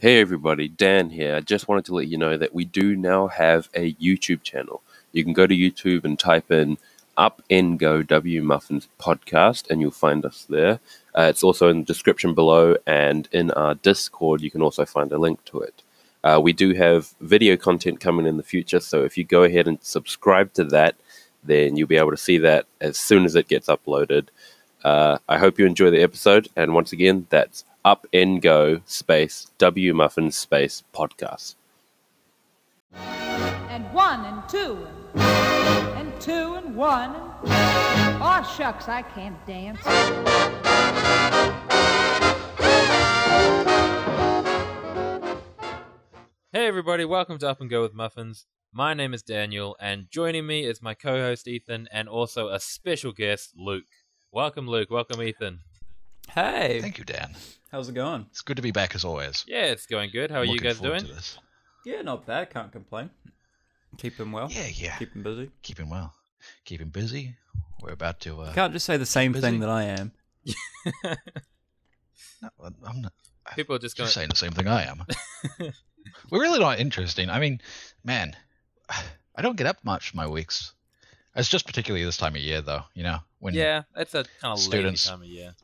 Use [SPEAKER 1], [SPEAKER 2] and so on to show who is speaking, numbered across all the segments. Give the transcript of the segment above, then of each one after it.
[SPEAKER 1] Hey everybody, Dan here. I just wanted to let you know that we do now have a YouTube channel. You can go to YouTube and type in Up and Go W Muffins Podcast and you'll find us there. Uh, it's also in the description below and in our Discord, you can also find a link to it. Uh, we do have video content coming in the future, so if you go ahead and subscribe to that, then you'll be able to see that as soon as it gets uploaded. Uh, I hope you enjoy the episode, and once again, that's Up and Go Space W Muffin Space Podcast.
[SPEAKER 2] and one and two and, and two and one. And, oh shucks, I can't dance.
[SPEAKER 3] Hey everybody, welcome to Up and Go with Muffins. My name is Daniel, and joining me is my co-host Ethan, and also a special guest, Luke. Welcome, Luke. Welcome, Ethan.
[SPEAKER 4] Hey,
[SPEAKER 5] Thank you, Dan.
[SPEAKER 4] how's it going?
[SPEAKER 5] It's good to be back as always.
[SPEAKER 3] Yeah, it's going good. How are you
[SPEAKER 5] Looking
[SPEAKER 3] guys
[SPEAKER 5] forward
[SPEAKER 3] doing?
[SPEAKER 5] to this.
[SPEAKER 4] Yeah, not bad. Can't complain. Keep him well.
[SPEAKER 5] Yeah, yeah.
[SPEAKER 4] Keep him busy.
[SPEAKER 5] Keep him well. Keep him busy. We're about to. Uh,
[SPEAKER 4] Can't just say the same
[SPEAKER 5] busy.
[SPEAKER 4] thing that I am.
[SPEAKER 5] no, I'm not.
[SPEAKER 3] People are just
[SPEAKER 5] You're
[SPEAKER 3] going.
[SPEAKER 5] saying the same thing I am. We're really not interesting. I mean, man, I don't get up much my weeks. It's just particularly this time of year, though. You know, when
[SPEAKER 3] Yeah, that's a kind of lazy
[SPEAKER 5] Students.
[SPEAKER 3] time of year.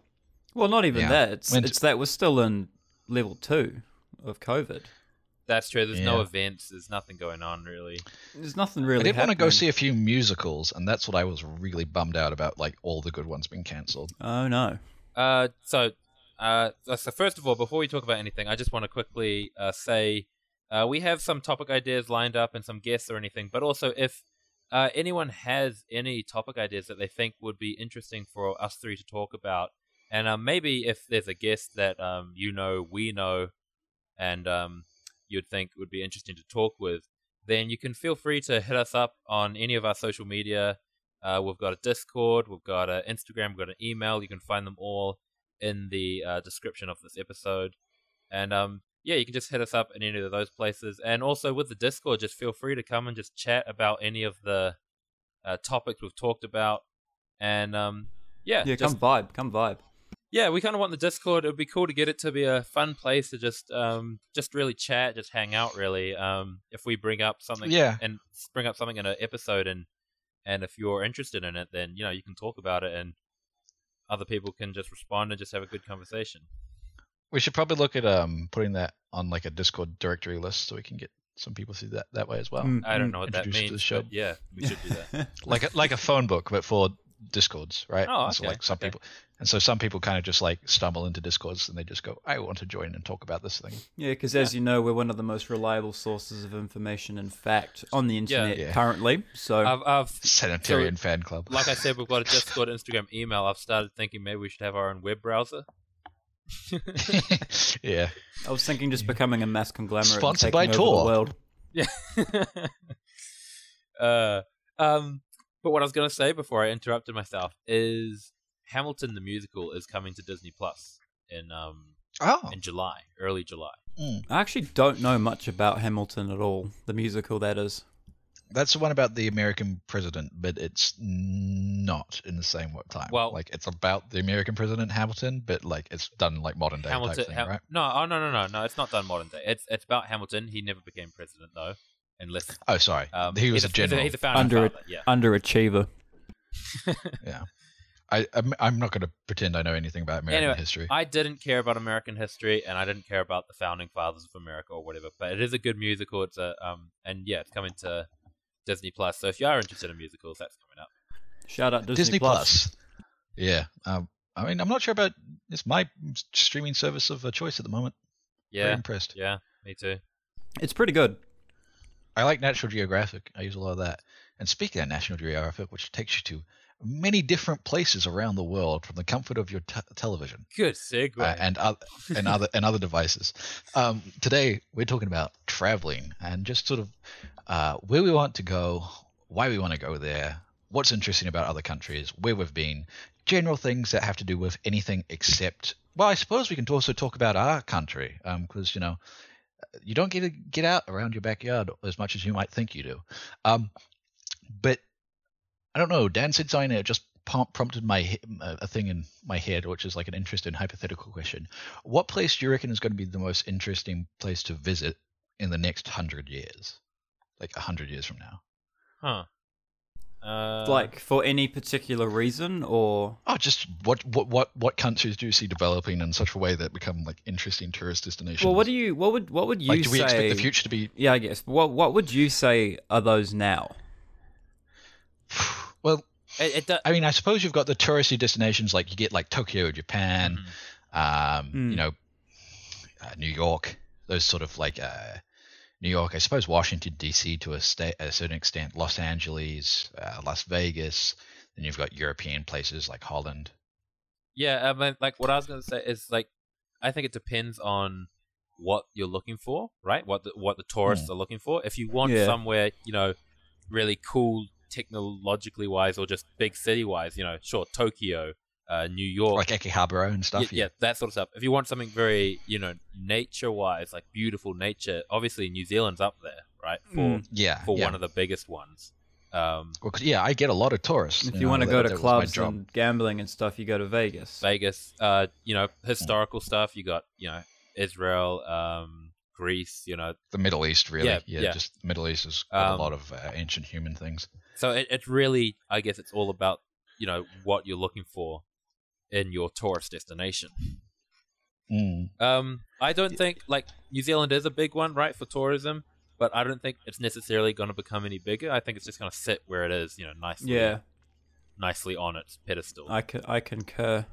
[SPEAKER 4] Well, not even
[SPEAKER 5] Yeah.
[SPEAKER 4] that. It's,
[SPEAKER 5] Went-
[SPEAKER 4] it's that we're still in level two of COVID.
[SPEAKER 3] That's true. There's no
[SPEAKER 5] Yeah.
[SPEAKER 3] events. There's nothing going on really.
[SPEAKER 4] There's nothing really.
[SPEAKER 5] I did want to go
[SPEAKER 4] happening.
[SPEAKER 5] see a few musicals, and that's what I was really bummed out about. Like all the good ones being cancelled.
[SPEAKER 4] Oh no.
[SPEAKER 3] Uh, so, uh, so first of all, before we talk about anything, I just want to quickly uh, say uh, we have some topic ideas lined up and some guests or anything, but also if uh, anyone has any topic ideas that they think would be interesting for us three to talk about, and uh, maybe if there's a guest that um, you know, we know, and um, you'd think would be interesting to talk with, then you can feel free to hit us up on any of our social media. Uh, we've got a Discord, we've got an Instagram, we've got an email. You can find them all in the uh, description of this episode. And um, yeah, you can just hit us up in any of those places. And also with the Discord, just feel free to come and just chat about any of the uh, topics we've talked about. And um, yeah,
[SPEAKER 4] Yeah,
[SPEAKER 3] just
[SPEAKER 4] come vibe. Come vibe.
[SPEAKER 3] yeah, we kind of want the Discord. It would be cool to get it to be a fun place to just um just really chat, just hang out. Really, um, if we bring up something,
[SPEAKER 5] Yeah.
[SPEAKER 3] and s- bring up something in an episode, and and if you're interested in it, then you know you can talk about it, and other people can just respond and just have a good conversation.
[SPEAKER 5] We should probably look at um putting that on like a Discord directory list so we can get some people through that that way as well.
[SPEAKER 4] Mm.
[SPEAKER 3] I don't know what that
[SPEAKER 5] Introduce
[SPEAKER 3] means.
[SPEAKER 5] the show.
[SPEAKER 3] but yeah, we should do that.
[SPEAKER 5] like a, like a phone book, but for discords, right?
[SPEAKER 3] Oh,
[SPEAKER 5] And so
[SPEAKER 3] okay,
[SPEAKER 5] like some
[SPEAKER 3] okay.
[SPEAKER 5] people, and so some people kind of just like stumble into discords and they just go, "I want to join and talk about this thing."
[SPEAKER 4] Yeah, because as you know, we're one of the most reliable sources of information and fact on the internet
[SPEAKER 5] Yeah.
[SPEAKER 4] currently. So
[SPEAKER 3] I've, I've
[SPEAKER 5] Sanitarian fan club.
[SPEAKER 3] like I said, we've got a Discord, Instagram, email. I've started thinking maybe we should have our own web browser.
[SPEAKER 5] yeah,
[SPEAKER 4] I was thinking just becoming a mass conglomerate, and
[SPEAKER 5] Sponsored
[SPEAKER 4] taking
[SPEAKER 5] by
[SPEAKER 4] over the
[SPEAKER 5] Tor.
[SPEAKER 4] world.
[SPEAKER 3] Yeah. uh, um, but what I was going to say before I interrupted myself is Hamilton the musical is coming to Disney Plus in um
[SPEAKER 5] oh,
[SPEAKER 3] in July, early July.
[SPEAKER 4] I actually don't know much about Hamilton at all. The musical that is.
[SPEAKER 5] that's the one about the American president, but it's not in the same work time.
[SPEAKER 3] Well-
[SPEAKER 5] like it's about the American president Hamilton, but like it's done like modern day
[SPEAKER 3] Hamilton,
[SPEAKER 5] type thing,
[SPEAKER 3] Ham-
[SPEAKER 5] right?
[SPEAKER 3] no, oh no, no, no, no, it's not done modern day. It's it's about Hamilton. He never became president though, unless
[SPEAKER 5] Oh, sorry,
[SPEAKER 3] um,
[SPEAKER 5] he was
[SPEAKER 3] he's
[SPEAKER 5] a general.
[SPEAKER 3] He's a, he's a founding
[SPEAKER 4] Under
[SPEAKER 3] father, yeah.
[SPEAKER 4] underachiever.
[SPEAKER 5] yeah. I, I'm, I'm not going to pretend I know anything about American
[SPEAKER 3] Anyway,
[SPEAKER 5] history.
[SPEAKER 3] I didn't care about American history, and I didn't care about the founding fathers of America or whatever. But it is a good musical. It's a um, and yeah, it's coming to Disney Plus. So if you are interested in musicals, that's coming up.
[SPEAKER 4] Shout out Disney,
[SPEAKER 5] Disney, Plus. Yeah. Um, I mean, I'm not sure about it's my streaming service of uh, choice at the moment. Very
[SPEAKER 3] Yeah,
[SPEAKER 5] impressed.
[SPEAKER 3] yeah, me too.
[SPEAKER 4] It's pretty good.
[SPEAKER 5] I like National Geographic. I use a lot of that. And speaking of National Geographic, which takes you to many different places around the world from the comfort of your t- television
[SPEAKER 3] Good segue.
[SPEAKER 5] uh, and other and other and other devices. Um, today we're talking about traveling and just sort of uh, where we want to go, why we want to go there, what's interesting about other countries, where we've been, general things that have to do with anything except. Well, I suppose we can also talk about our country because you know you don't get to get out around your backyard as much as you might think you do. Um, but I don't know. Dan said something that just pom- prompted my he- a thing in my head, which is like an interesting hypothetical question. What place do you reckon is going to be the most interesting place to visit in the next hundred years? Like a hundred years from now?
[SPEAKER 3] Huh. Uh,
[SPEAKER 4] like for any particular reason or
[SPEAKER 5] Oh, just what what what what countries do you see developing in such a way that become like interesting tourist destinations?
[SPEAKER 4] well what do you what would what would you
[SPEAKER 5] like? Do we
[SPEAKER 4] say
[SPEAKER 5] expect the future to be
[SPEAKER 4] yeah i guess what what would you say are those now
[SPEAKER 5] well?
[SPEAKER 3] it, it do-
[SPEAKER 5] I mean, I suppose you've got the touristy destinations like you get like Tokyo,
[SPEAKER 4] Mm-hmm.
[SPEAKER 5] Japan,
[SPEAKER 3] hmm.
[SPEAKER 5] um,
[SPEAKER 4] Mm.
[SPEAKER 5] you know, uh, New York, those sort of like uh, New York. I suppose Washington D.C. to a, sta- a certain extent, Los Angeles, uh, Las Vegas. Then you've got European places like Holland.
[SPEAKER 3] yeah, I mean, like what I was gonna say is like, I think it depends on what you're looking for, right? What the, what the tourists
[SPEAKER 5] Hmm.
[SPEAKER 3] are looking for. If you want
[SPEAKER 4] Yeah.
[SPEAKER 3] somewhere, you know, really cool technologically wise, or just big city wise, you know, sure, Tokyo, uh, New York,
[SPEAKER 5] Like Akihabara and
[SPEAKER 3] yeah,
[SPEAKER 5] stuff.
[SPEAKER 3] yeah, that sort of stuff. If you want something very, you know, nature wise, like beautiful nature, obviously New Zealand's up there, right? For
[SPEAKER 4] Mm.
[SPEAKER 5] Yeah.
[SPEAKER 3] for
[SPEAKER 5] yeah.
[SPEAKER 3] one of the biggest ones. Um,
[SPEAKER 5] Well, 'cause, yeah, I get a lot of tourists.
[SPEAKER 4] if
[SPEAKER 5] you
[SPEAKER 4] you,
[SPEAKER 5] know,
[SPEAKER 4] want to
[SPEAKER 5] that-
[SPEAKER 4] go to
[SPEAKER 5] that was my
[SPEAKER 4] clubs
[SPEAKER 5] job.
[SPEAKER 4] and gambling and stuff you go to vegas
[SPEAKER 3] Vegas, uh, you know, historical stuff. You got, you know, Israel, um, Greece, you know.
[SPEAKER 5] the Middle East, really.
[SPEAKER 3] Yeah,
[SPEAKER 5] Yeah,
[SPEAKER 3] yeah.
[SPEAKER 5] just the Middle East has got
[SPEAKER 3] Um,
[SPEAKER 5] a lot of uh, ancient human things.
[SPEAKER 3] So it, it really, I guess it's all about, you know, what you're looking for in your tourist destination.
[SPEAKER 5] Mm.
[SPEAKER 3] Um, I don't think, like, New Zealand is a big one, right, for tourism, but I don't think it's necessarily going to become any bigger. I think it's just going to sit where it is, you know, nicely,
[SPEAKER 4] yeah
[SPEAKER 3] nicely on its pedestal.
[SPEAKER 4] i c- I concur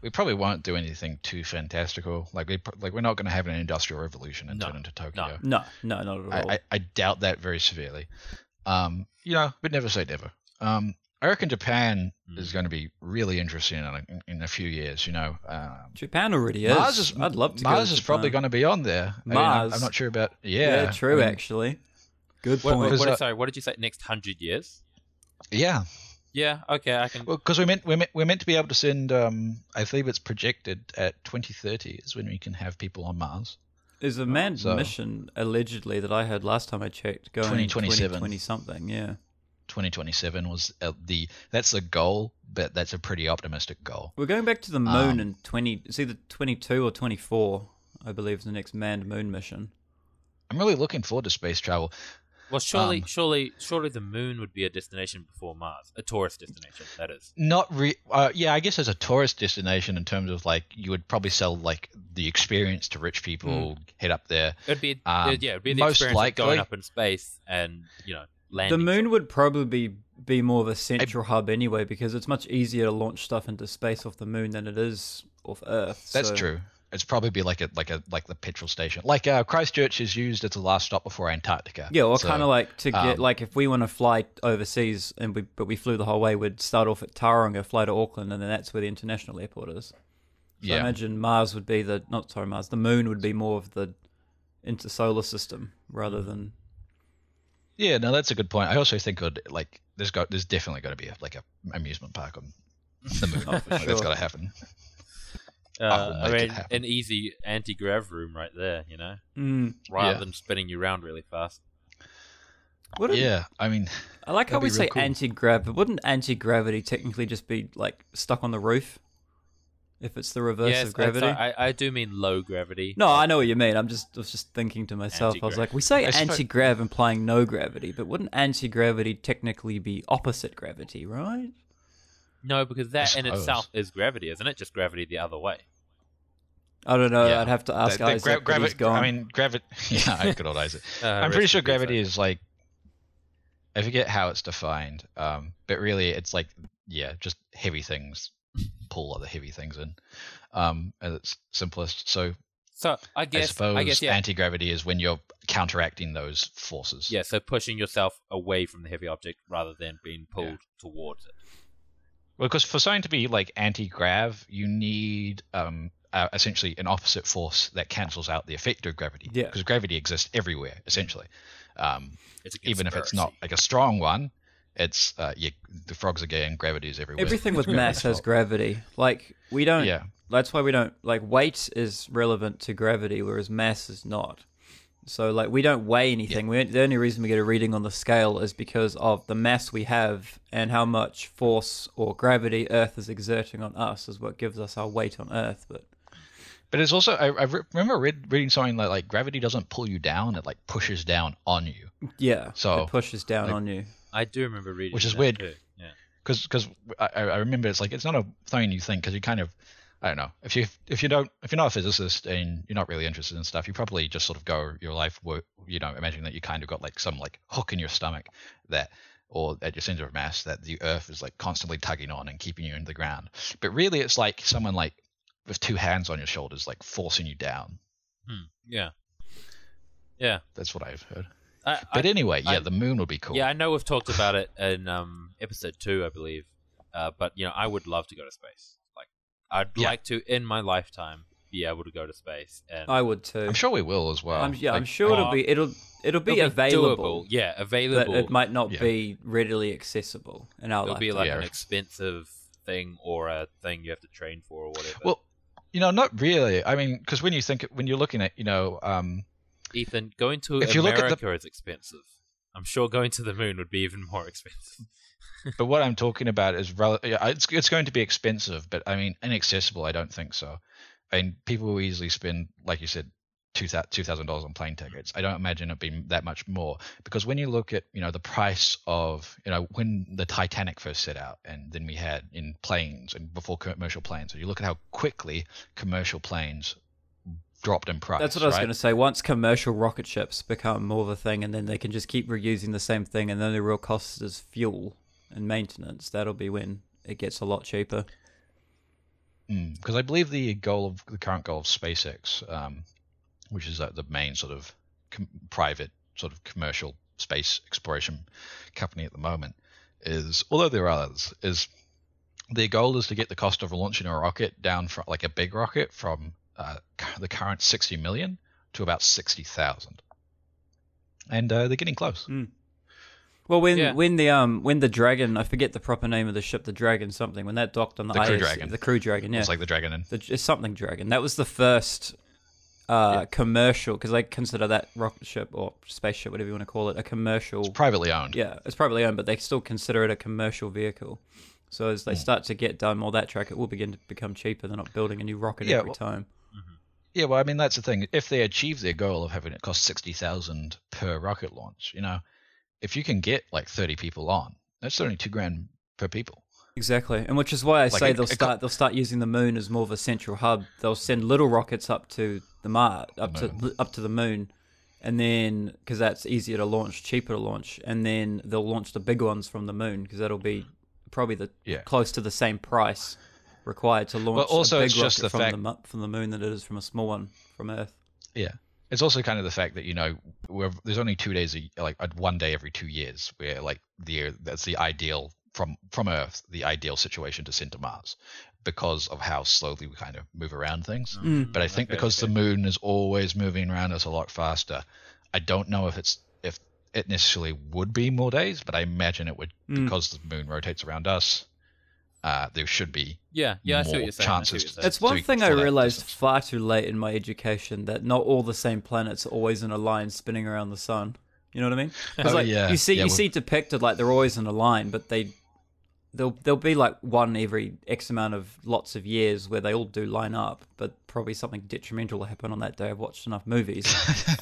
[SPEAKER 5] We probably won't do anything too fantastical. Like we pr- like we're not going to have an industrial revolution and
[SPEAKER 3] No,
[SPEAKER 5] turn into Tokyo.
[SPEAKER 4] no no not at all
[SPEAKER 5] I, I, I doubt that very severely. Um, you know, but never say never. Um, I reckon Japan
[SPEAKER 4] Hmm.
[SPEAKER 3] Mm.
[SPEAKER 5] is going to be really interesting in a, in a few years. You know, um,
[SPEAKER 4] japan already is
[SPEAKER 5] Mars is
[SPEAKER 4] i'd love to
[SPEAKER 5] Mars
[SPEAKER 4] go to
[SPEAKER 5] is probably
[SPEAKER 4] Japan.
[SPEAKER 5] going to be on there. I mean, I'm-
[SPEAKER 4] Mars?
[SPEAKER 5] I'm, not sure about.
[SPEAKER 4] yeah,
[SPEAKER 5] Yeah,
[SPEAKER 4] true
[SPEAKER 5] I mean,
[SPEAKER 4] actually good
[SPEAKER 3] What,
[SPEAKER 4] point
[SPEAKER 3] what,
[SPEAKER 5] Because,
[SPEAKER 3] what-
[SPEAKER 5] uh,
[SPEAKER 3] sorry, what did you say? Next hundred years?
[SPEAKER 5] Yeah,
[SPEAKER 3] Yeah. Okay, I can.
[SPEAKER 5] well, because we meant we meant we're meant to be able to send. Um, I believe it's projected at 2030 is when we can have people on Mars.
[SPEAKER 4] There's a manned
[SPEAKER 5] So-
[SPEAKER 4] mission allegedly that I heard last time I checked going
[SPEAKER 5] 2027.
[SPEAKER 4] 2020 something. Yeah.
[SPEAKER 5] 2027 was uh, the that's the goal, but that's a pretty optimistic goal.
[SPEAKER 4] We're going back to the moon
[SPEAKER 5] Um,
[SPEAKER 4] in 20 it's either 22 or 24, I believe is the next manned moon mission.
[SPEAKER 5] I'm really looking forward to space travel.
[SPEAKER 3] Well, surely,
[SPEAKER 5] Um,
[SPEAKER 3] surely, surely the moon would be a destination before Mars, a tourist destination. That is.
[SPEAKER 5] Not re- uh, yeah, I guess as a tourist destination in terms of like you would probably sell like the experience to rich people, head up there.
[SPEAKER 3] Mm. It'd be uh,
[SPEAKER 5] Um,
[SPEAKER 3] yeah, it'd be the
[SPEAKER 5] most
[SPEAKER 3] experience of going
[SPEAKER 5] likely-
[SPEAKER 3] up in space and you know
[SPEAKER 4] The
[SPEAKER 3] landing.
[SPEAKER 4] moon would probably be, be more of a central hub anyway because it's much easier to launch stuff into space off the moon than it is off Earth.
[SPEAKER 5] That's
[SPEAKER 4] so-
[SPEAKER 5] true. It's probably be like a like a like the petrol station. Like uh, Christchurch is used as the last stop before Antarctica.
[SPEAKER 4] Yeah, or
[SPEAKER 5] So-
[SPEAKER 4] kind of like to get
[SPEAKER 5] um,
[SPEAKER 4] like if we want to fly overseas and we but we flew the whole way, we'd start off at Tauranga, fly to Auckland, and then that's where the international airport is. So I
[SPEAKER 5] yeah.
[SPEAKER 4] imagine Mars would be the not sorry Mars, the Moon would be more of the intersolar system rather than
[SPEAKER 5] Yeah, no, that's a good point. I also think it like there's got there's definitely got to be a, like a amusement park on the moon.
[SPEAKER 4] Oh, for
[SPEAKER 5] Like, That's
[SPEAKER 4] sure.
[SPEAKER 5] got to happen. I will
[SPEAKER 3] uh, I
[SPEAKER 5] make it
[SPEAKER 3] mean,
[SPEAKER 5] happen.
[SPEAKER 3] an easy anti-grav room right there. You know,
[SPEAKER 4] mm.
[SPEAKER 3] rather
[SPEAKER 5] Yeah.
[SPEAKER 3] than spinning you around really fast.
[SPEAKER 4] wouldn't,
[SPEAKER 5] Yeah, I mean,
[SPEAKER 4] I like how
[SPEAKER 5] that'd
[SPEAKER 4] we
[SPEAKER 5] be
[SPEAKER 4] say
[SPEAKER 5] real cool.
[SPEAKER 4] anti-grav, but wouldn't anti-gravity technically just be like stuck on the roof if it's the reverse
[SPEAKER 3] yes,
[SPEAKER 4] of gravity?
[SPEAKER 3] I, I, I do mean low gravity.
[SPEAKER 4] no, I know what you mean. I'm just I was just thinking to myself. I was
[SPEAKER 3] Anti-grav.
[SPEAKER 4] like, we say
[SPEAKER 5] I suppose-
[SPEAKER 4] anti-grav implying no gravity, but wouldn't anti-gravity technically be opposite gravity, right?
[SPEAKER 3] no, because that in
[SPEAKER 5] suppose.
[SPEAKER 3] itself is gravity, isn't it? Just gravity the other way.
[SPEAKER 4] I don't know.
[SPEAKER 5] Yeah.
[SPEAKER 4] I'd have to ask
[SPEAKER 5] the- the
[SPEAKER 4] Isaac.
[SPEAKER 5] grav-
[SPEAKER 4] but he's
[SPEAKER 5] gravi-
[SPEAKER 4] gone.
[SPEAKER 5] I mean, gravity. Yeah, I could old Isaac.
[SPEAKER 3] Uh,
[SPEAKER 5] I'm
[SPEAKER 3] rest
[SPEAKER 5] pretty
[SPEAKER 3] in
[SPEAKER 5] sure
[SPEAKER 3] peace,
[SPEAKER 5] gravity
[SPEAKER 3] though.
[SPEAKER 5] is like. I forget how it's defined, um, but really it's like yeah, just heavy things pull other heavy things in, um, at its simplest. So
[SPEAKER 3] So I
[SPEAKER 5] I
[SPEAKER 3] guess
[SPEAKER 5] suppose
[SPEAKER 3] I guess yeah.
[SPEAKER 5] anti gravity is when you're counteracting those forces.
[SPEAKER 3] yeah, so pushing yourself away from the heavy object rather than being pulled towards it.
[SPEAKER 5] Well, because for something to be like anti-grav, you need um, uh, essentially an opposite force that cancels out the effect of gravity.
[SPEAKER 4] Yeah.
[SPEAKER 5] Because gravity exists everywhere, essentially. Um,
[SPEAKER 3] It's a
[SPEAKER 5] even if it's
[SPEAKER 3] conspiracy.
[SPEAKER 5] not like a strong one, it's uh, yeah, the frogs are gay and gravity is everywhere.
[SPEAKER 4] Everything
[SPEAKER 5] It's
[SPEAKER 4] with mass
[SPEAKER 5] gravity's
[SPEAKER 4] has
[SPEAKER 5] fault.
[SPEAKER 4] gravity. Like we don't.
[SPEAKER 5] Yeah.
[SPEAKER 4] That's why we don't like weight is relevant to gravity, whereas mass is not. So like we don't weigh anything. We the only reason we get a reading on the scale is because of the mass we have and how much force or gravity Earth is exerting on us is what gives us our weight on Earth. But
[SPEAKER 5] But it's also I, I re- remember read, reading something like like gravity doesn't pull you down; it like pushes down on you.
[SPEAKER 4] yeah,
[SPEAKER 5] So,
[SPEAKER 4] it pushes down
[SPEAKER 5] like-
[SPEAKER 4] on you.
[SPEAKER 3] I do remember reading,
[SPEAKER 5] Which is
[SPEAKER 3] that
[SPEAKER 5] weird.
[SPEAKER 3] too, Yeah.
[SPEAKER 5] because because I, I I remember it's like it's not a thing you think because you kind of I don't know if you if you don't if you're not a physicist and you're not really interested in stuff you probably just sort of go your life wo- you know imagine that you kind of got like some like hook in your stomach that or at your center of mass that the earth is like constantly tugging on and keeping you in the ground but really it's like someone like with two hands on your shoulders like forcing you down
[SPEAKER 3] Hmm. Yeah. Yeah.
[SPEAKER 5] that's what I've heard
[SPEAKER 3] I, I,
[SPEAKER 5] but anyway yeah
[SPEAKER 3] I-
[SPEAKER 5] the moon would be cool
[SPEAKER 3] Yeah, I know we've talked about it in um, episode two, I believe. Uh, but you know, I would love to go to space. Like, I'd
[SPEAKER 5] Yeah.
[SPEAKER 3] like to in my lifetime be able to go to space. And
[SPEAKER 4] I Oh, would too.
[SPEAKER 5] I'm sure we will as well
[SPEAKER 4] I'm, yeah, I'm
[SPEAKER 5] Like, oh,
[SPEAKER 4] sure it'll be it'll it'll be
[SPEAKER 3] It'll
[SPEAKER 4] available,
[SPEAKER 3] doable. Yeah,
[SPEAKER 4] but
[SPEAKER 3] available.
[SPEAKER 4] it might not
[SPEAKER 5] Yeah.
[SPEAKER 4] be readily accessible in our
[SPEAKER 3] It'll
[SPEAKER 4] life.
[SPEAKER 3] be like an
[SPEAKER 5] Yeah.
[SPEAKER 3] expensive thing or a thing you have to train for or whatever.
[SPEAKER 5] Well, you know, not really. I mean, because when you think when you're looking at, you know, um,
[SPEAKER 3] Ethan, going to
[SPEAKER 5] if you look at the-
[SPEAKER 3] America is expensive. I'm sure going to the moon would be even more expensive.
[SPEAKER 5] but what I'm talking about is rel- yeah, it's it's going to be expensive, but I mean, inaccessible. I don't think so. I mean, people will easily spend, like you said, two thousand dollars on plane tickets. I don't imagine it being that much more because when you look at, you know, the price of, you know, when the Titanic first set out, and then we had in planes and before commercial planes, and you look at how quickly commercial planes dropped in price.
[SPEAKER 4] That's what I was
[SPEAKER 5] right?
[SPEAKER 4] going to say. Once commercial rocket ships become more of a thing, and then they can just keep reusing the same thing, and the only real cost is fuel and maintenance, that'll be when it gets a lot cheaper.
[SPEAKER 5] because I believe the goal of the current goal of SpaceX, um, which is uh, the main sort of com- private sort of commercial space exploration company at the moment, is although there are others, is their goal is to get the cost of launching a rocket down from like a big rocket from uh, cu- the current 60 million to about 60,000. And uh, they're getting close.
[SPEAKER 4] Well, when
[SPEAKER 3] Yeah.
[SPEAKER 4] when the um when the dragon, I forget the proper name of the ship, the dragon something. When that docked on the,
[SPEAKER 5] The Crew
[SPEAKER 4] IS
[SPEAKER 5] Dragon.
[SPEAKER 4] the crew dragon, yeah,
[SPEAKER 5] It's like the Dragon and
[SPEAKER 4] the, it's something dragon. That was the first uh commercial because they consider that rocket ship or spaceship, whatever you want to call it, a commercial.
[SPEAKER 5] privately owned.
[SPEAKER 4] yeah, it's privately owned, but they still consider it a commercial vehicle. So as
[SPEAKER 5] Hmm.
[SPEAKER 4] they start to get down more that track, it will begin to become cheaper. They're not building a new rocket
[SPEAKER 5] Yeah,
[SPEAKER 4] every
[SPEAKER 5] well-
[SPEAKER 4] time.
[SPEAKER 5] Yeah, well, I mean that's the thing. If they achieve their goal of having it cost sixty thousand per rocket launch, you know, if you can get like thirty people on, that's only two grand per people.
[SPEAKER 4] Exactly, and which is why I
[SPEAKER 5] Like
[SPEAKER 4] say
[SPEAKER 5] a-
[SPEAKER 4] they'll
[SPEAKER 5] a co-
[SPEAKER 4] start they'll start using the moon as more of a central hub. They'll send little rockets up to the Mars, up to up to the moon, and then because that's easier to launch, cheaper to launch, and then they'll launch the big ones from the moon because that'll be probably the
[SPEAKER 5] Yeah.
[SPEAKER 4] close to the same price required to launch
[SPEAKER 5] also
[SPEAKER 4] a big
[SPEAKER 5] it's just
[SPEAKER 4] rocket
[SPEAKER 5] the
[SPEAKER 4] from
[SPEAKER 5] fact-
[SPEAKER 4] the mu- from the moon than it is from a small one from Earth.
[SPEAKER 5] Yeah, it's also kind of the fact that you know we're, there's only two days, a, like uh, one day every two years, where like the that's the ideal from from Earth, the ideal situation to send to Mars, because of how slowly we kind of move around things. But I think
[SPEAKER 3] Mm. okay,
[SPEAKER 5] because the moon is always moving around us a lot faster, I don't know if it's if it necessarily would be more days, but I imagine it would
[SPEAKER 3] Mm.
[SPEAKER 5] because the moon rotates around us. Uh, there should be
[SPEAKER 3] Yeah, yeah, I see what
[SPEAKER 5] More
[SPEAKER 3] you're saying. I see what
[SPEAKER 5] chances
[SPEAKER 3] you're
[SPEAKER 5] to-
[SPEAKER 3] saying.
[SPEAKER 4] That's one
[SPEAKER 5] we
[SPEAKER 4] thing I
[SPEAKER 5] follow that
[SPEAKER 4] realized
[SPEAKER 5] distance.
[SPEAKER 4] far too late in my education that not all the same planets are always in a line spinning around the sun. You know what I mean? 'Cause,
[SPEAKER 5] Oh,
[SPEAKER 4] like,
[SPEAKER 5] yeah.
[SPEAKER 4] You see,
[SPEAKER 5] Yeah,
[SPEAKER 4] you
[SPEAKER 5] well-
[SPEAKER 4] see depicted like they're always in a line, but they they'll they'll be like one every X amount of lots of years where they all do line up, but probably something detrimental will happen on that day. I've watched enough movies,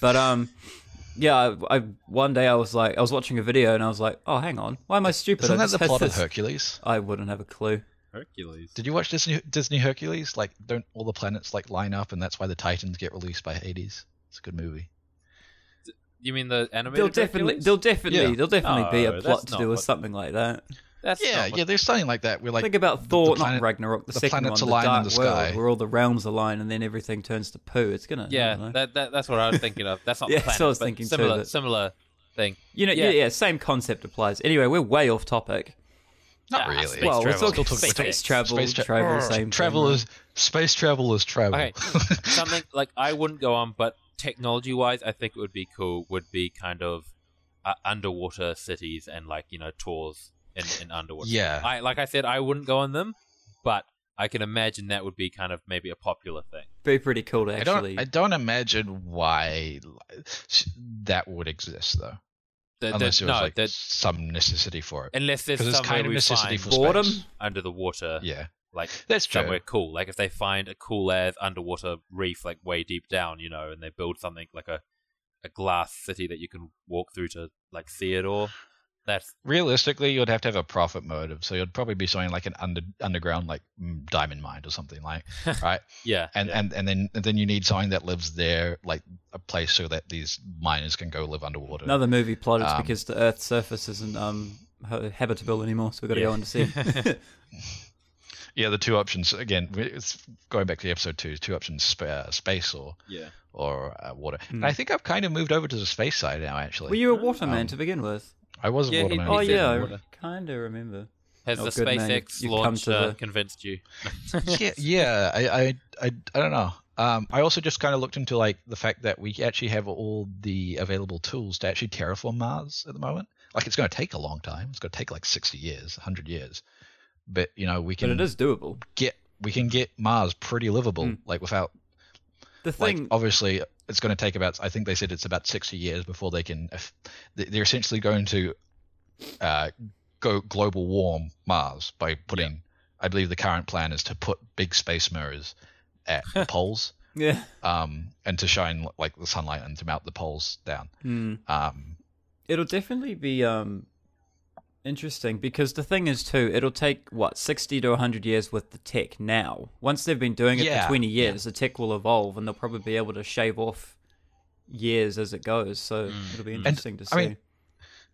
[SPEAKER 4] but um. Yeah, I, I one day I was like I was watching a video and I was like, oh, hang on, why am I stupid?
[SPEAKER 5] isn't
[SPEAKER 4] I
[SPEAKER 5] that
[SPEAKER 4] just
[SPEAKER 5] the
[SPEAKER 4] had
[SPEAKER 5] plot of
[SPEAKER 4] this-
[SPEAKER 5] Hercules?
[SPEAKER 4] I wouldn't have a clue.
[SPEAKER 3] Hercules.
[SPEAKER 5] Did you watch Disney Disney Hercules? Like, don't all the planets like line up, and that's why the Titans get released by Hades? It's a good movie.
[SPEAKER 3] You mean the animated?
[SPEAKER 4] They'll definitely,
[SPEAKER 3] Hercules?
[SPEAKER 4] they'll definitely,
[SPEAKER 5] Yeah.
[SPEAKER 4] they'll definitely be
[SPEAKER 3] No,
[SPEAKER 4] a
[SPEAKER 3] that's
[SPEAKER 4] plot to
[SPEAKER 3] not
[SPEAKER 4] do with
[SPEAKER 3] what-
[SPEAKER 4] something like that.
[SPEAKER 3] That's
[SPEAKER 5] yeah,
[SPEAKER 3] not what-
[SPEAKER 5] yeah. There's something like that. We're like,
[SPEAKER 4] Think about
[SPEAKER 5] the-
[SPEAKER 4] Thor,
[SPEAKER 5] the planet-
[SPEAKER 4] not Ragnarok, the,
[SPEAKER 5] the
[SPEAKER 4] second one,
[SPEAKER 5] planets
[SPEAKER 4] the
[SPEAKER 5] align in
[SPEAKER 4] Dark
[SPEAKER 5] the sky.
[SPEAKER 4] World, where all the realms align and then everything turns to poo. It's gonna, I don't
[SPEAKER 3] Yeah,
[SPEAKER 4] know.
[SPEAKER 3] that, that that's what I was thinking of. That's not
[SPEAKER 4] Yeah,
[SPEAKER 3] the planet,
[SPEAKER 4] so I was
[SPEAKER 3] but
[SPEAKER 4] thinking too,
[SPEAKER 3] similar
[SPEAKER 4] but-
[SPEAKER 3] similar thing.
[SPEAKER 4] you know, yeah.
[SPEAKER 3] yeah.
[SPEAKER 4] yeah, same concept applies. Anyway, we're way off topic.
[SPEAKER 5] Not
[SPEAKER 3] Ah,
[SPEAKER 5] really.
[SPEAKER 3] space
[SPEAKER 4] Well, we're
[SPEAKER 3] travel.
[SPEAKER 4] talking
[SPEAKER 5] Still
[SPEAKER 4] space,
[SPEAKER 5] talking-
[SPEAKER 4] travel,
[SPEAKER 5] Space tra-
[SPEAKER 4] travel,
[SPEAKER 5] Urgh.
[SPEAKER 4] same thing,
[SPEAKER 5] travel
[SPEAKER 4] right?
[SPEAKER 5] is space travel is
[SPEAKER 4] Oh.
[SPEAKER 5] travel.
[SPEAKER 3] Okay. Something like I wouldn't go on, but technology wise, I think it would be cool. Would be kind of uh, underwater cities and like you know tours in, in underwater. cities.
[SPEAKER 5] Yeah.
[SPEAKER 3] I like I said, I wouldn't go on them, but I can imagine that would be kind of maybe a popular thing.
[SPEAKER 4] be pretty cool to
[SPEAKER 5] I don't.
[SPEAKER 4] actually.
[SPEAKER 5] I don't imagine why. s- that would exist though,
[SPEAKER 3] That- that-
[SPEAKER 5] unless there was
[SPEAKER 3] no,
[SPEAKER 5] like
[SPEAKER 3] that-
[SPEAKER 5] some necessity for it.
[SPEAKER 3] unless there's
[SPEAKER 5] Because it's
[SPEAKER 3] somewhere
[SPEAKER 5] kind of
[SPEAKER 3] we
[SPEAKER 5] necessity
[SPEAKER 3] find
[SPEAKER 5] for
[SPEAKER 4] Boredom?
[SPEAKER 5] space.
[SPEAKER 3] under the water,
[SPEAKER 5] Yeah,
[SPEAKER 3] like
[SPEAKER 5] that's true.
[SPEAKER 3] somewhere cool. Like if they find a cool as underwater reef, like way deep down, you know, and they build something like a a glass city that you can walk through to like see it all. That's
[SPEAKER 5] Realistically, you'd have to have a profit motive, so you'd probably be something like an under underground like mm, diamond mine or something like, right?
[SPEAKER 3] yeah,
[SPEAKER 5] and
[SPEAKER 3] yeah.
[SPEAKER 5] and and then and then you need something that lives there, like a place so that these miners can go live underwater.
[SPEAKER 4] Another movie plot. It's
[SPEAKER 5] Um,
[SPEAKER 4] because the Earth's surface isn't um, ha- habitable anymore, so we've got to
[SPEAKER 3] Yeah.
[SPEAKER 4] go on to sea.
[SPEAKER 5] Yeah, the two options again. we- It's going back to episode two. Two options: sp- uh, space or
[SPEAKER 3] yeah.
[SPEAKER 5] or uh, water. And I think I've kind of moved over to the space side now. Actually,
[SPEAKER 4] Hmm. Were you a waterman
[SPEAKER 5] Um,
[SPEAKER 4] to begin with?
[SPEAKER 5] I was a
[SPEAKER 3] Yeah, he-
[SPEAKER 5] waterman.
[SPEAKER 3] he
[SPEAKER 4] Oh
[SPEAKER 3] said
[SPEAKER 4] yeah,
[SPEAKER 3] water.
[SPEAKER 4] I kind of remember.
[SPEAKER 3] Has
[SPEAKER 4] Oh,
[SPEAKER 3] the
[SPEAKER 4] good man,
[SPEAKER 3] SpaceX
[SPEAKER 4] you've come
[SPEAKER 3] launch
[SPEAKER 4] to
[SPEAKER 3] uh,
[SPEAKER 4] the-
[SPEAKER 3] convinced you?
[SPEAKER 5] yeah, yeah. I, I, I, I don't know. Um, I also just kind of looked into like the fact that we actually have all the available tools to actually terraform Mars at the moment. Like it's going to take a long time. It's going to take like sixty years, hundred years. But you know, we
[SPEAKER 4] But
[SPEAKER 5] can
[SPEAKER 4] it is Hmm. doable.
[SPEAKER 5] get we can get Mars pretty livable, like without
[SPEAKER 4] The
[SPEAKER 5] like
[SPEAKER 4] thing,
[SPEAKER 5] obviously it's going to take about i think they said it's about 60 years before they can if- they- they're essentially going to uh, go global warm mars by putting i believe the current plan is to put big space mirrors at the poles
[SPEAKER 4] yeah,
[SPEAKER 5] um, and to shine like the sunlight and to melt the poles down um,
[SPEAKER 4] it'll definitely be um, interesting because the thing is too, it'll take what sixty to hundred years with the tech now. Once they've been doing it
[SPEAKER 5] Yeah,
[SPEAKER 4] for twenty years, the tech will evolve, and they'll probably be able to shave off years as it goes. So
[SPEAKER 5] Mm,
[SPEAKER 4] it'll be interesting to see.
[SPEAKER 5] I mean,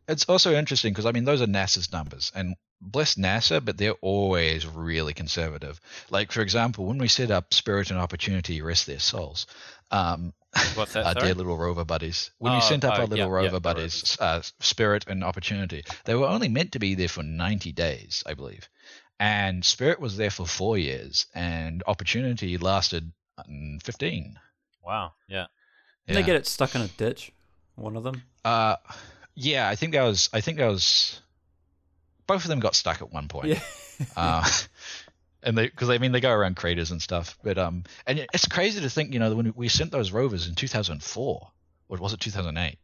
[SPEAKER 5] it's also interesting because I mean those are NASA's numbers, and bless NASA, but they're always really conservative. Like for example, when we set up Spirit and Opportunity, rest their souls. Um,
[SPEAKER 3] What's that,
[SPEAKER 5] our
[SPEAKER 3] sorry?
[SPEAKER 5] dear little rover buddies. When
[SPEAKER 3] Oh,
[SPEAKER 5] we sent up
[SPEAKER 3] oh,
[SPEAKER 5] our little
[SPEAKER 3] yeah, yeah,
[SPEAKER 5] rover
[SPEAKER 3] the
[SPEAKER 5] buddies, uh, Spirit and Opportunity, they were only meant to be there for 90 days, I believe. And Spirit was there for four years, and Opportunity lasted um, 15.
[SPEAKER 3] Wow. Yeah.
[SPEAKER 4] Didn't they get it stuck in a ditch? One of them.
[SPEAKER 5] Uh, yeah, I think that was. I think that was. Both of them got stuck at one point.
[SPEAKER 4] Yeah.
[SPEAKER 5] uh, and they, because I mean, they go around craters and stuff. But um, and it- it's crazy to think, you know, when we sent those rovers in 2004, or was it 2008?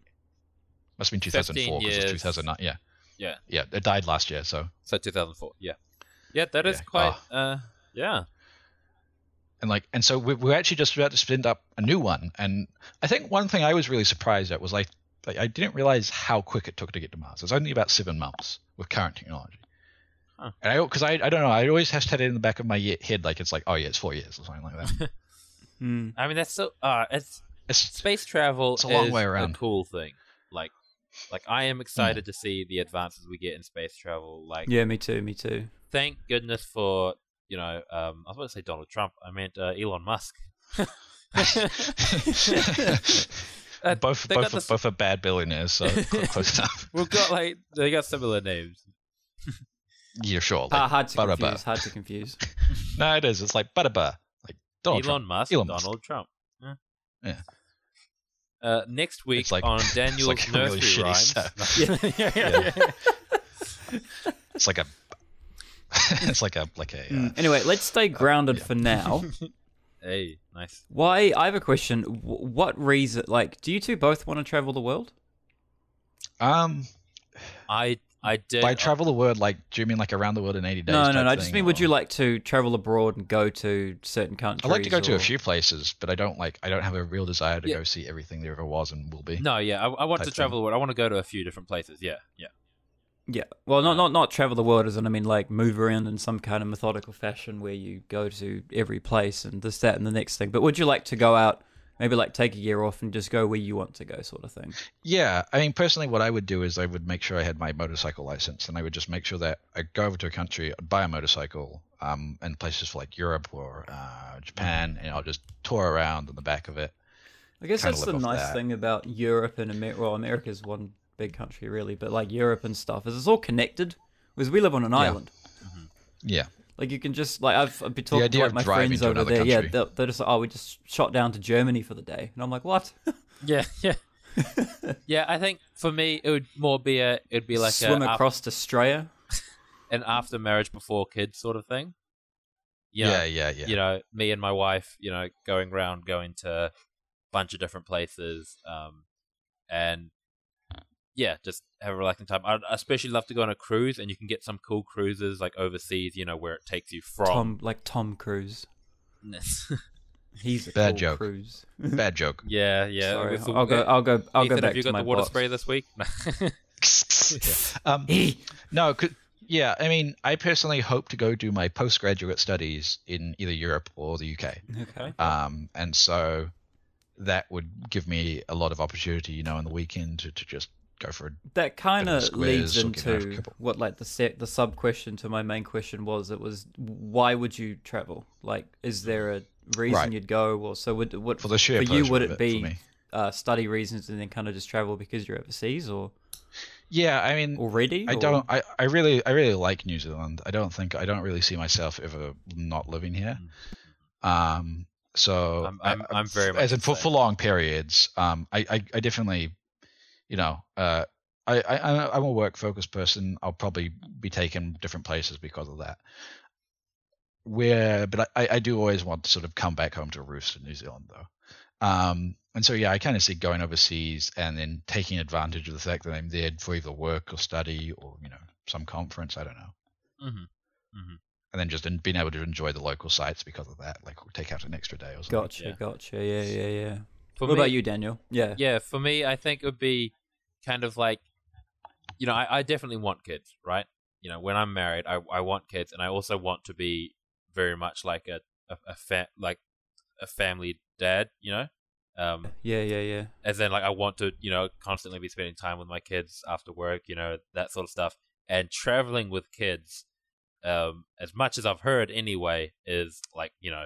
[SPEAKER 5] Must have been 2004
[SPEAKER 3] 15
[SPEAKER 5] because it's
[SPEAKER 3] years.
[SPEAKER 5] 2009. Yeah,
[SPEAKER 3] Yeah.
[SPEAKER 5] yeah. It died last year, so
[SPEAKER 3] So 2004. Yeah. Yeah, that is
[SPEAKER 5] Yeah. Ah.
[SPEAKER 3] quite. Uh, yeah.
[SPEAKER 5] and like and so we, we're actually just about to spin up a new one and i think one thing i was really surprised at was like like, i didn't realize how quick it took to get to mars it's only about seven months with current technology
[SPEAKER 3] Huh.
[SPEAKER 5] and i because I, I don't know i always hashtag it in the back of my ye- head like it's like oh yeah it's four years or something like that
[SPEAKER 4] Hmm.
[SPEAKER 3] I mean, that's so. Uh, it's
[SPEAKER 5] it's
[SPEAKER 3] space travel
[SPEAKER 5] It's a long
[SPEAKER 3] is
[SPEAKER 5] way around. Hmm.
[SPEAKER 3] a cool thing. Like, like I am excited to see the advances we get in space travel. Like,
[SPEAKER 4] Yeah, me too. Me too.
[SPEAKER 3] thank goodness for you know. Um, I was going to say Donald Trump. I meant uh, Elon Musk. Uh,
[SPEAKER 5] both
[SPEAKER 3] they
[SPEAKER 5] both
[SPEAKER 3] got
[SPEAKER 5] are,
[SPEAKER 3] the-
[SPEAKER 5] both are bad billionaires so cl- close enough
[SPEAKER 3] We've got like they got similar names.
[SPEAKER 5] yeah sure like,
[SPEAKER 4] Ah,
[SPEAKER 3] Uh-huh.
[SPEAKER 4] hard to
[SPEAKER 5] Barabba.
[SPEAKER 4] confuse. Hard to confuse.
[SPEAKER 5] no it is it's like butterbur like Donald
[SPEAKER 3] Elon
[SPEAKER 5] Trump.
[SPEAKER 3] Musk,
[SPEAKER 5] Elon Musk.
[SPEAKER 3] Donald Trump. Eh.
[SPEAKER 5] Yeah.
[SPEAKER 3] Uh, next week
[SPEAKER 5] It's like-
[SPEAKER 3] on
[SPEAKER 5] it's
[SPEAKER 3] Daniel's
[SPEAKER 5] like a really
[SPEAKER 3] nursery
[SPEAKER 5] shitty
[SPEAKER 3] rhymes.
[SPEAKER 5] set.
[SPEAKER 3] yeah, yeah, yeah.
[SPEAKER 5] it's like a it's like a like a uh,
[SPEAKER 4] Mm. Anyway, let's stay grounded for now.
[SPEAKER 3] Hey, nice.
[SPEAKER 4] Why? I have a question. Wh- What reason? Like, do you two both want to travel the world?
[SPEAKER 3] Hmm.
[SPEAKER 5] um
[SPEAKER 3] I I did. uh,
[SPEAKER 5] By travel the world, like, do you mean like around the world in 80 days?
[SPEAKER 4] No, no,
[SPEAKER 5] type
[SPEAKER 4] no. I just
[SPEAKER 5] thing,
[SPEAKER 4] mean, would
[SPEAKER 5] or-
[SPEAKER 4] you like to travel abroad and go to certain countries?
[SPEAKER 5] I'd like to go to
[SPEAKER 4] or-
[SPEAKER 5] a few places, but I don't like, I don't have a real desire to
[SPEAKER 3] Yeah.
[SPEAKER 5] go see everything there ever was and will be.
[SPEAKER 3] No, yeah, I, I want
[SPEAKER 5] Type
[SPEAKER 3] to
[SPEAKER 5] thing.
[SPEAKER 3] travel the world. I want to go to a few different places. Yeah, yeah.
[SPEAKER 4] Yeah. Well, not not not travel the world, as in I mean, like move around in some kind of methodical fashion where you go to every place and this, that, and the next thing. But would you like to go out? Maybe like take a year off and just go where you want to go, sort of thing.
[SPEAKER 5] Yeah, I mean, personally, what I would do is I would make sure I had my motorcycle license, and I would just make sure that I go over to a country, I'd buy a motorcycle, um, in places like Europe or uh, Japan, and I'll just tour around on the back of it.
[SPEAKER 4] I guess
[SPEAKER 5] Kinda
[SPEAKER 4] that's the
[SPEAKER 5] live off
[SPEAKER 4] nice
[SPEAKER 5] that.
[SPEAKER 4] thing about Europe and America. Well, America's one big country, really, but like Europe and stuff is it's all connected. Because we live on an island.
[SPEAKER 5] Yeah,
[SPEAKER 4] Like you can just like I've, I've been talking to
[SPEAKER 5] idea
[SPEAKER 4] like,
[SPEAKER 5] of
[SPEAKER 4] my
[SPEAKER 5] driving
[SPEAKER 4] friends
[SPEAKER 5] to
[SPEAKER 4] over
[SPEAKER 5] another
[SPEAKER 4] there. Yeah,
[SPEAKER 5] country.
[SPEAKER 4] they're, they're just like, oh, we just shot down to Germany for the day, and I'm like, what?
[SPEAKER 3] Yeah, yeah. yeah, I think for me it would more be a it'd be like
[SPEAKER 4] swim
[SPEAKER 3] a, af-
[SPEAKER 4] across Australia.
[SPEAKER 3] an after marriage before kids sort of thing. You know,
[SPEAKER 5] yeah, yeah, yeah.
[SPEAKER 3] You know, me and my wife, you know, going round, going to a bunch of different places, um, and yeah, just have a relaxing time. I'd especially love to go on a cruise, and you can get some cool cruises like overseas, you know, where it takes you from.
[SPEAKER 4] Tom, like Tom Cruise. He's a
[SPEAKER 5] Bad
[SPEAKER 4] cool
[SPEAKER 5] joke.
[SPEAKER 4] Cruise.
[SPEAKER 5] Bad joke.
[SPEAKER 3] yeah, yeah.
[SPEAKER 4] Sorry,
[SPEAKER 3] Uh, with the-
[SPEAKER 4] I'll go. I'll go. I'll
[SPEAKER 3] Ethan,
[SPEAKER 4] go back
[SPEAKER 3] have you
[SPEAKER 4] to
[SPEAKER 3] got
[SPEAKER 4] my
[SPEAKER 3] the water
[SPEAKER 4] boss.
[SPEAKER 3] spray this week?
[SPEAKER 5] um,
[SPEAKER 4] Eh.
[SPEAKER 5] no, 'cause- yeah, I mean, I personally hope to go do my postgraduate studies in either Europe or the UK.
[SPEAKER 4] Okay.
[SPEAKER 5] Um, and so that would give me a lot of opportunity, you know, on the weekend to, to just go for a
[SPEAKER 4] That kind
[SPEAKER 5] Bit of
[SPEAKER 4] of
[SPEAKER 5] squares
[SPEAKER 4] leads
[SPEAKER 5] looking after
[SPEAKER 4] into
[SPEAKER 5] people.
[SPEAKER 4] what, like the set, the sub question to my main question was: it was why would you travel? Like, is there a reason
[SPEAKER 5] Right.
[SPEAKER 4] you'd go, or so would what
[SPEAKER 5] for the sheer
[SPEAKER 4] for you?
[SPEAKER 5] pleasure
[SPEAKER 4] Would
[SPEAKER 5] of
[SPEAKER 4] it
[SPEAKER 5] for
[SPEAKER 4] be
[SPEAKER 5] me.
[SPEAKER 4] uh, study reasons and then kind of just travel because you're overseas, or
[SPEAKER 5] Yeah, I mean,
[SPEAKER 4] already?
[SPEAKER 5] I
[SPEAKER 4] or-
[SPEAKER 5] don't. I, I really I really like New Zealand. I don't think I don't really see myself ever not living here. Um. So
[SPEAKER 3] I'm-
[SPEAKER 5] I-
[SPEAKER 3] I'm- I'm very much
[SPEAKER 5] as in
[SPEAKER 3] the
[SPEAKER 5] for,
[SPEAKER 3] same.
[SPEAKER 5] for long periods. Um. I, I, I definitely, you know, uh, I I I'm- I'm a work focused person. I'll probably be taken different places because of that. Where, but I I do always want to sort of come back home to roost in New Zealand though. Um, and so, yeah, I kind of see going overseas and then taking advantage of the fact that I'm there for either work or study or, you know, some conference, I don't know.
[SPEAKER 3] Mhm.
[SPEAKER 5] And then just in, being able to enjoy the local sites because of that, like we'll take out an extra day or something.
[SPEAKER 4] Gotcha,
[SPEAKER 3] Yeah.
[SPEAKER 4] gotcha. Yeah, yeah, yeah.
[SPEAKER 3] For
[SPEAKER 4] what
[SPEAKER 3] me-
[SPEAKER 4] about you, Daniel? Yeah.
[SPEAKER 3] yeah, for me, I think it would be kind of like, you know, I, I definitely want kids, right? You know, when I'm married, I, I want kids, and I also want to be very much like a a, a fa- like a family dad, you know, um,
[SPEAKER 4] Yeah, yeah, yeah.
[SPEAKER 3] as in like I want to, you know, constantly be spending time with my kids after work, you know, that sort of stuff, and traveling with kids. Um, as much as I've heard, anyway, is like you know,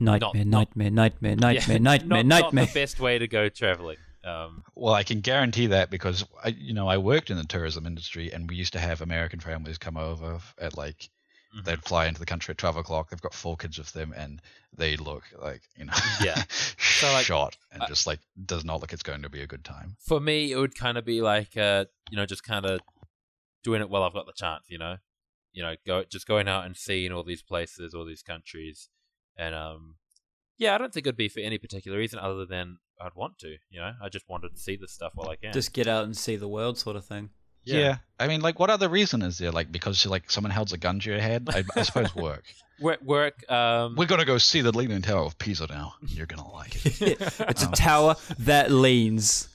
[SPEAKER 4] Nightmare,
[SPEAKER 3] not-
[SPEAKER 4] nightmare, nightmare, nightmare,
[SPEAKER 3] yeah,
[SPEAKER 4] nightmare,
[SPEAKER 3] not,
[SPEAKER 4] nightmare.
[SPEAKER 3] Not the best way to go traveling. Um,
[SPEAKER 5] Well, I can guarantee that because, I, you know, I worked in the tourism industry and we used to have American families come over at like,
[SPEAKER 3] Mhm.
[SPEAKER 5] they'd fly into the country at 12 o'clock. They've got four kids with them and they look like, you know,
[SPEAKER 3] Yeah. So, like,
[SPEAKER 5] shot and
[SPEAKER 3] I-
[SPEAKER 5] just like does not look it's going to be a good time.
[SPEAKER 3] for me, it would kind of be like, uh, you know, just kind of doing it while I've got the chance, you know, you know, go just going out and seeing all these places, all these countries, and um, yeah, I don't think it'd be for any particular reason other than I'd want to, you know, I just wanted to see this stuff while I can.
[SPEAKER 4] Just get out and see the world, sort of thing.
[SPEAKER 5] Yeah. I mean, like, what other reason is there? Like, because like someone holds a gun to your head? I, I suppose work.
[SPEAKER 3] work, work. Um,
[SPEAKER 5] We're gonna go see the Leaning Tower of Pisa now. You're gonna like it.
[SPEAKER 4] it's a
[SPEAKER 3] Oh.
[SPEAKER 5] Um,
[SPEAKER 4] tower that leans.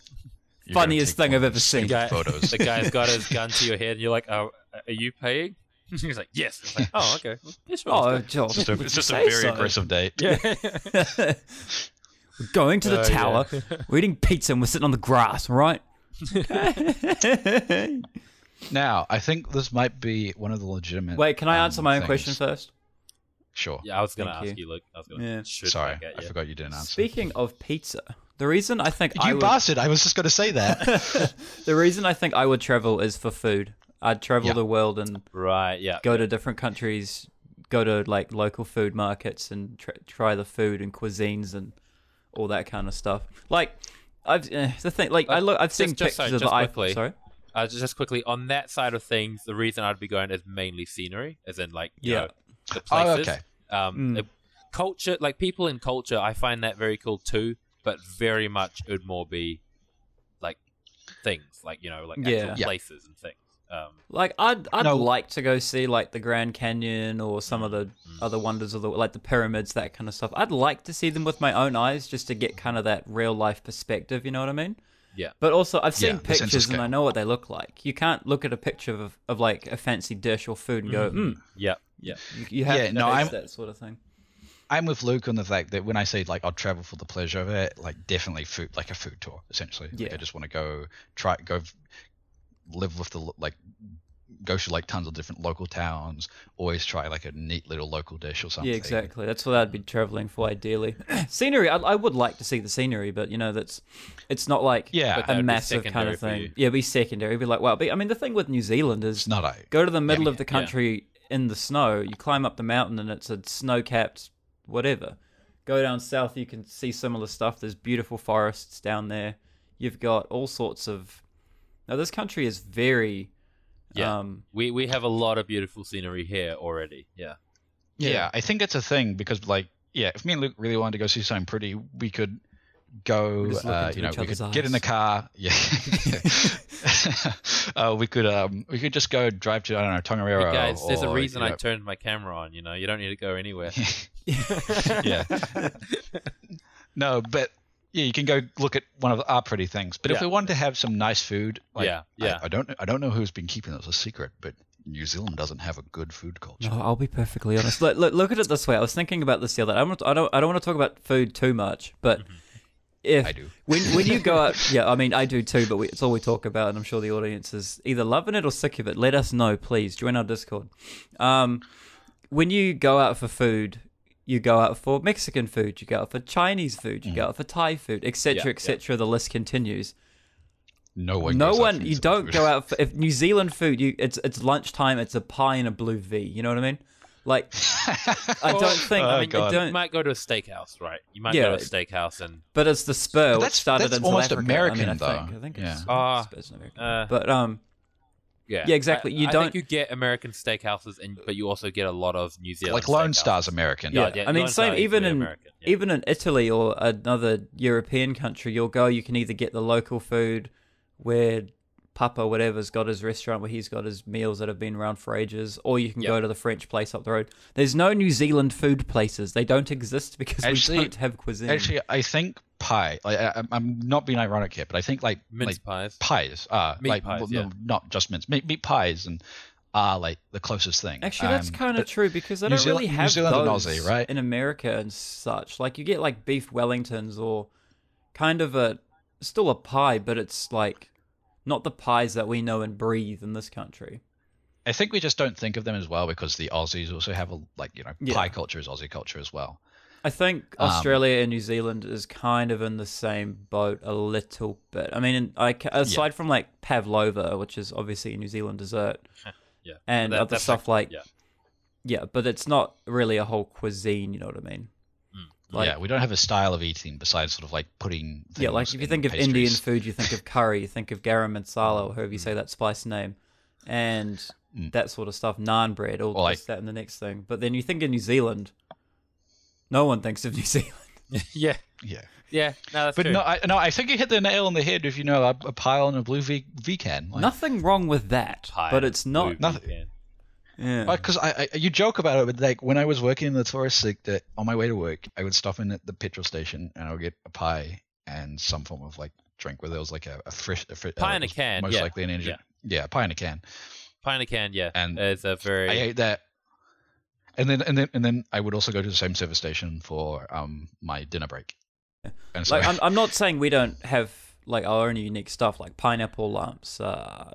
[SPEAKER 5] You're gonna
[SPEAKER 4] Funniest
[SPEAKER 5] take
[SPEAKER 4] thing
[SPEAKER 5] one
[SPEAKER 4] I've
[SPEAKER 5] of
[SPEAKER 4] ever
[SPEAKER 5] those
[SPEAKER 4] seen.
[SPEAKER 5] sick
[SPEAKER 3] guy-
[SPEAKER 5] Photos.
[SPEAKER 3] the guy's got his gun to your head, and you're like, oh, "Are you paying?" He's like, "Yes." It's like, oh, okay. Yeah, sure,
[SPEAKER 4] Oh,
[SPEAKER 3] let's
[SPEAKER 5] It's just a,
[SPEAKER 4] Joel,
[SPEAKER 5] it's just a
[SPEAKER 4] say
[SPEAKER 5] very
[SPEAKER 4] so.
[SPEAKER 5] aggressive date.
[SPEAKER 3] go. yeah.
[SPEAKER 4] We're going to the
[SPEAKER 3] Oh, yeah.
[SPEAKER 4] tower. We're eating pizza and we're sitting on the grass, all right?
[SPEAKER 5] Now, I think this might be one of the legitimate.
[SPEAKER 4] Wait, can I
[SPEAKER 5] um,
[SPEAKER 4] answer my own
[SPEAKER 5] things.
[SPEAKER 4] question first?
[SPEAKER 5] Sure.
[SPEAKER 3] Yeah, I was gonna
[SPEAKER 4] Thank
[SPEAKER 3] ask
[SPEAKER 4] you.
[SPEAKER 3] you, Luke. I was gonna.
[SPEAKER 4] Yeah.
[SPEAKER 3] shoot
[SPEAKER 5] Sorry,
[SPEAKER 3] back at
[SPEAKER 5] I
[SPEAKER 3] you.
[SPEAKER 5] forgot you didn't answer.
[SPEAKER 4] Speaking of pizza, the reason I think I
[SPEAKER 5] you
[SPEAKER 4] would,
[SPEAKER 5] bastard! I was just gonna say that.
[SPEAKER 4] the reason I think I would travel is for food. I'd travel
[SPEAKER 5] Yeah.
[SPEAKER 4] the world and
[SPEAKER 3] Right. Yeah.
[SPEAKER 4] go to different countries, go to like local food markets and tr- try the food and cuisines and all that kind of stuff. Like I've eh, the thing like I look I've seen
[SPEAKER 3] just- just- sorry,
[SPEAKER 4] pictures
[SPEAKER 3] just
[SPEAKER 4] of the
[SPEAKER 3] quickly.
[SPEAKER 4] iPhone. Sorry.
[SPEAKER 3] uh, ju- just quickly on that side of things, the reason I'd be going is mainly scenery, as in like you
[SPEAKER 4] Yeah.
[SPEAKER 3] know, the
[SPEAKER 5] Oh,
[SPEAKER 3] places.
[SPEAKER 5] okay.
[SPEAKER 3] Um, the culture, like people in culture, I find that very cool too. But very much it would more be like things, like you know, like actual
[SPEAKER 4] Yeah.
[SPEAKER 5] Yeah.
[SPEAKER 3] places and things. Um,
[SPEAKER 4] Like I'd I'd
[SPEAKER 5] No.
[SPEAKER 4] like to go see like the Grand Canyon or some of the other wonders of the like the pyramids that kind of stuff. I'd like to see them with my own eyes just to get kind of that real life perspective. You know what I mean?
[SPEAKER 3] Yeah.
[SPEAKER 4] But also I've seen
[SPEAKER 5] Yeah, the sense of
[SPEAKER 4] pictures and I
[SPEAKER 5] scale.
[SPEAKER 4] know what they look like. You can't look at a picture of of like a fancy dish or food and go,
[SPEAKER 3] Mm-hmm.
[SPEAKER 4] hmm,
[SPEAKER 3] yeah, yeah,
[SPEAKER 4] you, you have
[SPEAKER 5] Yeah,
[SPEAKER 4] to
[SPEAKER 5] no,
[SPEAKER 4] taste
[SPEAKER 5] I'm-
[SPEAKER 4] that sort of thing.
[SPEAKER 5] I'm with Luke on the fact that when I say like I'll travel for the pleasure of it, like definitely food, like a food tour essentially. Like,
[SPEAKER 4] Yeah.
[SPEAKER 5] I just want to go try go v- live with the lo- like go to like tons of different local towns. Always try like a neat little local dish or something.
[SPEAKER 4] Yeah, exactly. That's what I'd be traveling for ideally. scenery, I, I would like to see the scenery, but you know, that's it's not like
[SPEAKER 5] Yeah. But
[SPEAKER 4] a
[SPEAKER 3] that'd be
[SPEAKER 4] massive kind
[SPEAKER 3] secondary
[SPEAKER 4] of
[SPEAKER 3] for
[SPEAKER 4] thing.
[SPEAKER 3] you.
[SPEAKER 4] Yeah, be secondary. Be like, wow. Be, I mean, the thing with New Zealand is
[SPEAKER 5] It's not a
[SPEAKER 4] go to the middle of the
[SPEAKER 3] Yeah.
[SPEAKER 4] country in the snow. You climb up the mountain, and it's a snow-capped whatever. Go down south, you can see similar stuff. There's beautiful forests down there. You've got all sorts of. Now, this country is very.
[SPEAKER 3] yeah.
[SPEAKER 4] Um,
[SPEAKER 3] we we have a lot of beautiful scenery here already. Yeah,
[SPEAKER 5] yeah. I think that's a thing because like yeah, if me and Luke really wanted to go see something pretty, we could go.
[SPEAKER 4] just look
[SPEAKER 5] Uh,
[SPEAKER 4] into
[SPEAKER 5] you know,
[SPEAKER 4] each
[SPEAKER 5] we
[SPEAKER 4] other's
[SPEAKER 5] could get in the
[SPEAKER 4] eyes.
[SPEAKER 5] car. Yeah, uh, we could. Um, we could just go drive to I don't know Tongariro.
[SPEAKER 3] Hey guys, there's a
[SPEAKER 5] or,
[SPEAKER 3] reason
[SPEAKER 5] you
[SPEAKER 3] I
[SPEAKER 5] know-
[SPEAKER 3] turned my camera on. You know, you don't need to go anywhere.
[SPEAKER 5] yeah. no, but yeah, you can go look at one of our pretty things. But if
[SPEAKER 3] Yeah.
[SPEAKER 5] we wanted to have some nice food, like,
[SPEAKER 3] Yeah,
[SPEAKER 5] I-
[SPEAKER 3] yeah.
[SPEAKER 5] I, don't, I don't know who's been keeping this a secret, but New Zealand doesn't have a good food culture.
[SPEAKER 4] No, Oh, I'll be perfectly honest. Look, look, look at it this way. I was thinking about this the other. I don't. I don't. I don't want to talk about food too much, but if
[SPEAKER 5] I do.
[SPEAKER 4] when when you go out, yeah, I mean, I do too. But we, it's all we talk about, and I'm sure the audience is either loving it or sick of it. Let us know, please. Join our Discord. Um, when you go out for food, you go out for Mexican food, you go out for Chinese food, you go out for Thai food, etc.,
[SPEAKER 3] Yeah, yeah.
[SPEAKER 4] etc. The list continues.
[SPEAKER 5] No one.
[SPEAKER 4] no
[SPEAKER 5] goes out
[SPEAKER 4] one.
[SPEAKER 5] for
[SPEAKER 4] You
[SPEAKER 5] New
[SPEAKER 4] don't
[SPEAKER 5] Zealand
[SPEAKER 4] go out for if New Zealand food. You it's it's lunchtime. It's a pie and a blue V. You know what I mean? Like, I don't think.
[SPEAKER 5] Oh,
[SPEAKER 4] I mean, I
[SPEAKER 5] God.
[SPEAKER 3] You
[SPEAKER 4] don't.
[SPEAKER 3] might go to a steakhouse, right? You might
[SPEAKER 4] Yeah.
[SPEAKER 3] go to a steakhouse and
[SPEAKER 4] But it's the spur which
[SPEAKER 5] that's-
[SPEAKER 4] started
[SPEAKER 5] that's
[SPEAKER 4] in
[SPEAKER 5] almost
[SPEAKER 4] South Africa. I
[SPEAKER 5] American,
[SPEAKER 4] mean, I
[SPEAKER 5] though.
[SPEAKER 4] Think, I think it's
[SPEAKER 5] Yeah.
[SPEAKER 3] Ah,
[SPEAKER 4] spur's an American.
[SPEAKER 3] uh,
[SPEAKER 4] but um,
[SPEAKER 3] yeah,
[SPEAKER 4] Yeah, exactly.
[SPEAKER 3] I-
[SPEAKER 4] You
[SPEAKER 3] I
[SPEAKER 4] don't-
[SPEAKER 3] Think you get American steakhouses, and but you also get a lot of New Zealand,
[SPEAKER 5] Like Lone
[SPEAKER 3] steakhouses.
[SPEAKER 5] Star's American.
[SPEAKER 3] Yeah.
[SPEAKER 4] I mean,
[SPEAKER 3] Lone
[SPEAKER 4] same
[SPEAKER 3] Star is
[SPEAKER 4] even
[SPEAKER 3] really
[SPEAKER 4] in
[SPEAKER 3] American, yeah.
[SPEAKER 4] even in Italy or another European country, you'll go. You can either get the local food, where Papa whatever's got his restaurant where he's got his meals that have been around for ages, or you can
[SPEAKER 3] Yeah.
[SPEAKER 4] go to the French place up the road. There's no New Zealand food places. They don't exist because
[SPEAKER 5] Actually-
[SPEAKER 4] we don't have cuisine.
[SPEAKER 5] Actually, I think pie. Like, I, I'm- I'm not being ironic here, but I think like
[SPEAKER 3] mince
[SPEAKER 5] like
[SPEAKER 3] pies.
[SPEAKER 5] pies are
[SPEAKER 3] Meat
[SPEAKER 5] like
[SPEAKER 3] pies,
[SPEAKER 5] well,
[SPEAKER 3] yeah.
[SPEAKER 5] no, not just mince meat, meat pies and are like the closest thing.
[SPEAKER 4] Actually, that's
[SPEAKER 5] Um,
[SPEAKER 4] kind of
[SPEAKER 5] but-
[SPEAKER 4] true because they
[SPEAKER 5] New
[SPEAKER 4] don't
[SPEAKER 5] Zealand-
[SPEAKER 4] really
[SPEAKER 5] New
[SPEAKER 4] have
[SPEAKER 5] Zealand and
[SPEAKER 4] those
[SPEAKER 5] Aussie, right?
[SPEAKER 4] in America and such. Like you get like beef Wellingtons or kind of a still a pie, but it's like not the pies that we know and breathe in this country.
[SPEAKER 5] I think we just don't think of them as well because the Aussies also have a like you know
[SPEAKER 4] Yeah.
[SPEAKER 5] pie culture is Aussie culture as well.
[SPEAKER 4] I think
[SPEAKER 5] Um,
[SPEAKER 4] Australia and New Zealand is kind of in the same boat a little bit. I mean, I, ca- aside from like pavlova, which is obviously a New Zealand dessert,
[SPEAKER 3] Yeah.
[SPEAKER 4] and
[SPEAKER 3] That-
[SPEAKER 4] other
[SPEAKER 3] that's
[SPEAKER 4] stuff like,
[SPEAKER 3] yeah.
[SPEAKER 4] yeah, but it's not really a whole cuisine. You know what I mean? Like-
[SPEAKER 5] yeah, we don't have a style of eating besides sort of like putting.
[SPEAKER 4] Yeah, like
[SPEAKER 5] things
[SPEAKER 4] if you
[SPEAKER 5] in
[SPEAKER 4] think of
[SPEAKER 5] pastries.
[SPEAKER 4] Indian food, you think of curry, you think of garam masala, or however you say that spice name, and
[SPEAKER 5] Mm.
[SPEAKER 4] that sort of stuff, naan bread, all
[SPEAKER 5] Or
[SPEAKER 4] this, that, and the next thing. But then you think of New Zealand, no one thinks of New Zealand.
[SPEAKER 3] yeah,
[SPEAKER 5] yeah,
[SPEAKER 3] yeah. No, that's
[SPEAKER 5] but
[SPEAKER 3] true.
[SPEAKER 5] no, I, no, I think you hit the nail on the head if you know a, a pie on a blue v, v can. Like,
[SPEAKER 4] Nothing wrong with that,
[SPEAKER 3] Pie
[SPEAKER 4] but
[SPEAKER 3] and
[SPEAKER 4] it's not.
[SPEAKER 3] blue
[SPEAKER 5] nothing.
[SPEAKER 3] pecan.
[SPEAKER 4] Yeah.
[SPEAKER 5] Because I, I, you joke about it, but like when I was working in the tourist sector, on my way to work, I would stop in at the petrol station and I would get a pie and some form of like drink, whether it was like a, a fresh a fr-
[SPEAKER 3] Pie
[SPEAKER 5] uh,
[SPEAKER 3] in a
[SPEAKER 5] it was
[SPEAKER 3] can,
[SPEAKER 5] most
[SPEAKER 3] yeah,
[SPEAKER 5] likely an Indian. Yeah. pie in a can.
[SPEAKER 3] Pie in a can, yeah,
[SPEAKER 5] And
[SPEAKER 3] it's a very
[SPEAKER 5] I ate that, and then and then and then I would also go to the same service station for um my dinner break. And so
[SPEAKER 4] like I'm, I'm not saying we don't have like our own unique stuff like pineapple lumps uh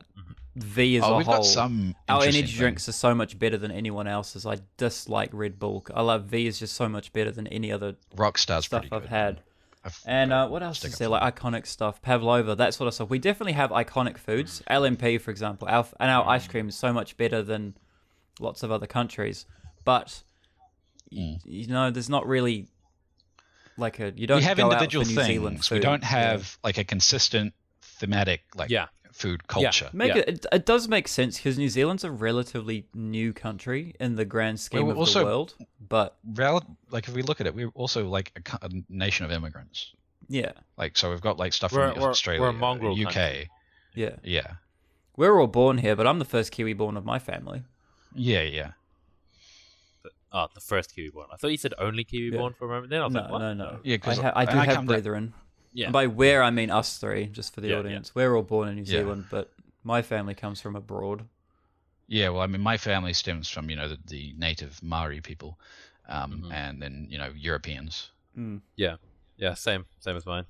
[SPEAKER 4] v as
[SPEAKER 5] Oh,
[SPEAKER 4] a
[SPEAKER 5] we've
[SPEAKER 4] whole
[SPEAKER 5] got some
[SPEAKER 4] our
[SPEAKER 5] interesting
[SPEAKER 4] energy
[SPEAKER 5] things.
[SPEAKER 4] drinks are so much better than anyone else's i dislike red bull i love v is just so much better than any other
[SPEAKER 5] Rockstar's
[SPEAKER 4] stuff
[SPEAKER 5] pretty
[SPEAKER 4] i've
[SPEAKER 5] good.
[SPEAKER 4] had
[SPEAKER 5] I've-
[SPEAKER 4] and
[SPEAKER 5] I've
[SPEAKER 4] uh,
[SPEAKER 5] got
[SPEAKER 4] what else
[SPEAKER 5] stick
[SPEAKER 4] is
[SPEAKER 5] up
[SPEAKER 4] there?
[SPEAKER 5] for
[SPEAKER 4] Like iconic stuff, pavlova, that sort of stuff. We definitely have iconic
[SPEAKER 5] Mm.
[SPEAKER 4] foods. LMP, for example, our, and our ice cream is so much better than lots of other countries. But y you know, there's not really like a you don't
[SPEAKER 5] Mm. we have
[SPEAKER 4] go out
[SPEAKER 5] individual
[SPEAKER 4] for New
[SPEAKER 5] things.
[SPEAKER 4] Zealand
[SPEAKER 5] we
[SPEAKER 4] food.
[SPEAKER 5] don't
[SPEAKER 4] Yeah.
[SPEAKER 5] have like a consistent thematic like
[SPEAKER 3] Yeah.
[SPEAKER 5] food culture.
[SPEAKER 4] Make
[SPEAKER 3] Yeah.
[SPEAKER 4] it, it. It does make sense because New Zealand's a relatively new country in the grand scheme
[SPEAKER 5] we're
[SPEAKER 4] of
[SPEAKER 5] also-
[SPEAKER 4] the world. But
[SPEAKER 5] Rel- like if we look at it, we're also like a, co- a nation of immigrants.
[SPEAKER 4] yeah,
[SPEAKER 5] Like so, we've got like stuff
[SPEAKER 3] We're-
[SPEAKER 5] from
[SPEAKER 3] we're-
[SPEAKER 5] Australia,
[SPEAKER 3] we're a mongrel
[SPEAKER 5] UK.
[SPEAKER 3] country.
[SPEAKER 4] yeah,
[SPEAKER 5] Yeah,
[SPEAKER 4] we're all born here, but I'm the first Kiwi born of my family.
[SPEAKER 5] yeah, yeah.
[SPEAKER 3] oh, the first Kiwi born. I thought you said only Kiwi
[SPEAKER 4] Yeah.
[SPEAKER 3] born for a moment. Then I was
[SPEAKER 4] No,
[SPEAKER 3] like, what?
[SPEAKER 4] no, no.
[SPEAKER 5] Yeah, 'cause
[SPEAKER 4] I, ha- I
[SPEAKER 5] and
[SPEAKER 4] do
[SPEAKER 5] I
[SPEAKER 4] have
[SPEAKER 5] come to-
[SPEAKER 4] brethren.
[SPEAKER 3] Yeah,
[SPEAKER 4] And by where I mean us three, just for the
[SPEAKER 3] Yeah, yeah.
[SPEAKER 4] audience. We're all born in New
[SPEAKER 5] Yeah.
[SPEAKER 4] Zealand, but my family comes from abroad.
[SPEAKER 5] Yeah, well, I mean, my family stems from you know the, the native Maori people, um,
[SPEAKER 3] Mm-hmm.
[SPEAKER 5] and then you know Europeans.
[SPEAKER 3] yeah, yeah. Same, same as mine.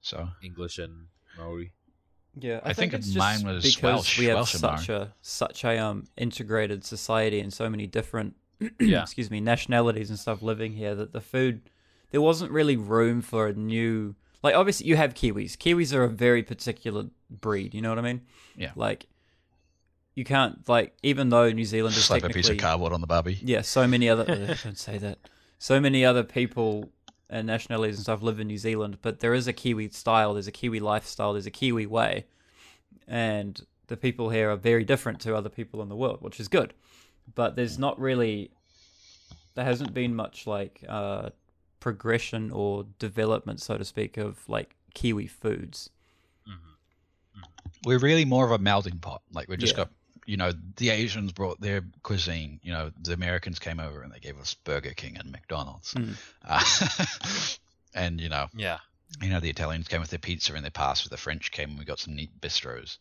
[SPEAKER 5] So
[SPEAKER 3] English and Maori.
[SPEAKER 4] Yeah,
[SPEAKER 5] I think mine was
[SPEAKER 4] because
[SPEAKER 5] Welsh-
[SPEAKER 4] we have
[SPEAKER 5] Welsh and
[SPEAKER 4] such a such a um integrated society and so many different
[SPEAKER 3] Yeah.
[SPEAKER 4] excuse me nationalities and stuff living here that the food there wasn't really room for a new like obviously you have Kiwis. Kiwis are a very particular breed. You know what I mean?
[SPEAKER 5] Yeah.
[SPEAKER 4] Like you can't like even though New Zealand is
[SPEAKER 5] slap a piece of
[SPEAKER 4] technically
[SPEAKER 5] cardboard on the barbie.
[SPEAKER 4] yeah, so many other Ugh, don't say that. So many other people and nationalities and stuff live in New Zealand, but there is a Kiwi style, there's a Kiwi lifestyle, there's a Kiwi way, and the people here are very different to other people in the world, which is good. But there's not really, there hasn't been much like uh, progression or development, so to speak, of like Kiwi foods.
[SPEAKER 5] We're really more of a melting pot. Like we've just
[SPEAKER 4] Yeah.
[SPEAKER 5] got, you know, the Asians brought their cuisine. You know, the Americans came over and they gave us Burger King and McDonald's.
[SPEAKER 3] Hmm.
[SPEAKER 4] Mm.
[SPEAKER 5] Uh, and you know,
[SPEAKER 3] Yeah.
[SPEAKER 5] you know, the Italians came with their pizza and their pasta. The French came and we got some neat bistros.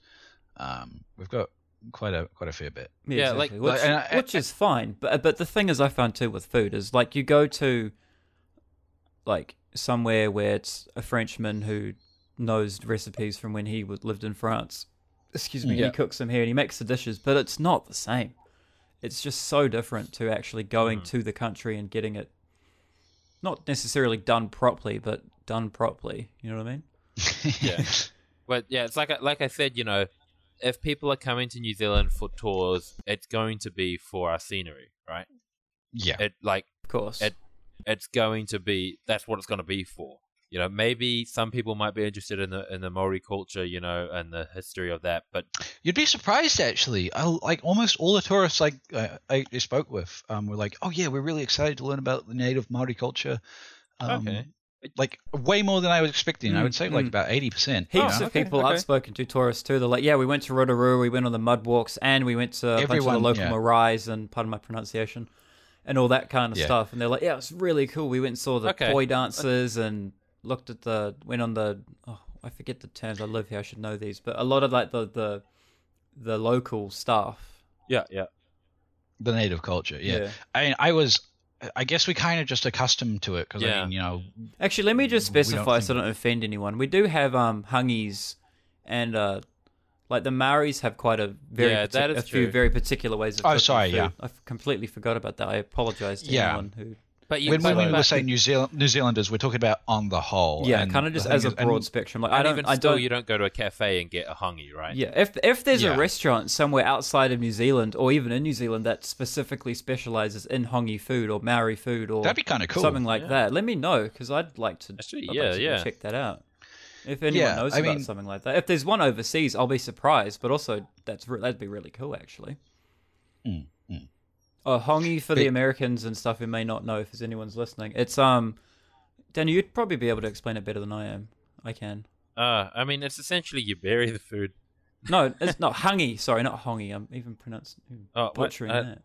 [SPEAKER 5] Um, we've got quite a quite a fair bit.
[SPEAKER 3] Yeah, like-
[SPEAKER 4] exactly, which,
[SPEAKER 5] like, and I-
[SPEAKER 4] which is fine. But but the thing is, I found too with food is like you go to like somewhere where it's a Frenchman who knows recipes from when he was, lived in France. Excuse me,
[SPEAKER 5] Yeah.
[SPEAKER 4] he cooks them here and he makes the dishes, but it's not the same. It's just so different to actually
[SPEAKER 5] Hmm.
[SPEAKER 4] going to the country and getting it not necessarily done properly, but done properly. You know what I mean?
[SPEAKER 3] Yeah. But yeah, it's like I- like I said, you know, if people are coming to New Zealand for tours, it's going to be for our scenery, right?
[SPEAKER 5] Yeah.
[SPEAKER 3] It like
[SPEAKER 4] Of course.
[SPEAKER 3] It- it's going to be that's what it's going to be for. You know, maybe some people might be interested in the in the Maori culture, you know, and the history of that, but
[SPEAKER 5] You'd be surprised, actually. I, like almost all the tourists like I, I I spoke with um, were like, "Oh yeah, we're really excited to learn about the native Maori culture." Um,
[SPEAKER 3] Okay.
[SPEAKER 5] Like way more than I was expecting. I
[SPEAKER 4] Mm,
[SPEAKER 5] would say like
[SPEAKER 4] mm.
[SPEAKER 5] about eighty percent.
[SPEAKER 4] Heaps
[SPEAKER 3] Oh,
[SPEAKER 4] of
[SPEAKER 3] okay,
[SPEAKER 4] people
[SPEAKER 3] okay.
[SPEAKER 4] I've spoken to, tourists too. They're like, yeah, we went to Rotorua, we went on the mud walks, and we went to a bunch of the
[SPEAKER 5] Everyone,
[SPEAKER 4] local
[SPEAKER 5] yeah.
[SPEAKER 4] marais and pardon my pronunciation, and all that kind of
[SPEAKER 5] Yeah.
[SPEAKER 4] stuff. And they're like, yeah, it's really cool. We went and saw the
[SPEAKER 3] Okay.
[SPEAKER 4] boy dancers and looked at the went on the oh, I forget the terms. I live here, I should know these, but a lot of like the the the local stuff.
[SPEAKER 3] yeah, yeah.
[SPEAKER 5] The native culture. Yeah.
[SPEAKER 4] Yeah.
[SPEAKER 5] I mean, I was. I guess we kind of just accustomed to it because I
[SPEAKER 3] Yeah.
[SPEAKER 5] mean, you know,
[SPEAKER 4] Actually, let me just
[SPEAKER 5] We don't
[SPEAKER 4] specify
[SPEAKER 5] think-
[SPEAKER 4] so I don't offend anyone. We do have um hungies and uh like the Maoris have quite a very
[SPEAKER 3] Yeah,
[SPEAKER 4] partic-
[SPEAKER 3] that is
[SPEAKER 4] a few
[SPEAKER 3] true.
[SPEAKER 4] very particular ways of
[SPEAKER 5] Oh,
[SPEAKER 4] cooking
[SPEAKER 5] sorry,
[SPEAKER 4] food.
[SPEAKER 5] yeah.
[SPEAKER 4] I completely forgot about that. I apologize to
[SPEAKER 5] Yeah.
[SPEAKER 4] anyone who
[SPEAKER 3] But you
[SPEAKER 5] when, when
[SPEAKER 3] but-
[SPEAKER 5] we
[SPEAKER 3] but-
[SPEAKER 5] were saying New Zealand New Zealanders, we're talking about on the whole.
[SPEAKER 4] Yeah,
[SPEAKER 5] and
[SPEAKER 4] kind of
[SPEAKER 5] the
[SPEAKER 4] just
[SPEAKER 5] thing
[SPEAKER 4] as a
[SPEAKER 5] is- and-
[SPEAKER 4] broad spectrum. Like
[SPEAKER 3] and
[SPEAKER 4] I don't
[SPEAKER 3] even
[SPEAKER 4] I
[SPEAKER 3] still,
[SPEAKER 4] don't
[SPEAKER 3] you don't go to a cafe and get a hungy, right?
[SPEAKER 4] Yeah, if if there's
[SPEAKER 5] Yeah.
[SPEAKER 4] a restaurant somewhere outside of New Zealand or even in New Zealand that specifically specializes in hongi food or Maori food or
[SPEAKER 5] That'd be kinda cool.
[SPEAKER 4] something like that, let me know cuz I'd like to
[SPEAKER 3] Actually,
[SPEAKER 4] I'd
[SPEAKER 3] yeah,
[SPEAKER 4] like to go
[SPEAKER 3] yeah.
[SPEAKER 4] check that out. If anyone
[SPEAKER 5] Yeah,
[SPEAKER 4] knows
[SPEAKER 5] I
[SPEAKER 4] about
[SPEAKER 5] mean-
[SPEAKER 4] something like that. If there's one overseas, I'll be surprised, but also that's re- that'd be really cool actually.
[SPEAKER 5] Mm,
[SPEAKER 4] Oh, hongi for the
[SPEAKER 5] It-
[SPEAKER 4] Americans and stuff who may not know if there's anyone's listening. It's um Daniel, you'd probably be able to explain it better than I am. I can.
[SPEAKER 3] Uh, I mean, it's essentially you bury the food.
[SPEAKER 4] No, it's not hangi. Sorry, not hongi. I'm even pronouncing hmm,
[SPEAKER 3] Oh, what?
[SPEAKER 4] butchering
[SPEAKER 3] Uh,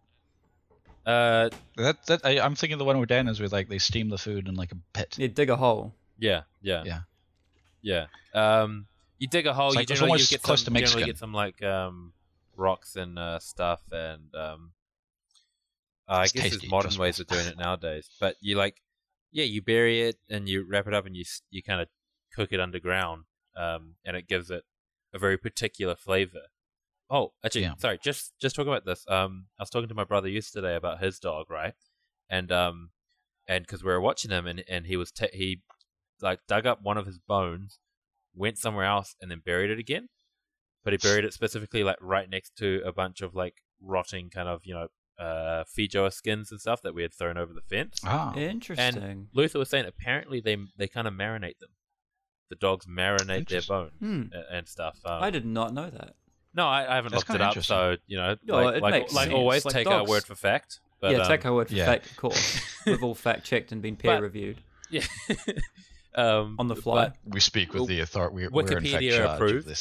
[SPEAKER 4] that.
[SPEAKER 3] Uh,
[SPEAKER 5] That, that I, I'm thinking the one with Dan is where like they steam the food in like a pit.
[SPEAKER 4] Yeah, dig a hole.
[SPEAKER 3] yeah, yeah,
[SPEAKER 5] Yeah.
[SPEAKER 3] yeah. Um, you dig a hole.
[SPEAKER 5] It's
[SPEAKER 3] you
[SPEAKER 5] like- it's
[SPEAKER 3] generally you
[SPEAKER 5] almost
[SPEAKER 3] get
[SPEAKER 5] close
[SPEAKER 3] some,
[SPEAKER 5] to
[SPEAKER 3] generally
[SPEAKER 5] Mexican.
[SPEAKER 3] get some like um, rocks and uh, stuff, and um, uh, I
[SPEAKER 5] It's
[SPEAKER 3] guess
[SPEAKER 5] tasty,
[SPEAKER 3] there's modern
[SPEAKER 5] trust
[SPEAKER 3] ways
[SPEAKER 5] me.
[SPEAKER 3] of doing it nowadays. But you like, yeah, you bury it and you wrap it up and you s- you kind of cook it underground, um, and it gives it a very particular flavor. Oh, actually,
[SPEAKER 5] Yeah.
[SPEAKER 3] sorry. Just just talking about this. Um, I was talking to my brother yesterday about his dog, right? And um, and because we were watching him, and and he was ta he like dug up one of his bones, went somewhere else, and then buried it again. But he buried it specifically like right next to a bunch of like rotting kind of you know uh Fijoa skins and stuff that we had thrown over the fence.
[SPEAKER 5] Ah,
[SPEAKER 4] Interesting.
[SPEAKER 3] Luther was saying apparently they they kind of marinate them. The dogs marinate their
[SPEAKER 5] Interesting.
[SPEAKER 3] bone
[SPEAKER 4] Hmm.
[SPEAKER 3] a- and stuff. Um,
[SPEAKER 4] I did not know that.
[SPEAKER 3] no, I, I haven't
[SPEAKER 5] That's
[SPEAKER 3] looked it
[SPEAKER 5] kinda
[SPEAKER 3] up, so you know,
[SPEAKER 4] No,
[SPEAKER 3] like,
[SPEAKER 4] it
[SPEAKER 3] like,
[SPEAKER 4] makes
[SPEAKER 3] like
[SPEAKER 4] sense.
[SPEAKER 3] always,
[SPEAKER 4] Like
[SPEAKER 3] take our
[SPEAKER 4] dogs.
[SPEAKER 3] word for fact. But,
[SPEAKER 4] yeah,
[SPEAKER 3] um,
[SPEAKER 4] take our word for
[SPEAKER 5] yeah.
[SPEAKER 4] fact, of course. We've all fact checked and been peer
[SPEAKER 3] But-
[SPEAKER 4] reviewed
[SPEAKER 3] yeah. um,
[SPEAKER 4] on the fly.
[SPEAKER 3] but-
[SPEAKER 5] we speak with
[SPEAKER 3] Well,
[SPEAKER 5] the authority. We're, we're in fact
[SPEAKER 3] Wikipedia
[SPEAKER 5] charged of
[SPEAKER 3] approved.
[SPEAKER 5] this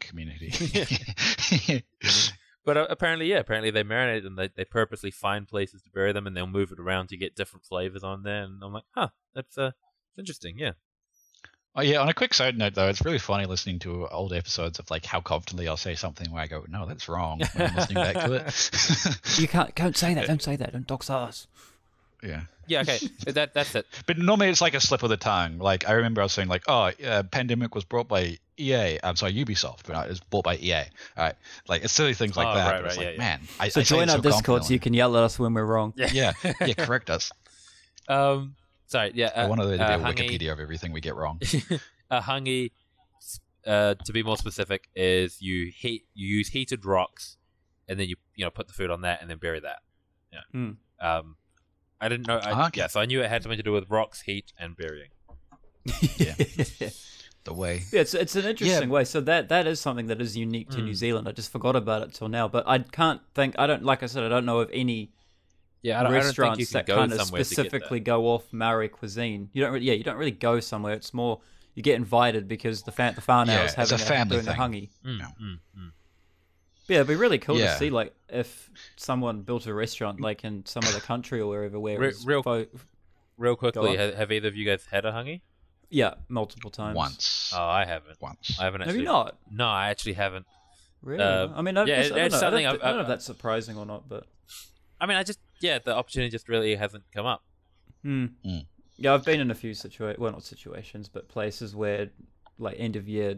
[SPEAKER 5] community.
[SPEAKER 3] But, uh, apparently, yeah, apparently they marinate them. They, they purposely find places to bury them, and they'll move it around to get different flavors on there. And I'm like, huh, that's uh, it's interesting. Yeah,
[SPEAKER 5] oh yeah. On a quick side note, though, it's really funny listening to old episodes of like how confidently I'll say something where I go, "No, that's wrong." When I'm listening back to it.
[SPEAKER 4] You can't. Don't say that. Don't say that. Don't dox us.
[SPEAKER 5] yeah.
[SPEAKER 3] yeah, okay, that that's it.
[SPEAKER 5] But normally it's like a slip of the tongue. Like I remember I was saying like, "Oh, uh, Pandemic was brought by EA." I'm sorry, Ubisoft, but uh, it was bought by EA. All right. Like it's silly things like
[SPEAKER 3] Oh,
[SPEAKER 5] that.
[SPEAKER 3] right,
[SPEAKER 5] but it's
[SPEAKER 3] right,
[SPEAKER 5] like,
[SPEAKER 3] yeah, yeah.
[SPEAKER 5] man, I,
[SPEAKER 4] So
[SPEAKER 5] I say it
[SPEAKER 4] join our
[SPEAKER 5] so
[SPEAKER 4] Discord so you
[SPEAKER 5] confidently.
[SPEAKER 4] can yell at us when we're wrong.
[SPEAKER 5] Yeah, yeah, correct us.
[SPEAKER 3] Um, sorry, yeah,
[SPEAKER 5] I
[SPEAKER 3] uh,
[SPEAKER 5] want there to be
[SPEAKER 3] uh,
[SPEAKER 5] a
[SPEAKER 3] hangi-
[SPEAKER 5] Wikipedia of everything we get wrong.
[SPEAKER 3] a hangi, uh, to be more specific, is you heat you use heated rocks, and then you you know put the food on that and then bury that. Yeah.
[SPEAKER 4] Hmm.
[SPEAKER 3] Um, I didn't know. I,
[SPEAKER 5] Ah, okay.
[SPEAKER 3] Yeah, so I knew it had something to do with rocks, heat, and burying.
[SPEAKER 5] Yeah.
[SPEAKER 4] yeah,
[SPEAKER 5] the way.
[SPEAKER 4] it's it's an interesting way. So that that is something that is unique
[SPEAKER 3] Hmm.
[SPEAKER 4] to New Zealand. I just forgot about it till now, but I can't think. I don't like I said. I don't know of any
[SPEAKER 3] Yeah, I don't, I don't think you
[SPEAKER 4] restaurants
[SPEAKER 3] can
[SPEAKER 4] that
[SPEAKER 3] go
[SPEAKER 4] kind of
[SPEAKER 3] somewhere
[SPEAKER 4] specifically go off Maori cuisine. You don't, really, yeah, you don't really go somewhere. It's more you get invited because the fa- the whānau
[SPEAKER 5] Yeah,
[SPEAKER 4] is
[SPEAKER 5] it's
[SPEAKER 4] having
[SPEAKER 5] a family
[SPEAKER 4] doing
[SPEAKER 5] thing.
[SPEAKER 4] a hungy.
[SPEAKER 3] to get
[SPEAKER 5] No.
[SPEAKER 3] that. Mm, mm, mm.
[SPEAKER 4] But yeah, it'd be really cool
[SPEAKER 5] Yeah.
[SPEAKER 4] to see like if someone built a restaurant like in some other country or wherever where
[SPEAKER 3] Re-
[SPEAKER 4] it's
[SPEAKER 3] real-
[SPEAKER 4] fo-
[SPEAKER 3] Real quickly,
[SPEAKER 4] on.
[SPEAKER 3] have, have either of you guys had a hungy?
[SPEAKER 4] yeah multiple times.
[SPEAKER 5] Once.
[SPEAKER 3] Oh, I haven't.
[SPEAKER 5] Once.
[SPEAKER 3] I haven't
[SPEAKER 4] Have
[SPEAKER 3] actually.
[SPEAKER 4] you not?
[SPEAKER 3] No, I actually haven't.
[SPEAKER 4] Really?
[SPEAKER 3] Uh,
[SPEAKER 4] I mean, I,
[SPEAKER 3] yeah,
[SPEAKER 4] yeah, I,
[SPEAKER 3] it- it's
[SPEAKER 4] don't know. I don't,
[SPEAKER 3] something
[SPEAKER 4] thi-
[SPEAKER 3] I've-
[SPEAKER 4] I don't know
[SPEAKER 3] I-
[SPEAKER 4] if that's surprising or not, but
[SPEAKER 3] I mean, I just yeah, the opportunity just really hasn't come up.
[SPEAKER 4] Hmm.
[SPEAKER 5] Mm.
[SPEAKER 4] Yeah, I've been in a few situations, well, not situations, but places where like end of year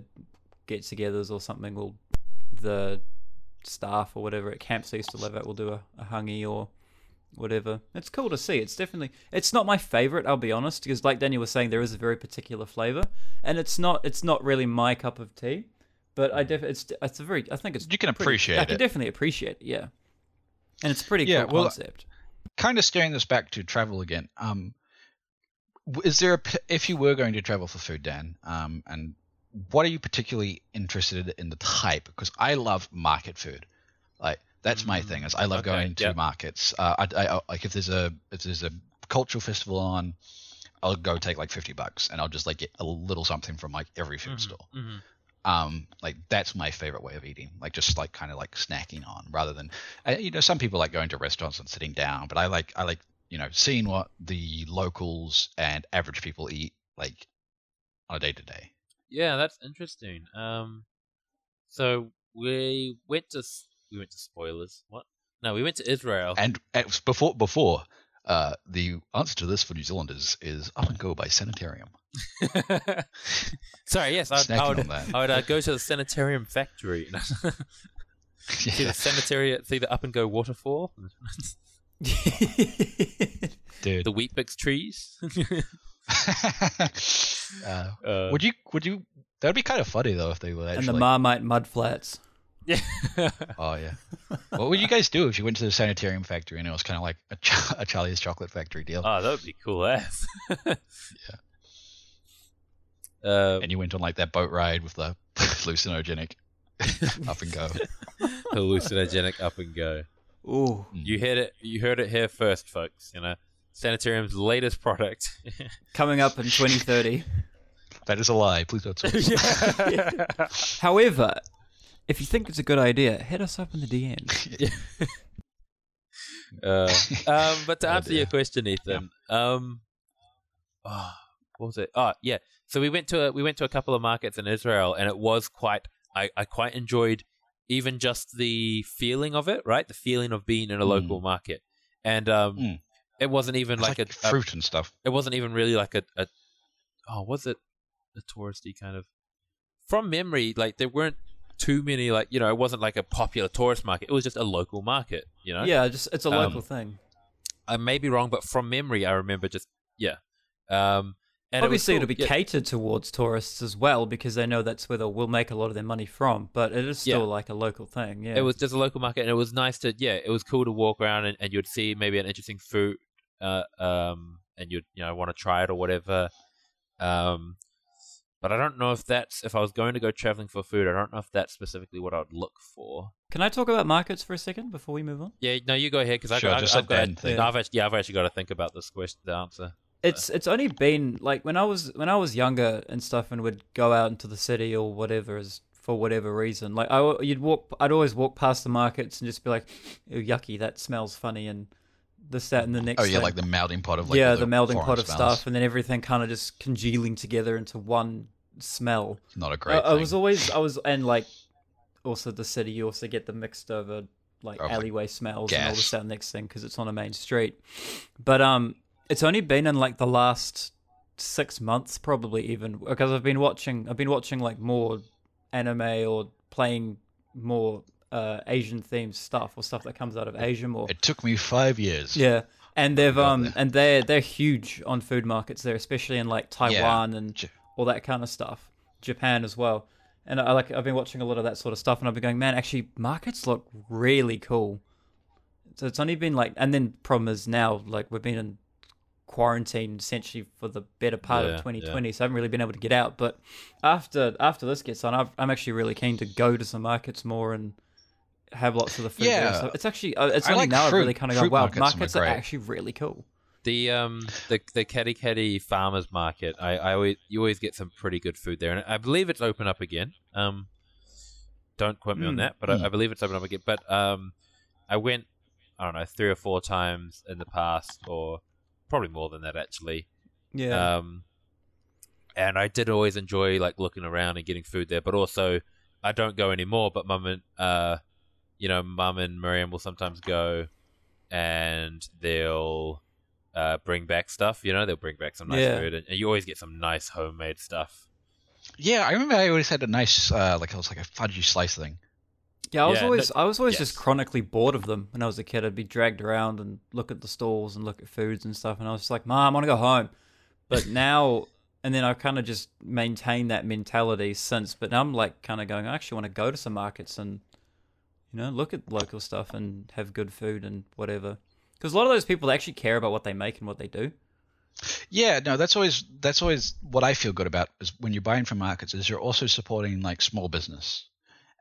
[SPEAKER 4] get togethers or something will, the staff or whatever at camps I used to live at will do a, a hungy or whatever. It's cool to see. It's definitely, it's not my favorite, I'll be honest, because like Daniel was saying, there is a very particular flavor and it's not, it's not really my cup of tea, but I def- it's, it's a very, I think it's,
[SPEAKER 5] You can
[SPEAKER 4] pretty-
[SPEAKER 5] appreciate
[SPEAKER 4] I can
[SPEAKER 5] it.
[SPEAKER 4] definitely appreciate it, yeah. And it's a pretty
[SPEAKER 5] Yeah,
[SPEAKER 4] cool
[SPEAKER 5] well,
[SPEAKER 4] concept.
[SPEAKER 5] kind of steering this back to travel again. Um, w- is there a p- if you were going to travel for food, Dan? Um, and what are you particularly interested in the type? Because I love market food, like that's my thing. Is I love
[SPEAKER 3] Mm, okay,
[SPEAKER 5] going to
[SPEAKER 3] yep.
[SPEAKER 5] markets. Uh, I, I, I- like if there's a if there's a cultural festival on, I'll go take like fifty bucks and I'll just like get a little something from like every food store
[SPEAKER 3] Mm-hmm.
[SPEAKER 5] um like that's my favorite way of eating like just like kind of like snacking on rather than uh, you know some people like going to restaurants and sitting down but i like i like you know seeing what the locals and average people eat like on a day to day
[SPEAKER 3] Yeah, that's interesting. Um, so we went to s- we went to spoilers. What? No, we went to Israel.
[SPEAKER 5] and it was before before uh the answer to this for new zealanders is up and go by sanitarium
[SPEAKER 3] Sorry, yes, I'd, I
[SPEAKER 5] Snacking on
[SPEAKER 3] would.
[SPEAKER 5] that
[SPEAKER 3] I would uh, go to the sanitarium factory. see
[SPEAKER 5] Yeah.
[SPEAKER 3] the sanitary, see the up and go waterfall,
[SPEAKER 5] dude
[SPEAKER 3] the wheat bix trees.
[SPEAKER 5] uh,
[SPEAKER 3] uh,
[SPEAKER 5] would you would you that would be kind of funny though if they would actually
[SPEAKER 4] and the Marmite mud flats.
[SPEAKER 3] yeah.
[SPEAKER 5] Oh yeah. what would you guys do if you went to the sanitarium factory and it was kind of like a, Ch- a Charlie's chocolate factory deal,
[SPEAKER 3] Oh,
[SPEAKER 4] Uh,
[SPEAKER 3] that would be cool ass. yeah. Uh,
[SPEAKER 5] and you went on like that boat ride with the hallucinogenic up and go?
[SPEAKER 3] hallucinogenic up and go.
[SPEAKER 4] Ooh.
[SPEAKER 5] Mm.
[SPEAKER 3] You heard it. You heard it here first, folks. You know, Sanitarium's latest product.
[SPEAKER 4] coming up in 2030.
[SPEAKER 5] That is a lie. Please don't. sue us.
[SPEAKER 4] However, if you think it's a good idea, hit us up in the DM.
[SPEAKER 3] uh, um, but to
[SPEAKER 5] Oh,
[SPEAKER 3] answer
[SPEAKER 5] dear.
[SPEAKER 3] your question, Ethan, um, oh, what was it? Oh, yeah. So we went to a, we went to a couple of markets in Israel, and it was quite. I, I quite enjoyed even just the feeling of it, right? The feeling of being in a
[SPEAKER 5] Mm.
[SPEAKER 3] local market, and um,
[SPEAKER 5] Mm.
[SPEAKER 3] it wasn't even
[SPEAKER 5] It's
[SPEAKER 3] like,
[SPEAKER 5] like,
[SPEAKER 4] uh,
[SPEAKER 3] a, a
[SPEAKER 5] fruit and stuff.
[SPEAKER 3] it wasn't even really like a, a oh was it a touristy kind of from memory like there weren't too many like you know it wasn't like a popular tourist market it was just a local market you know
[SPEAKER 4] Yeah, just it's a
[SPEAKER 3] Um,
[SPEAKER 4] local thing.
[SPEAKER 3] i may be wrong but from memory i remember just yeah um and it was
[SPEAKER 4] Obviously,
[SPEAKER 3] cool.
[SPEAKER 4] it will be
[SPEAKER 3] Yeah.
[SPEAKER 4] catered towards tourists as well because they know that's where they'll will make a lot of their money from. But it is still
[SPEAKER 3] Yeah.
[SPEAKER 4] like a local thing. Yeah,
[SPEAKER 3] it was just a local market and it was nice to yeah it was cool to walk around and, and you'd see maybe an interesting food uh, um and you'd you know want to try it or whatever um but i don't know if that's if i was going to go traveling for food i don't know if that's specifically what i'd look for
[SPEAKER 4] Can I talk about markets for a second before we move on?
[SPEAKER 3] yeah no you go ahead because
[SPEAKER 5] Sure,
[SPEAKER 3] i
[SPEAKER 5] just
[SPEAKER 3] I,
[SPEAKER 5] let Ben
[SPEAKER 3] got,
[SPEAKER 5] think.
[SPEAKER 3] no, I've actually, yeah i've actually got to think about this question the answer
[SPEAKER 4] It's it's only been like when I was when I was younger and stuff, and would go out into the city or whatever is for whatever reason. Like I, wa- you'd walk, I'd always walk past the markets and just be like, "Ew, "Yucky, that smells funny," and this, that, and the next.
[SPEAKER 5] Oh yeah,
[SPEAKER 4] thing.
[SPEAKER 5] like the melting pot of like
[SPEAKER 4] yeah,
[SPEAKER 5] all
[SPEAKER 4] the melding
[SPEAKER 5] foreign
[SPEAKER 4] pot of
[SPEAKER 5] smells.
[SPEAKER 4] stuff, and then everything kind of just congealing together into one smell.
[SPEAKER 5] It's Not a
[SPEAKER 4] I,
[SPEAKER 5] great.
[SPEAKER 4] Uh, I
[SPEAKER 5] thing.
[SPEAKER 4] was always, I was, and like, also the city, you also get the mixed over like
[SPEAKER 5] Of, like,
[SPEAKER 4] alleyway smells and all
[SPEAKER 5] gas.
[SPEAKER 4] this that and next thing because it's on a main street. But um, it's only been in like the last six months, probably even because I've been watching, I've been watching like more anime or playing more uh Asian themed stuff or stuff that comes out of Asia more.
[SPEAKER 5] It took me five years.
[SPEAKER 4] Yeah, and they've
[SPEAKER 5] got
[SPEAKER 4] um
[SPEAKER 5] there.
[SPEAKER 4] and they're they're huge on food markets there, especially in like Taiwan and
[SPEAKER 5] J-
[SPEAKER 4] all that kind of stuff. Japan as well. And I like I've been watching a lot of that sort of stuff, and I've been going, man, actually markets look really cool. So it's only been like, and then problem is now like we've been in quarantine essentially for the better part
[SPEAKER 3] Yeah,
[SPEAKER 4] of 2020, so I haven't really been able to get out. But after after this gets on, I've, I'm actually really keen to go to some markets more and have lots of the food. there and
[SPEAKER 5] Yeah.
[SPEAKER 4] stuff. it's actually uh, it's
[SPEAKER 5] I
[SPEAKER 4] only
[SPEAKER 5] like
[SPEAKER 4] now I've
[SPEAKER 5] fruit.
[SPEAKER 4] really kind of gone.
[SPEAKER 5] Fruit
[SPEAKER 4] Wow,
[SPEAKER 5] markets
[SPEAKER 4] markets,
[SPEAKER 5] are
[SPEAKER 4] are
[SPEAKER 5] great.
[SPEAKER 4] actually really cool.
[SPEAKER 3] The um the the Caddy Caddy Farmers Market. I, I always you always get some pretty good food there, and I believe it's open up again. Um, don't quote me on
[SPEAKER 4] Mm,
[SPEAKER 3] that, but
[SPEAKER 5] mm.
[SPEAKER 3] I, I believe it's open up again. But um, I went I don't know three or four times in the past, or probably more than that actually.
[SPEAKER 4] Yeah,
[SPEAKER 3] Um, and I did always enjoy like looking around and getting food there, but also I don't go anymore. But mum and uh, you know, mum and Miriam will sometimes go, and they'll uh, bring back stuff. You know, they'll bring back some nice
[SPEAKER 4] Yeah.
[SPEAKER 3] food, and, and you always get some nice homemade stuff.
[SPEAKER 5] Yeah, I remember I always had a nice, uh, like it was like a fudgy slice thing.
[SPEAKER 4] yeah. I was
[SPEAKER 3] yeah,
[SPEAKER 4] always I was always just
[SPEAKER 3] yes.
[SPEAKER 4] chronically bored of them when I was a kid. I'd be dragged around and look at the stalls and look at foods and stuff, and I was just like, "Mom, I want to go home." But now, and then I kind of just maintained that mentality since. But now I'm like kind of going, I actually want to go to some markets and you know look at local stuff and have good food and whatever. Because a lot of those people they actually care about what they make and what they do.
[SPEAKER 5] Yeah, no, that's always that's always what I feel good about is when you're buying from markets is you're also supporting like small business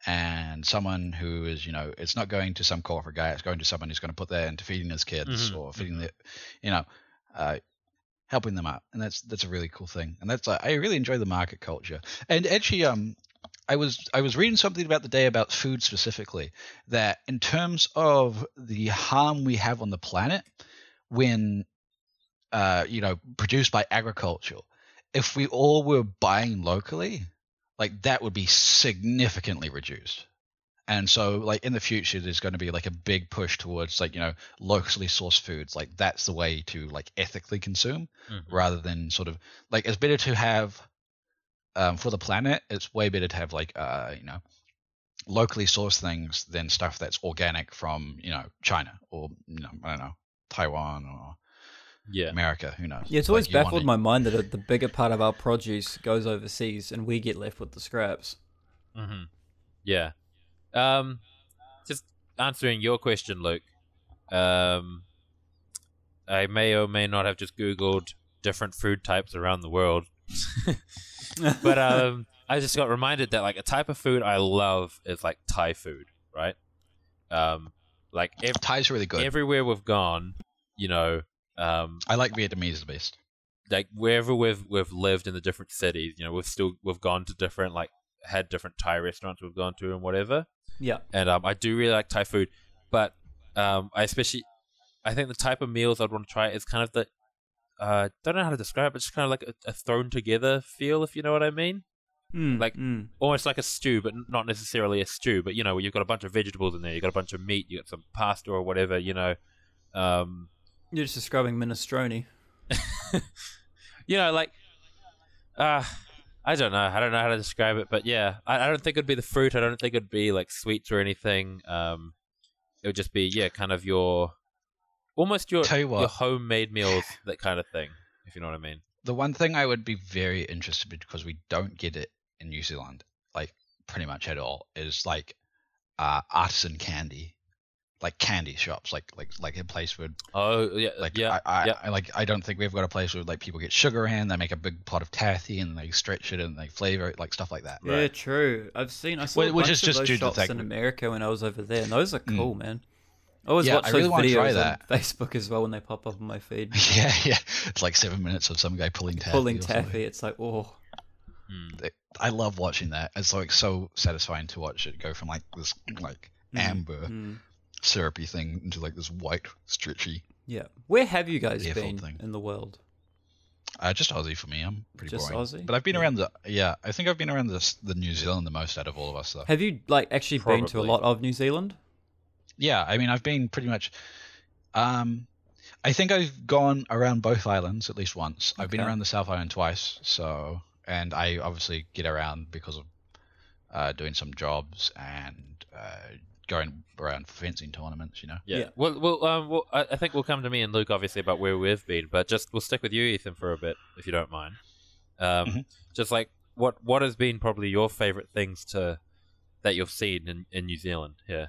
[SPEAKER 5] and someone who is you know it's not going to some corporate guy, it's going to someone who's going to put that into feeding his kids
[SPEAKER 3] Mhm,
[SPEAKER 5] or feeding the, you know, uh, helping them out, and that's that's a really cool thing, and that's uh, I really enjoy the market culture, and actually um. I was I was reading something about the day about food specifically that in terms of the harm we have on the planet when uh, you know, produced by agriculture, if we all were buying locally, like that would be significantly reduced. And so, like in the future, there's going to be like a big push towards like you know locally sourced foods. Like that's the way to like ethically consume,
[SPEAKER 3] Mhm.
[SPEAKER 4] Hmm.
[SPEAKER 5] rather than sort of like it's better to have um, for the planet. It's way better to have like uh, you know locally sourced things than stuff that's organic from you know China or you know I don't know Taiwan or
[SPEAKER 3] Yeah,
[SPEAKER 5] America. Who knows?
[SPEAKER 4] Yeah, it's
[SPEAKER 5] Like,
[SPEAKER 4] always
[SPEAKER 5] you wanna-
[SPEAKER 4] baffled my mind that uh, the bigger part of our produce goes overseas and we get left with the scraps.
[SPEAKER 3] hmm yeah. Um, just answering your question, Luke. Um, I may or may not have just googled different food types around the world. but um, I just got reminded that like a type of food I love is like Thai food, right? Um, like ev-
[SPEAKER 5] Thai's really good.
[SPEAKER 3] everywhere we've gone, you know, um,
[SPEAKER 5] I like Vietnamese the best.
[SPEAKER 3] like wherever we've we've lived in the different cities, you know, we've still we've gone to different like had different Thai restaurants we've gone to and whatever.
[SPEAKER 4] yeah,
[SPEAKER 3] And um, I do really like Thai food, but um, I especially I think the type of meals I'd want to try is kind of the uh, don't know how to describe it, but just kind of like a, a thrown together feel, if you know what I mean.
[SPEAKER 4] Mm,
[SPEAKER 3] Like-
[SPEAKER 4] mm.
[SPEAKER 3] almost like a stew, but not necessarily a stew. But you know, you've got a bunch of vegetables in there, you've got a bunch of meat, you got some pasta or whatever. You know, um,
[SPEAKER 4] you're just describing minestrone.
[SPEAKER 3] you know, like, uh, I don't know, I don't know how to describe it, but yeah, I, I don't think it'd be the fruit. I don't think it'd be like sweets or anything. Um, it would just be yeah, kind of your almost your
[SPEAKER 5] Tell you what.
[SPEAKER 3] your homemade meals, that kind of thing. If you know what I mean.
[SPEAKER 5] The one thing I would be very interested in, because we don't get it in New Zealand, like pretty much at all, is like uh, artisan candy, like candy shops, like like like a place where
[SPEAKER 3] Oh yeah,
[SPEAKER 5] like
[SPEAKER 3] yeah,
[SPEAKER 5] I, I,
[SPEAKER 3] yeah.
[SPEAKER 5] I like I don't think we've got a place where like people get sugar in, they make a big pot of taffy and they stretch it and they flavor it, like stuff like that.
[SPEAKER 4] Yeah, true. I've seen. I saw
[SPEAKER 5] Well,
[SPEAKER 4] a
[SPEAKER 5] which
[SPEAKER 4] bunch
[SPEAKER 5] is
[SPEAKER 4] of
[SPEAKER 5] just
[SPEAKER 4] those
[SPEAKER 5] due to the
[SPEAKER 4] shops
[SPEAKER 5] fact
[SPEAKER 4] in
[SPEAKER 5] that-
[SPEAKER 4] America when I was over there, and those are
[SPEAKER 5] Mm.
[SPEAKER 4] cool, man. I always
[SPEAKER 5] Yeah,
[SPEAKER 4] watch
[SPEAKER 5] I
[SPEAKER 4] those
[SPEAKER 5] really wanna
[SPEAKER 4] videos
[SPEAKER 5] try
[SPEAKER 4] on
[SPEAKER 5] that.
[SPEAKER 4] Facebook as well when they pop up on my feed.
[SPEAKER 5] Yeah, yeah. It's like seven minutes of some guy pulling taffy.
[SPEAKER 4] Pulling
[SPEAKER 5] or something.
[SPEAKER 4] taffy, it's like, oh,
[SPEAKER 3] Mm.
[SPEAKER 5] I love watching that. It's like so satisfying to watch it go from like this like
[SPEAKER 4] Mm,
[SPEAKER 5] amber
[SPEAKER 4] mm.
[SPEAKER 5] syrupy thing into like this white stretchy.
[SPEAKER 4] yeah. Where have you guys
[SPEAKER 5] Default
[SPEAKER 4] been
[SPEAKER 5] thing.
[SPEAKER 4] in the world?
[SPEAKER 5] Uh, just Aussie for me. I'm pretty
[SPEAKER 4] Just
[SPEAKER 5] boring.
[SPEAKER 4] Aussie?
[SPEAKER 5] But I've been
[SPEAKER 4] Yeah.
[SPEAKER 5] around the yeah. I think I've been around the the New Zealand the most out of all of us though.
[SPEAKER 4] Have you like actually been to a
[SPEAKER 3] Probably.
[SPEAKER 4] lot of New Zealand?
[SPEAKER 5] Yeah, I mean I've been pretty much. Um, I think I've gone around both islands at least once. I've been
[SPEAKER 4] Okay.
[SPEAKER 5] around the South Island twice. So and I obviously get around because of uh, doing some jobs and uh, going around for fencing tournaments. You know.
[SPEAKER 3] Yeah.
[SPEAKER 4] Yeah.
[SPEAKER 3] Well, well, um, well, I I think we'll come to me and Luke obviously about where we've been, but just we'll stick with you, Ethan, for a bit if you don't mind. Um,
[SPEAKER 5] Mhm.
[SPEAKER 3] just like what what has been probably your favorite things to that you've seen in, in New Zealand, yeah,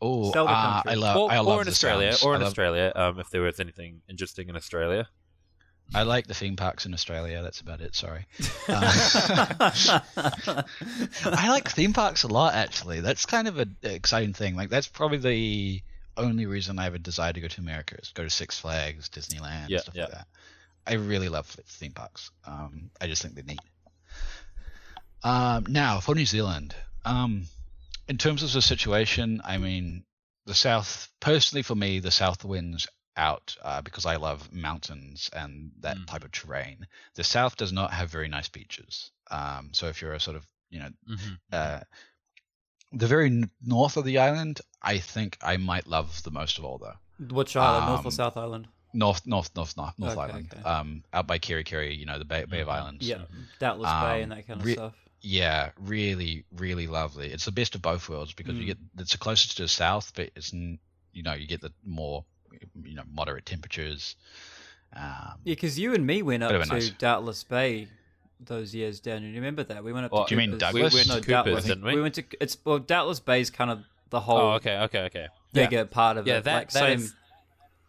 [SPEAKER 5] Oh,
[SPEAKER 4] Sell the
[SPEAKER 5] ah,
[SPEAKER 4] country.
[SPEAKER 5] I love,
[SPEAKER 3] or,
[SPEAKER 5] I
[SPEAKER 3] or
[SPEAKER 5] love
[SPEAKER 3] in
[SPEAKER 5] the
[SPEAKER 3] Australia,
[SPEAKER 5] sounds.
[SPEAKER 3] or
[SPEAKER 5] I
[SPEAKER 3] in
[SPEAKER 5] love-
[SPEAKER 3] Australia, um, if there was anything interesting in Australia.
[SPEAKER 5] I like the theme parks in Australia. That's about it. Sorry. Uh, I like theme parks a lot, actually. That's kind of an exciting thing. Like, that's probably the only reason I ever desired to go to America is go to Six Flags, Disneyland,
[SPEAKER 3] Yeah,
[SPEAKER 5] stuff
[SPEAKER 3] yeah.
[SPEAKER 5] like that. I really love theme parks. Um, I just think they're neat. Um, now, for New Zealand, um, in terms of the situation, I mean, the south, personally for me, the south wins out uh, because I love mountains and that
[SPEAKER 3] Mm.
[SPEAKER 5] type of terrain. The south does not have very nice beaches. Um, so if you're a sort of, you know,
[SPEAKER 4] Mm-hmm,
[SPEAKER 3] Mhm.
[SPEAKER 5] uh, the very n- north of the island, I think I might love the most of all, though.
[SPEAKER 4] Which island, North or
[SPEAKER 5] Um,
[SPEAKER 4] South Island?
[SPEAKER 5] North, north, north, north, north
[SPEAKER 4] Okay,
[SPEAKER 5] island,
[SPEAKER 4] okay. Mm-hmm,
[SPEAKER 5] um, out by Kirikiri, you know, the Bay, Bay of Islands.
[SPEAKER 4] Yeah, Doubtless Bay and
[SPEAKER 5] um,
[SPEAKER 4] that kind of
[SPEAKER 5] re-
[SPEAKER 4] stuff.
[SPEAKER 5] Yeah, really, really lovely. It's the best of both worlds because you
[SPEAKER 4] Mm.
[SPEAKER 5] get it's closer to the south, but it's n- you know you get the more you know moderate temperatures. Um,
[SPEAKER 4] Yeah, because you and me went up
[SPEAKER 5] Bit of a
[SPEAKER 4] to
[SPEAKER 5] nice-
[SPEAKER 4] Doubtless Bay those years down. You remember that we went up.
[SPEAKER 3] Well,
[SPEAKER 4] to
[SPEAKER 5] Do you mean
[SPEAKER 4] Cooper's.
[SPEAKER 5] We Douglas? went
[SPEAKER 3] to
[SPEAKER 4] no,
[SPEAKER 3] Cooper's,
[SPEAKER 4] Doubtless.
[SPEAKER 3] didn't we?
[SPEAKER 4] We went to it's well, Doubtless Bay's kind of the whole
[SPEAKER 3] Oh, okay, okay, okay. Yeah.
[SPEAKER 4] bigger part of
[SPEAKER 3] yeah,
[SPEAKER 4] it.
[SPEAKER 3] that
[SPEAKER 4] like
[SPEAKER 3] that
[SPEAKER 4] same.
[SPEAKER 3] is-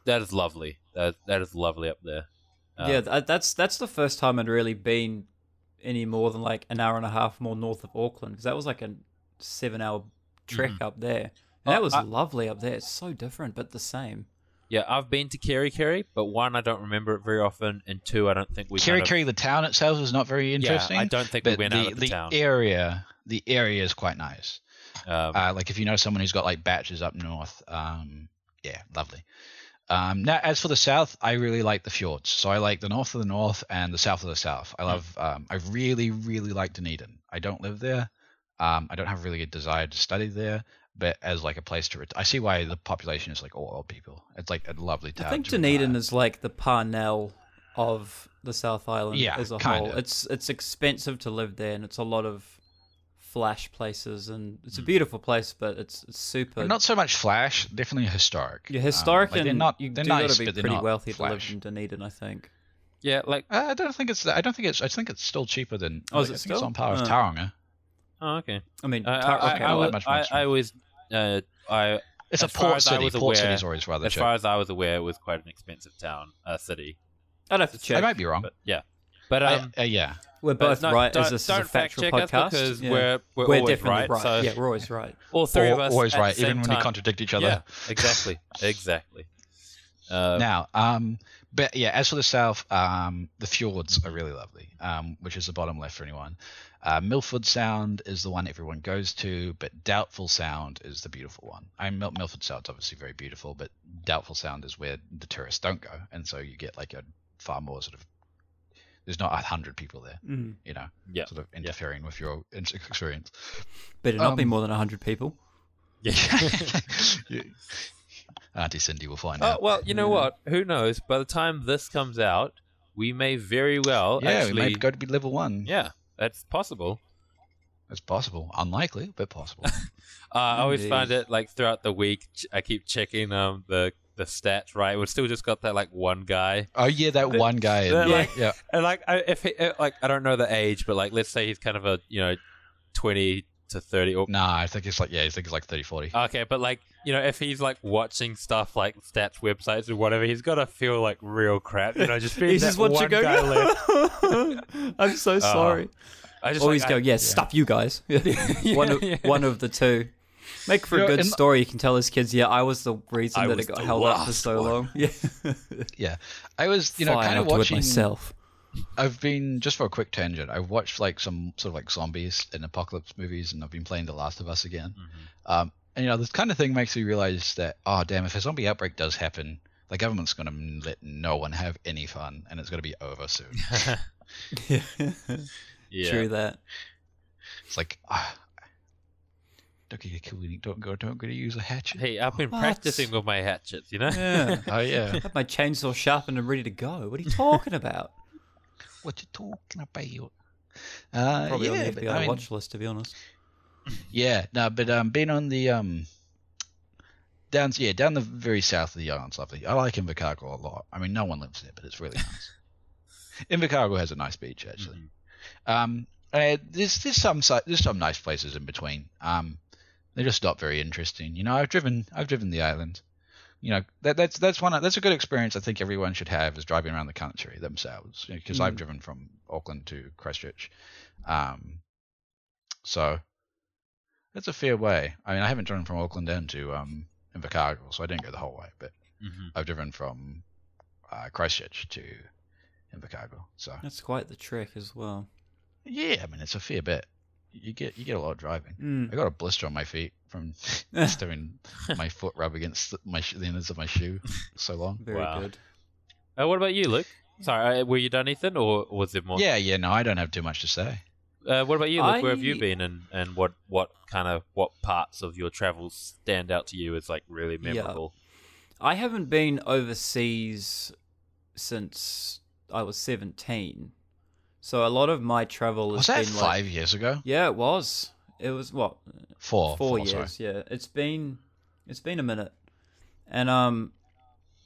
[SPEAKER 3] that is lovely. That that is lovely up there.
[SPEAKER 5] Oh.
[SPEAKER 3] Uh,
[SPEAKER 4] yeah, th- that's that's the first time I'd really been any more than like an hour and a half more north of Auckland because that was like a seven-hour trek up there. And
[SPEAKER 3] Oh,
[SPEAKER 4] that was
[SPEAKER 3] I-
[SPEAKER 4] lovely up there. It's so different, but the same.
[SPEAKER 3] yeah. I've been to Kerikeri, but one, I don't remember it very often, and two, I don't think we. kind of-
[SPEAKER 5] Kirikiri, the town itself is not very interesting.
[SPEAKER 3] Yeah, I don't think we
[SPEAKER 5] but
[SPEAKER 3] went out of the, town.
[SPEAKER 5] area, the area is quite nice.
[SPEAKER 3] um,
[SPEAKER 5] Uh, like if you know someone who's got like batches up north, um, yeah, lovely. Um, now, as for the south, I really like the fjords. So I like the north of the north and the south of the south.
[SPEAKER 3] Hmm.
[SPEAKER 5] I love. Um, I really, really like Dunedin. I don't live there. Um, I don't have really a desire to study there, but as like a place to, ret- I see why the population is like all old people. It's like a lovely town.
[SPEAKER 4] I think
[SPEAKER 5] to
[SPEAKER 4] Dunedin
[SPEAKER 5] retire.
[SPEAKER 4] is like the Parnell of the South Island
[SPEAKER 5] Yeah,
[SPEAKER 4] as a
[SPEAKER 5] kinda.
[SPEAKER 4] whole. It's it's expensive to live there, and it's a lot of flash places, and it's a beautiful place, but it's, it's super.
[SPEAKER 5] Hmm. not so much flash, definitely historic.
[SPEAKER 4] you're historic,
[SPEAKER 5] Um, like,
[SPEAKER 4] and
[SPEAKER 5] they're not.
[SPEAKER 4] you
[SPEAKER 5] they're
[SPEAKER 4] do
[SPEAKER 5] nice,
[SPEAKER 4] gotta be
[SPEAKER 5] but they're
[SPEAKER 4] pretty
[SPEAKER 5] not
[SPEAKER 4] wealthy to
[SPEAKER 5] flash.
[SPEAKER 4] live in Dunedin, I think.
[SPEAKER 3] yeah, like
[SPEAKER 5] Uh, I don't think it's. I don't think it's. I think it's still cheaper than.
[SPEAKER 4] Oh, is
[SPEAKER 5] I
[SPEAKER 4] it
[SPEAKER 5] think it's
[SPEAKER 4] still?
[SPEAKER 5] on par with
[SPEAKER 3] Uh,
[SPEAKER 4] Oh.
[SPEAKER 5] Tauranga.
[SPEAKER 3] oh, okay.
[SPEAKER 4] I mean,
[SPEAKER 3] Uh, I,
[SPEAKER 4] Tar-
[SPEAKER 3] I,
[SPEAKER 4] okay,
[SPEAKER 3] I,
[SPEAKER 5] well,
[SPEAKER 3] wa-
[SPEAKER 5] that much more
[SPEAKER 3] I-
[SPEAKER 5] true.
[SPEAKER 3] I always, uh, I
[SPEAKER 5] It's
[SPEAKER 3] As
[SPEAKER 5] a
[SPEAKER 3] far
[SPEAKER 5] port
[SPEAKER 3] as I
[SPEAKER 5] city.
[SPEAKER 3] was
[SPEAKER 5] Port
[SPEAKER 3] aware-
[SPEAKER 5] city is always rather
[SPEAKER 3] as
[SPEAKER 5] cheap.
[SPEAKER 3] far as I was aware, it was quite an expensive town, uh, city.
[SPEAKER 4] I'd have to check.
[SPEAKER 5] I might be wrong.
[SPEAKER 3] But yeah, but
[SPEAKER 5] I-
[SPEAKER 3] um,
[SPEAKER 5] uh, yeah,
[SPEAKER 4] We're
[SPEAKER 3] but
[SPEAKER 4] both
[SPEAKER 3] no,
[SPEAKER 4] right
[SPEAKER 3] Don't,
[SPEAKER 4] as this is
[SPEAKER 3] don't
[SPEAKER 4] a factual
[SPEAKER 3] fact check
[SPEAKER 4] podcast
[SPEAKER 3] us because
[SPEAKER 4] Yeah.
[SPEAKER 3] we're we're, always
[SPEAKER 4] definitely
[SPEAKER 3] right. So
[SPEAKER 4] yeah, we're always right.
[SPEAKER 3] all three
[SPEAKER 5] Al-
[SPEAKER 3] of us
[SPEAKER 5] always
[SPEAKER 3] at
[SPEAKER 5] right,
[SPEAKER 3] the same
[SPEAKER 5] even when
[SPEAKER 3] time.
[SPEAKER 5] we contradict each other.
[SPEAKER 3] Yeah, exactly, exactly. Uh,
[SPEAKER 5] Now, um, but yeah, as for the south, um, the fjords are really lovely, um, which is the bottom left for anyone. Uh, Milford Sound is the one everyone goes to, but Doubtful Sound is the beautiful one. I mean, Mil- Milford Sound's obviously very beautiful, but Doubtful Sound is where the tourists don't go, and so you get like a far more sort of. There's not a hundred people there,
[SPEAKER 4] Mm.
[SPEAKER 5] you know,
[SPEAKER 3] Yeah,
[SPEAKER 5] sort of interfering with your in- experience.
[SPEAKER 4] Better not be
[SPEAKER 5] Um,
[SPEAKER 4] more than hundred people.
[SPEAKER 5] Yeah. Auntie Cindy will find
[SPEAKER 3] Oh
[SPEAKER 5] out.
[SPEAKER 3] well, you know
[SPEAKER 4] Yeah.
[SPEAKER 3] what? Who knows? By the time this comes out, we may very well
[SPEAKER 5] yeah,
[SPEAKER 3] actually.
[SPEAKER 5] we might go to be level one.
[SPEAKER 3] Yeah, that's possible.
[SPEAKER 5] It's possible. Unlikely, but possible.
[SPEAKER 3] Uh, I always
[SPEAKER 4] Indeed.
[SPEAKER 3] find it like throughout the week. ch- I keep checking um the the stats. Right, we've still just got that like one guy,
[SPEAKER 5] oh yeah, that one guy.
[SPEAKER 3] they're
[SPEAKER 5] yeah,
[SPEAKER 3] like-
[SPEAKER 5] yeah.
[SPEAKER 3] and like I, if he, uh, like I don't know the age, but like let's say he's kind of a you know twenty to thirty or.
[SPEAKER 5] Nah, I think it's like yeah, I think it's like 30, 40.
[SPEAKER 3] Okay, but like you know, if he's like watching stuff like stats websites or whatever, he's gotta feel like real crap. You know, just being
[SPEAKER 4] He's
[SPEAKER 3] that
[SPEAKER 4] just watching
[SPEAKER 3] one
[SPEAKER 4] go.
[SPEAKER 3] guy left.
[SPEAKER 4] I'm
[SPEAKER 5] Uh-huh.
[SPEAKER 4] so sorry.
[SPEAKER 3] I just
[SPEAKER 4] always
[SPEAKER 3] like,
[SPEAKER 4] go,
[SPEAKER 3] I-
[SPEAKER 4] yeah, stuff you guys. one, of,
[SPEAKER 3] yeah.
[SPEAKER 4] one of the two. Make for
[SPEAKER 5] You
[SPEAKER 4] a
[SPEAKER 5] know,
[SPEAKER 4] good
[SPEAKER 5] and-
[SPEAKER 4] story. You can tell his kids, yeah, I was the reason
[SPEAKER 3] I
[SPEAKER 4] that
[SPEAKER 3] was
[SPEAKER 4] it got
[SPEAKER 3] the
[SPEAKER 4] held up for
[SPEAKER 3] last
[SPEAKER 4] so
[SPEAKER 3] one."
[SPEAKER 4] long. Yeah,
[SPEAKER 5] Yeah, I was you know
[SPEAKER 4] Fine,
[SPEAKER 5] kind
[SPEAKER 4] I'll
[SPEAKER 5] of
[SPEAKER 4] do it
[SPEAKER 5] watching.
[SPEAKER 4] myself.
[SPEAKER 5] I've been just for a quick tangent. I've watched like some sort of like zombies and apocalypse movies, and I've been playing The Last of Us again.
[SPEAKER 4] Mm-hmm.
[SPEAKER 5] Um, and you know this kind of thing makes me realize that oh damn, if a zombie outbreak does happen, the government's gonna let no one have any fun, and it's gonna be over soon.
[SPEAKER 4] Yeah.
[SPEAKER 3] Yeah.
[SPEAKER 4] True that.
[SPEAKER 5] It's like, ah, don't get killed. when you- Don't go. Don't go to use a hatchet.
[SPEAKER 3] Hey, I've been
[SPEAKER 4] What?
[SPEAKER 3] practicing with my hatchets, you know?
[SPEAKER 4] Yeah.
[SPEAKER 5] Oh yeah.
[SPEAKER 4] Have my chainsaw sharpened and ready to go. What are you talking about?
[SPEAKER 5] what you talking about? Uh,
[SPEAKER 4] Probably
[SPEAKER 5] yeah,
[SPEAKER 4] on the
[SPEAKER 5] but,
[SPEAKER 4] FBI
[SPEAKER 5] I mean,
[SPEAKER 4] watch list, to be honest.
[SPEAKER 5] yeah, no, but um, being on the um, down yeah down the very south of the island's lovely. I like Invercargill a lot. I mean, no one lives there, but it's really nice. Invercargill has a nice beach actually. Um, uh, there's there's some si- there's some nice places in between. Um, they're just not very interesting. You know, I've driven I've driven the island. you know that that's that's one that's a good experience I think everyone should have is driving around the country themselves because I've driven from Auckland to Christchurch, um, so that's a fair way. I mean I haven't driven from Auckland into um Invercargill, so I didn't go the whole way, but
[SPEAKER 3] hmm
[SPEAKER 5] I've driven from uh, Christchurch to Invercargill, so
[SPEAKER 4] That's quite the trick as well.
[SPEAKER 5] yeah, I mean it's a fair bit. You get you get a lot of driving.
[SPEAKER 4] Mm.
[SPEAKER 5] I got a blister on my feet from just having my foot rub against my sh- the innards of my shoe so long.
[SPEAKER 4] Very
[SPEAKER 3] Wow.
[SPEAKER 4] good.
[SPEAKER 3] Uh, what about you, Luke? Sorry, uh, were you done, Ethan, or was there more?
[SPEAKER 5] Yeah, yeah, no, I don't have too much to say.
[SPEAKER 3] Uh, what about you, Luke? Where have
[SPEAKER 4] I-
[SPEAKER 3] you been, and, and what what kind of what parts of your travels stand out to you as like really
[SPEAKER 4] Yeah.
[SPEAKER 3] memorable?
[SPEAKER 4] I haven't been overseas since I was 17. So a lot of my travel
[SPEAKER 5] Was
[SPEAKER 4] has
[SPEAKER 5] that
[SPEAKER 4] been
[SPEAKER 5] five
[SPEAKER 4] like
[SPEAKER 5] years ago?
[SPEAKER 4] Yeah, it was. It was what? four
[SPEAKER 5] Four. four, Oh, sorry.
[SPEAKER 4] years, yeah. It's been it's been a minute. And um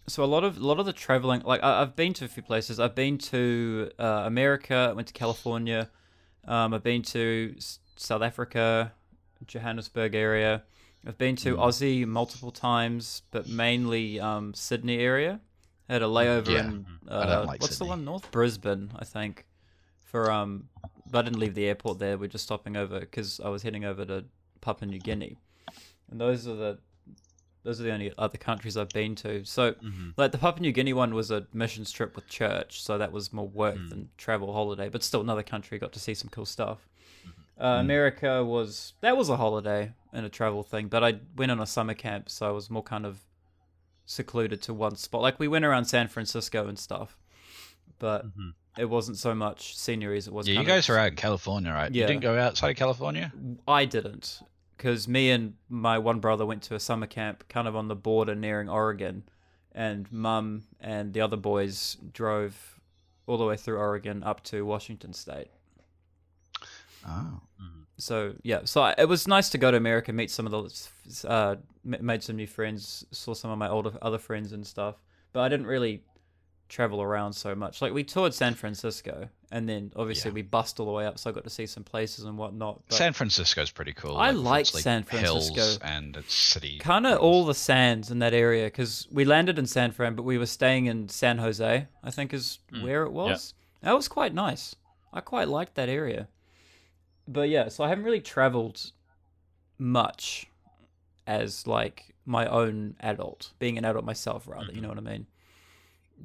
[SPEAKER 4] so a lot of a lot of the traveling like I, I've been to a few places. I've been to uh, America, I went to California. Um I've been to S- South Africa, Johannesburg area. I've been
[SPEAKER 5] Hmm.
[SPEAKER 4] to Aussie multiple times, but mainly um, Sydney area. had a layover
[SPEAKER 5] Yeah, Hmm.
[SPEAKER 4] in
[SPEAKER 5] I don't
[SPEAKER 4] uh,
[SPEAKER 5] like
[SPEAKER 4] what's
[SPEAKER 5] Sydney.
[SPEAKER 4] the one north Brisbane, I think. For um, but I didn't leave the airport there. We're just stopping over because I was heading over to Papua New Guinea, and those are the those are the only other countries I've been to. So,
[SPEAKER 5] Mm-hmm.
[SPEAKER 4] like the Papua New Guinea one was a missions trip with church, so that was more work
[SPEAKER 5] Hmm.
[SPEAKER 4] than travel holiday, but still another country. Got to see some cool stuff. Uh,
[SPEAKER 5] Hmm.
[SPEAKER 4] America was that was a holiday and a travel thing, but I went on a summer camp, so I was more kind of secluded to one spot. Like we went around San Francisco and stuff, but it wasn't so much scenery as it was.
[SPEAKER 5] Mm-hmm. Yeah, you
[SPEAKER 4] kind of-
[SPEAKER 5] guys were out in California, right? You
[SPEAKER 4] Yeah.
[SPEAKER 5] didn't go outside of California?
[SPEAKER 4] I didn't because me and my one brother went to a summer camp kind of on the border nearing Oregon, and mum and the other boys drove all the way through Oregon up to Washington State.
[SPEAKER 5] Oh.
[SPEAKER 4] So yeah, so I, it was nice to go to America, meet some of the, uh, m- made some new friends, saw some of my older other friends and stuff. But I didn't really travel around so much. Like we toured San Francisco, and then obviously we bussed all the way up, so I got to see some places and whatnot. But
[SPEAKER 5] San Francisco's pretty cool.
[SPEAKER 4] I
[SPEAKER 5] it's
[SPEAKER 4] like San
[SPEAKER 5] Hills
[SPEAKER 4] Francisco.
[SPEAKER 5] and it's city.
[SPEAKER 4] kind of all the sands in that area because we landed in San Fran, but we were staying in San Jose, I think is
[SPEAKER 5] Mm.
[SPEAKER 4] where it was. That was quite nice. I quite liked that area. But yeah, so I haven't really traveled much as like my own adult, being an adult myself, rather.
[SPEAKER 5] Mm-hmm.
[SPEAKER 4] You know what I mean?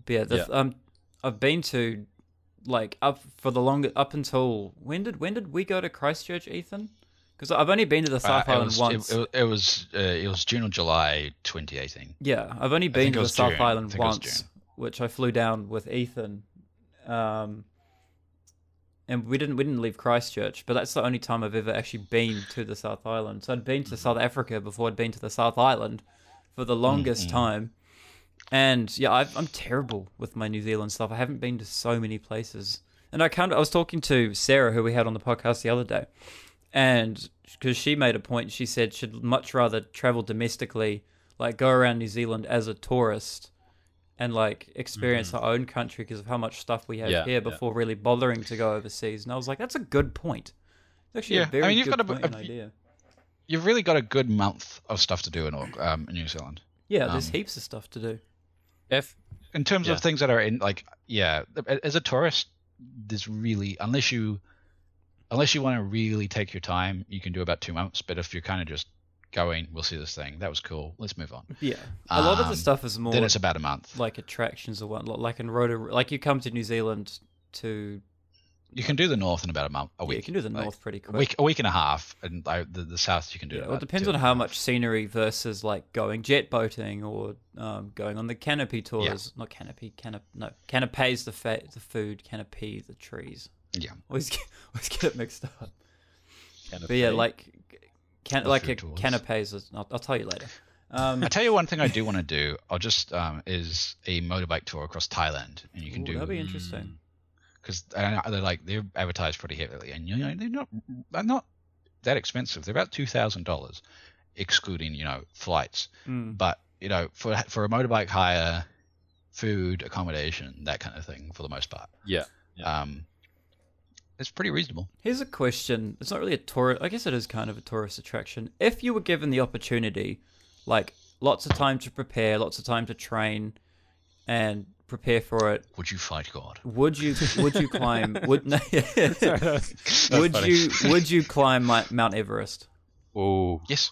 [SPEAKER 4] But yeah, the,
[SPEAKER 3] Yeah.
[SPEAKER 4] um, I've been to like up for the long up until when did when did we go to Christchurch, Ethan? Because I've only been to the
[SPEAKER 5] Uh,
[SPEAKER 4] South
[SPEAKER 5] it
[SPEAKER 4] Island
[SPEAKER 5] was, it-
[SPEAKER 4] once.
[SPEAKER 5] It, it was uh, it was June or July 2018.
[SPEAKER 4] Yeah, I've only
[SPEAKER 5] think
[SPEAKER 4] been
[SPEAKER 5] it
[SPEAKER 4] to the
[SPEAKER 5] was
[SPEAKER 4] South
[SPEAKER 5] June. I
[SPEAKER 4] Island
[SPEAKER 5] think it was
[SPEAKER 4] once,
[SPEAKER 5] June.
[SPEAKER 4] which I flew down with Ethan, um, and we didn't we didn't leave Christchurch, but that's the only time I've ever actually been to the South Island. So I'd been
[SPEAKER 5] Mm-hmm.
[SPEAKER 4] to South Africa before I'd been to the South Island for the longest
[SPEAKER 5] Mm-hmm.
[SPEAKER 4] time, and yeah, I've, I'm terrible with my New Zealand stuff. I haven't been to so many places, and I kind of I was talking to Sarah, who we had on the podcast the other day, and because she made a point, she said she'd much rather travel domestically, like go around New Zealand as a tourist, and like experience
[SPEAKER 5] Mm-hmm.
[SPEAKER 4] our own country because of how much stuff we have
[SPEAKER 3] Yeah, yeah.
[SPEAKER 4] here before really bothering to go overseas. And I was like, that's a good point. It's actually
[SPEAKER 5] Yeah,
[SPEAKER 4] a
[SPEAKER 5] I
[SPEAKER 4] very
[SPEAKER 5] mean, you've
[SPEAKER 4] good
[SPEAKER 5] got a-
[SPEAKER 4] point
[SPEAKER 5] a-
[SPEAKER 4] and idea.
[SPEAKER 5] You've really got a good month of stuff to do in Auck- um, in New Zealand.
[SPEAKER 4] Yeah, there's
[SPEAKER 5] um,
[SPEAKER 4] heaps of stuff to do.
[SPEAKER 3] If
[SPEAKER 5] in terms
[SPEAKER 3] Yeah.
[SPEAKER 5] of things that are in like yeah a- as a tourist there's really unless you unless you want to really take your time you can do about two months but if you're kind of just going we'll see this thing that was cool let's move on
[SPEAKER 4] Yeah, a lot of the
[SPEAKER 5] Um,
[SPEAKER 4] stuff is more
[SPEAKER 5] then it's about a month
[SPEAKER 4] like attractions or whatnot. Like in Rotor, like you come to New Zealand to
[SPEAKER 5] you can do the north in about a month a
[SPEAKER 4] yeah,
[SPEAKER 5] week
[SPEAKER 4] you can do the
[SPEAKER 5] like,
[SPEAKER 4] north pretty
[SPEAKER 5] a
[SPEAKER 4] quick.
[SPEAKER 5] week a week and a half and I, the, the south you can do
[SPEAKER 4] Yeah,
[SPEAKER 5] it
[SPEAKER 4] well, it
[SPEAKER 5] about
[SPEAKER 4] depends
[SPEAKER 5] two
[SPEAKER 4] on
[SPEAKER 5] and a
[SPEAKER 4] how
[SPEAKER 5] half.
[SPEAKER 4] much scenery versus like going jet boating or um, going on the canopy tours. Not canopy, canop. No, canapes the fa- the food, canopy the trees.
[SPEAKER 5] yeah
[SPEAKER 4] Always get, always get it mixed up.
[SPEAKER 3] kind of
[SPEAKER 4] But yeah,
[SPEAKER 3] thing.
[SPEAKER 4] like can
[SPEAKER 5] The
[SPEAKER 4] like a
[SPEAKER 5] food tours.
[SPEAKER 4] canapes. Is, I'll, I'll tell you later. Um,
[SPEAKER 5] i tell you one thing i do want to do i'll just um is a motorbike tour across thailand and you can
[SPEAKER 4] ooh,
[SPEAKER 5] do
[SPEAKER 4] that'd be interesting.
[SPEAKER 5] because they're like they're advertised pretty heavily, and you know they're not they're not that expensive. They're about two thousand dollars, excluding you know flights.
[SPEAKER 4] Mm.
[SPEAKER 5] But you know for for a motorbike hire, food, accommodation, that kind of thing for the most part,
[SPEAKER 3] yeah,
[SPEAKER 5] um, it's pretty reasonable.
[SPEAKER 4] Here's a question. It's not really a tourist. I guess it is kind of a tourist attraction. If you were given the opportunity, like lots of time to prepare, lots of time to train, and prepare for it.
[SPEAKER 5] Would you fight God?
[SPEAKER 4] Would you? Would you climb? Would no,
[SPEAKER 6] Sorry, that was- that was
[SPEAKER 4] would
[SPEAKER 6] funny.
[SPEAKER 4] you? Would you climb Mi- Mount Everest?
[SPEAKER 3] Ooh.
[SPEAKER 5] Yes.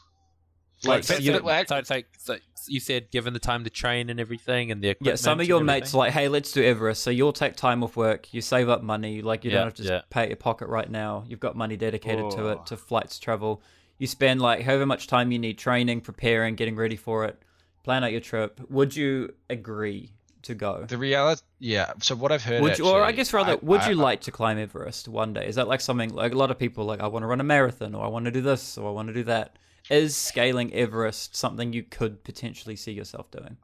[SPEAKER 3] Like, so,
[SPEAKER 5] that's a bit
[SPEAKER 3] you,
[SPEAKER 5] whack.
[SPEAKER 3] so, so, so you said, given the time to train and everything, and the
[SPEAKER 4] Yeah,
[SPEAKER 3] equipment
[SPEAKER 4] some of
[SPEAKER 3] and
[SPEAKER 4] your
[SPEAKER 3] everything.
[SPEAKER 4] mates are like, hey, let's do Everest. So you'll take time off work, you save up money, like you
[SPEAKER 3] Yeah,
[SPEAKER 4] don't have to just
[SPEAKER 3] yeah.
[SPEAKER 4] pay your pocket right now. You've got money dedicated to
[SPEAKER 6] Woah.
[SPEAKER 5] Oh.
[SPEAKER 4] it, to flights, travel. You spend like however much time you need training, preparing, getting ready for it, plan out your trip. Would you agree to go?
[SPEAKER 5] The reality, yeah. So what I've heard,
[SPEAKER 4] Would you, or I
[SPEAKER 5] actually-
[SPEAKER 4] guess rather, would
[SPEAKER 5] I-
[SPEAKER 4] you
[SPEAKER 5] I-
[SPEAKER 4] like to climb Everest one day? Is that like something like a lot of people like I want to run a marathon or I want to do this or I want to do that? Is scaling Everest something you could potentially see yourself doing?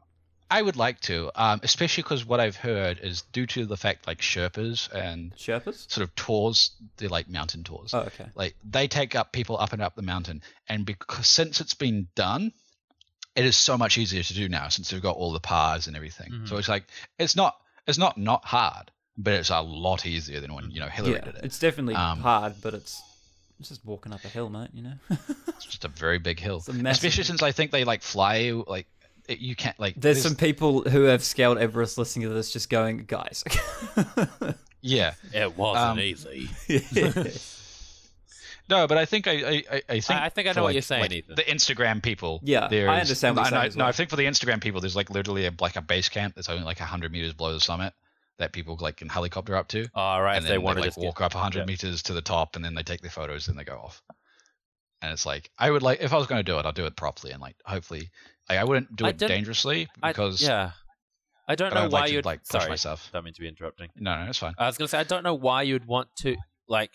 [SPEAKER 5] I would like to, um, especially because what I've heard is due to the fact like Sherpas and
[SPEAKER 4] Sherpas?
[SPEAKER 5] sort of tours, they're like mountain tours.
[SPEAKER 4] Oh, okay.
[SPEAKER 5] Like they take up people up and up the mountain, and because since it's been done, it is so much easier to do now since they've got all the paths and everything.
[SPEAKER 4] Mm-hmm.
[SPEAKER 5] So it's like it's not it's not not hard, but it's a lot easier than when you know Hillary
[SPEAKER 4] Yeah,
[SPEAKER 5] did it.
[SPEAKER 4] it's definitely
[SPEAKER 5] Um,
[SPEAKER 4] hard, but it's it's just walking up a hill, mate. You know,
[SPEAKER 5] It's just a very big hill,
[SPEAKER 4] a massive-
[SPEAKER 5] especially since I think they like fly like it, you can't like
[SPEAKER 4] there's some people who have scaled Everest listening to this, just going, guys.
[SPEAKER 5] yeah
[SPEAKER 3] It wasn't
[SPEAKER 5] Um,
[SPEAKER 3] easy.
[SPEAKER 5] No, but I think I I, I- I think
[SPEAKER 3] I think I
[SPEAKER 5] for,
[SPEAKER 3] know what
[SPEAKER 5] like-
[SPEAKER 3] you're saying,
[SPEAKER 5] like,
[SPEAKER 3] Ethan.
[SPEAKER 5] The Instagram people.
[SPEAKER 4] Yeah, I
[SPEAKER 5] there's-
[SPEAKER 4] understand what you're
[SPEAKER 5] and I-
[SPEAKER 4] saying as
[SPEAKER 5] No,
[SPEAKER 4] well.
[SPEAKER 5] I think for the Instagram people, there's like literally a, like a base camp that's only like hundred meters below the summit that people like can helicopter up to,
[SPEAKER 3] All right,
[SPEAKER 5] and
[SPEAKER 3] if
[SPEAKER 5] then
[SPEAKER 3] they want to
[SPEAKER 5] like
[SPEAKER 3] just
[SPEAKER 5] walk
[SPEAKER 3] get,
[SPEAKER 5] up hundred
[SPEAKER 3] yeah.
[SPEAKER 5] meters to the top, and then they take their photos, and they go off. And it's like I would like if I was going to do it, I'd do it properly, and like hopefully, like, I wouldn't do
[SPEAKER 3] I
[SPEAKER 5] it
[SPEAKER 3] didn't-
[SPEAKER 5] dangerously because
[SPEAKER 3] I, yeah, I don't
[SPEAKER 5] but
[SPEAKER 3] know
[SPEAKER 5] I would
[SPEAKER 3] why
[SPEAKER 5] like to,
[SPEAKER 3] you'd
[SPEAKER 5] like push
[SPEAKER 3] Sorry,
[SPEAKER 5] myself.
[SPEAKER 3] Don't mean to be interrupting.
[SPEAKER 5] No, no, it's fine.
[SPEAKER 3] I was gonna say I don't know why you'd want to like.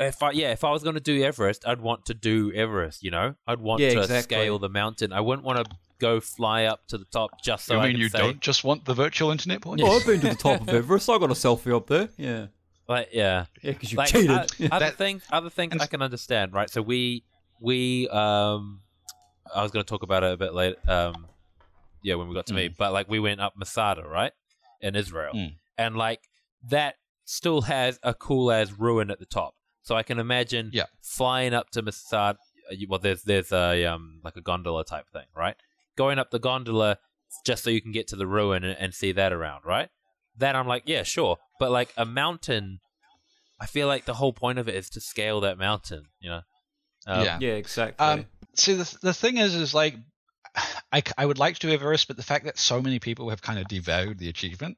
[SPEAKER 3] If I yeah, if I was gonna do Everest, I'd want to do Everest. You know, I'd want
[SPEAKER 4] Yeah,
[SPEAKER 3] to
[SPEAKER 4] exactly.
[SPEAKER 3] scale the mountain. I wouldn't want to go fly up to the top just so
[SPEAKER 5] I
[SPEAKER 3] I
[SPEAKER 5] mean
[SPEAKER 3] can
[SPEAKER 5] you
[SPEAKER 3] say,
[SPEAKER 5] don't just want the virtual internet porn?
[SPEAKER 4] oh, I've been to the top of Everest. I got a selfie up there. Yeah, uh,
[SPEAKER 3] like yeah.
[SPEAKER 4] yeah, because you
[SPEAKER 3] like,
[SPEAKER 4] cheated.
[SPEAKER 3] o- other
[SPEAKER 5] That-
[SPEAKER 3] things, other things
[SPEAKER 5] and-
[SPEAKER 3] I can understand, right? So we, we, um, I was going to talk about it a bit later. Um, yeah, when we got to me,
[SPEAKER 4] Mm.
[SPEAKER 3] but like we went up Masada, right, in Israel,
[SPEAKER 5] Mm.
[SPEAKER 3] and like that still has a cool as ruin at the top. So I can imagine
[SPEAKER 5] Yeah.
[SPEAKER 3] flying up to Masada. uh, you- Well, there's there's a um like a gondola type thing, right? Going up the gondola just so you can get to the ruin and, and see that around, right? Then I'm like, yeah, sure, but like a mountain I feel like the whole point of it is to scale that mountain, you know. Um,
[SPEAKER 5] yeah.
[SPEAKER 4] yeah, exactly.
[SPEAKER 5] Um, see, the, the thing is, is like, I, c- I would like to do Everest, but the fact that so many people have kind of devalued the achievement,